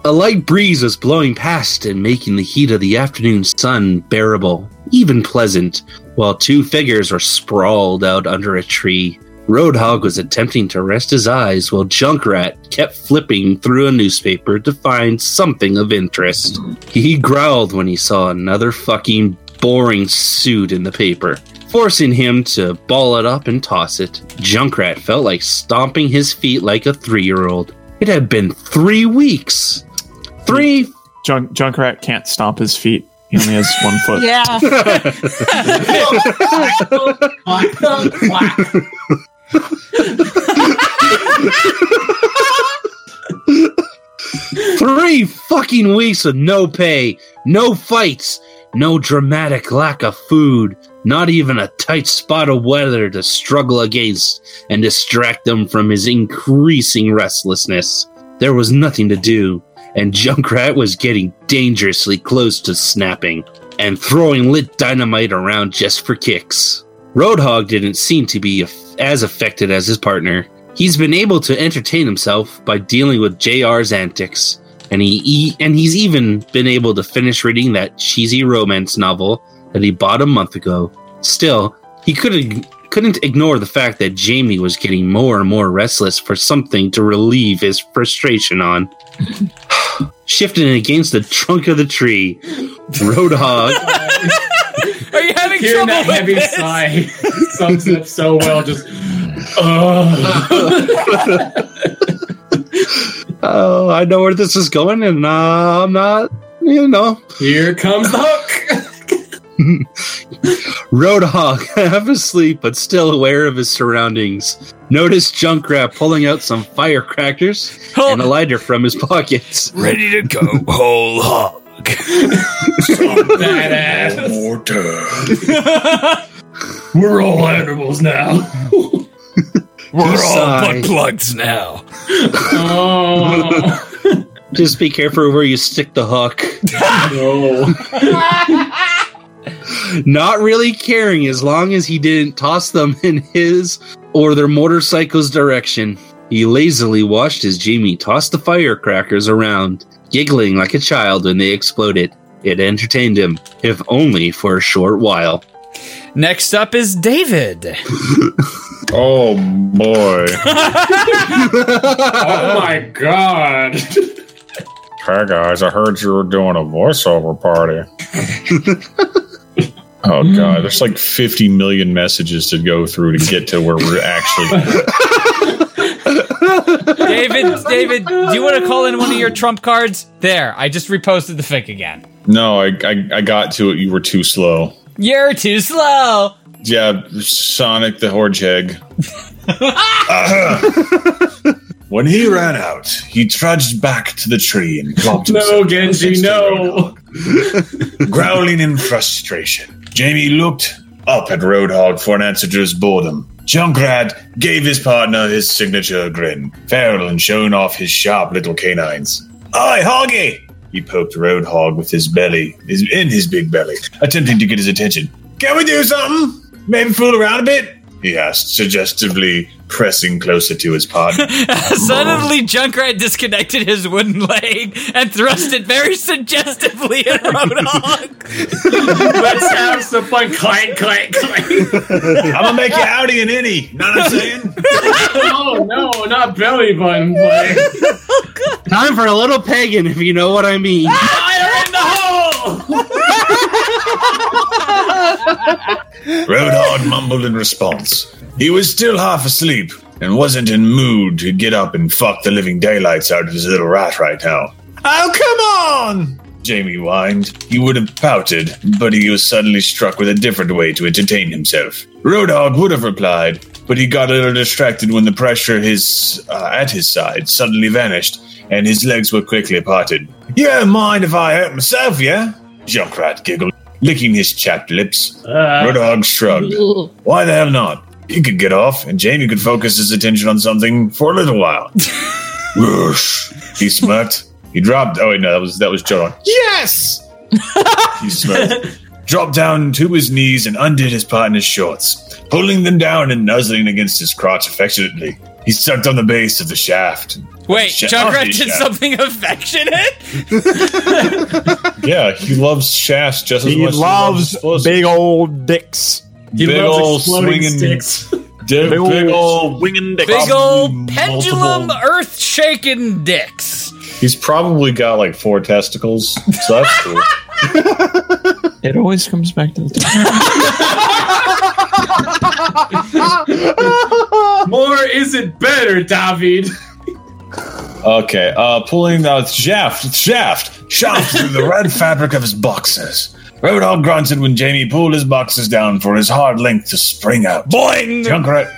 A light breeze was blowing past and making the heat of the afternoon sun bearable, even pleasant, while two figures were sprawled out under a tree. Roadhog was attempting to rest his eyes while Junkrat kept flipping through a newspaper to find something of interest. He growled when he saw another fucking boring suit in the paper, forcing him to ball it up and toss it. Junkrat felt like stomping his feet like a three year old. It had been three weeks. Three.
Junk Junkrat can't stomp his feet. He only has one foot.
Three fucking weeks of no pay, no fights, no dramatic lack of food, not even a tight spot of weather to struggle against and distract them from his increasing restlessness. There was nothing to do, and Junkrat was getting dangerously close to snapping and throwing lit dynamite around just for kicks. Roadhog didn't seem to be af- as affected as his partner. He's been able to entertain himself by dealing with JR's antics, and he e- and he's even been able to finish reading that cheesy romance novel that he bought a month ago. Still, he couldn't couldn't ignore the fact that Jamie was getting more and more restless for something to relieve his frustration on. Shifting against the trunk of the tree, Roadhog
Are you having
Hearing
trouble
that
with
heavy
this?
sigh sums it up so well. Just. uh. ugh.
oh, I know where this is going, and uh, I'm not, you know.
Here comes the hook.
Roadhog, half asleep but still aware of his surroundings, noticed Junkrat pulling out some firecrackers and a lighter from his pockets.
Ready to go whole hog.
Badass. We're all animals now.
He sighed.
plugs now.
Oh
Just be careful where you stick the hook.
no!
Not really caring as long as he didn't toss them in his or their motorcycle's direction. He lazily watched as Jamie tossed the firecrackers around, giggling like a child when they exploded. It entertained him, if only for a short while.
Next up is David.
oh boy.
oh my god.
Hey guys, I heard you were doing a voiceover party. oh god, there's like 50 million messages to go through to get to where we're actually.
David, David, do you want to call in one of your trump cards? There, I just reposted the fic again.
No, I, I I got to it. You were too slow.
You're too slow.
Yeah, Sonic the Hedgehog. when he ran out, he trudged back to the tree and clubbed
No, Genji, no.
Growling in frustration, Jamie looked up at Roadhog for an answer to his boredom. Junkrat gave his partner his signature grin, feral and showing off his sharp little canines. Oi, Hoggy! He poked Roadhog with his belly, his, in his big belly, attempting to get his attention. Can we do something? Maybe fool around a bit? He asked, suggestively pressing closer to his partner.
Suddenly, Junkrat disconnected his wooden leg and thrust it very suggestively at Roadhog.
Let's have some fun. Clank, clank, clank.
I'm gonna make you Audi and Innie. Know what I'm saying?
oh no, not belly button play.
Time for a little pagan, if you know what I mean.
Fire in the hole!
Roadhog mumbled in response. He was still half asleep and wasn't in mood to get up and fuck the living daylights out of his little rat right now. Oh, come on! Jamie whined. He would have pouted, but he was suddenly struck with a different way to entertain himself. Roadhog would have replied, but he got a little distracted when the pressure his uh, at his side suddenly vanished, and his legs were quickly parted. You don't mind if I hurt myself, yeah? Junkrat giggled, licking his chapped lips. Roadhog shrugged. Why the hell not? He could get off, and Jamie could focus his attention on something for a little while. Whoosh. he smirked. He dropped. Oh wait, no, that was that was Joron. Yes! He smirked. dropped down to his knees and undid his partner's shorts, pulling them down and nuzzling against his crotch affectionately. He sucked on the base of the shaft.
Wait,
Sh-
Junkrat
of the
did
shaft.
something affectionate?
Yeah, he loves shafts just as
He
much.
loves big old dicks.
He Big loves old exploding swinging- sticks. Big, big old
winging
Big old pendulum earth shaking dicks.
He's probably got like four testicles, so that's cool.
It always comes back to the
More isn't better, David.
Okay, uh, pulling out shaft, shaft, shaft through the red fabric of his boxes. Roadhog grunted when Jamie pulled his boxes down for his hard length to spring out.
Boing!
Junkrat,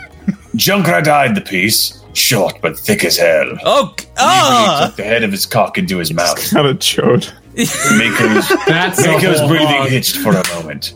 Junkrat eyed the piece, short but thick as hell.
Oh,
oh! took the head of his cock into his mouth.
Kind of chode.
Mako's,
That's a
Mako's
whole
breathing
hog.
hitched for a moment.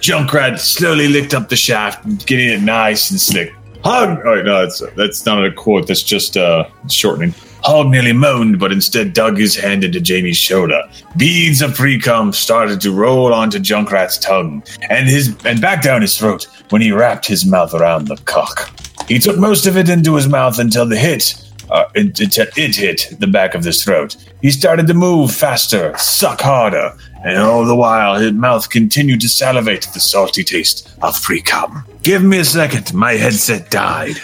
Junkrat slowly licked up the shaft, getting it nice and slick. Hog. Oh, no, that's, that's not a quote. That's just uh, shortening. Hog nearly moaned, but instead dug his hand into Jamie's shoulder. Beads of precum started to roll onto Junkrat's tongue and his and back down his throat when he wrapped his mouth around the cock. He took most of it into his mouth until the hit uh, it, it, it hit the back of his throat. He started to move faster, suck harder, and all the while his mouth continued to salivate at the salty taste of free cum. Give me a second, my headset died.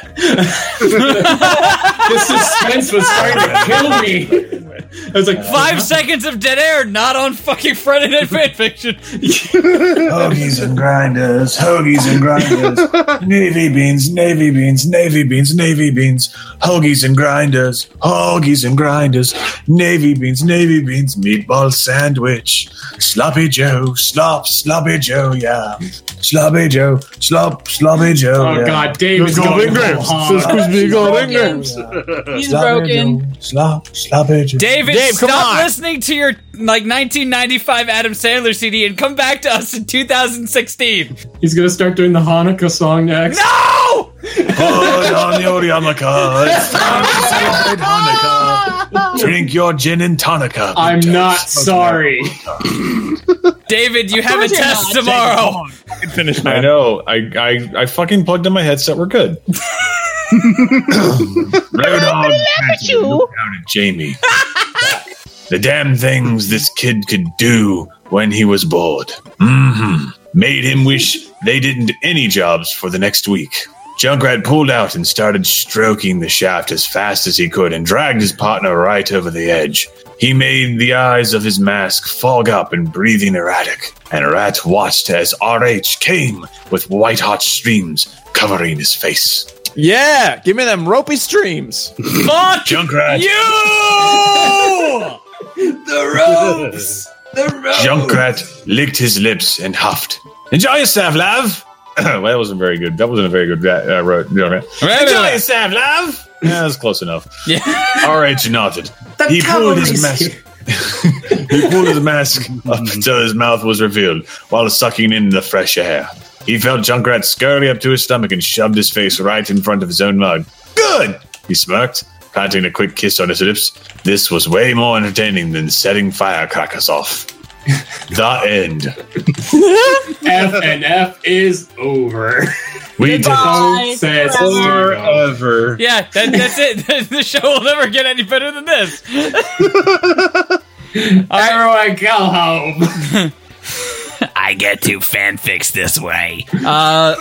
The suspense was starting to kill me. I was like,
Five seconds of dead air, not on fucking Friday Night Fanfiction.
Hoagies and grinders, hoagies and grinders, navy beans, navy beans, navy beans, navy beans, hoagies and grinders, hoagies and grinders, navy beans, navy beans, meatball sandwich, sloppy Joe, slop, sloppy Joe, yeah, sloppy Joe, slop, sloppy Joe.
Oh
yeah.
god, Dave is going whole hog.
He's
Sloppy
broken.
Joe, Slop, sloppy Joe.
David,
Dave, come
stop
on.
listening to your like 1995 Adam Sandler CD and come back to us in 2016.
He's gonna start doing the Hanukkah song next.
No!
Put on your yarmulke. It's time to celebrate Hanukkah. Drink your gin and tonica.
I'm not sorry.
David, you have a
course you're
test
not.
tomorrow.
Finish
I know. I, I I fucking plugged in my headset. We're good. Roadhog looked down at Jamie.
Mm-hmm.
the damn things this kid could do when he was bored. hmm made him wish they didn't any jobs for the next week. Junkrat pulled out and started stroking the shaft as fast as he could and dragged his partner right over the edge. He made the eyes of his mask fog up and breathing erratic, and Rat watched as RH came with white hot streams covering his face.
Yeah, give me them ropey streams.
Fuck
Junkrat.
You!
the ropes! The ropes!
Junkrat licked his lips and huffed. Enjoy yourself, love. well, that wasn't very good. That wasn't a very good ra- uh, ro- Junkrat. Enjoy yourself, love. Yeah, that's close enough. Yeah. RH nodded.
The
he pulled his
cavalry's
mask. he pulled his mask up until his mouth was revealed while sucking in the fresh air. He felt Junkrat scurry up to his stomach and shoved his face right in front of his own mug. Good! He smirked, planting a quick kiss on his lips. This was way more entertaining than setting firecrackers off. the end.
F and F is over.
We did
Don't say it's
forever.
Yeah, that, that's it. the show will never get any better than this.
Everyone go home.
I get to fanfix this way. Uh,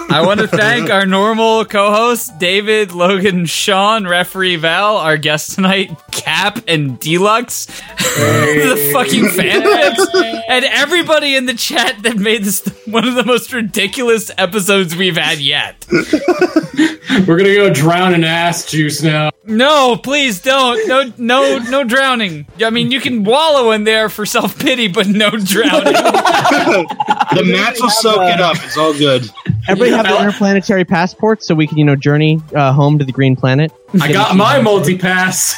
I want to thank our normal co-hosts, David, Logan, Sean, referee Val, our guest tonight, Cap, and Deluxe, the fucking fanfics, and everybody in the chat that made this one of the most ridiculous episodes we've had yet.
We're gonna go drown in ass juice now.
No, please don't. No, no, no drowning. I mean, you can wallow in there for self pity, but no drowning.
The mats will soak it up. It's all good.
Everybody have their interplanetary passports so we can, you know, journey uh, home to the green planet.
I got my multi pass.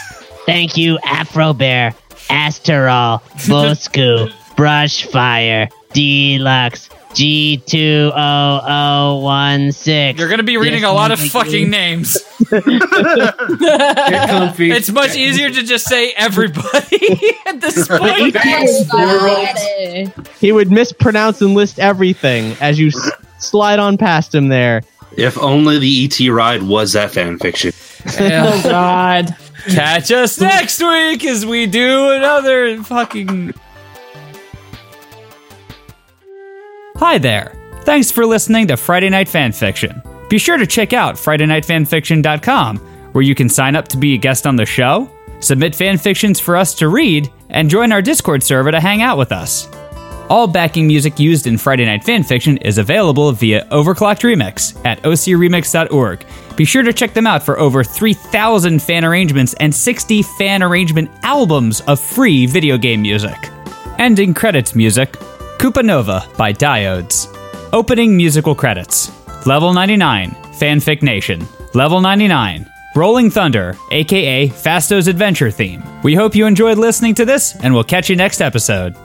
Thank you, Afro Bear, Asterol, Bosku, Brushfire, Deluxe, G20016.
You're gonna be reading a lot of fucking names. It's much easier to just say everybody at this point.
He would mispronounce and list everything as you s- slide on past him there.
If only the ET ride was that fan fiction.
Oh, God. Catch us next week as we do another fucking. Hi there. Thanks for listening to Friday Night Fanfiction. Be sure to check out FridayNightFanfiction.com, where you can sign up to be a guest on the show, submit fanfictions for us to read, and join our Discord server to hang out with us. All backing music used in Friday Night Fanfiction is available via Overclocked Remix at ocremix.org. Be sure to check them out for over 3,000 fan arrangements and 60 fan arrangement albums of free video game music. Ending credits music Koopa Nova by Diodes. Opening musical credits Level 99, Fanfic Nation. Level 99, Rolling Thunder, aka Fasto's Adventure theme. We hope you enjoyed listening to this, and we'll catch you next episode.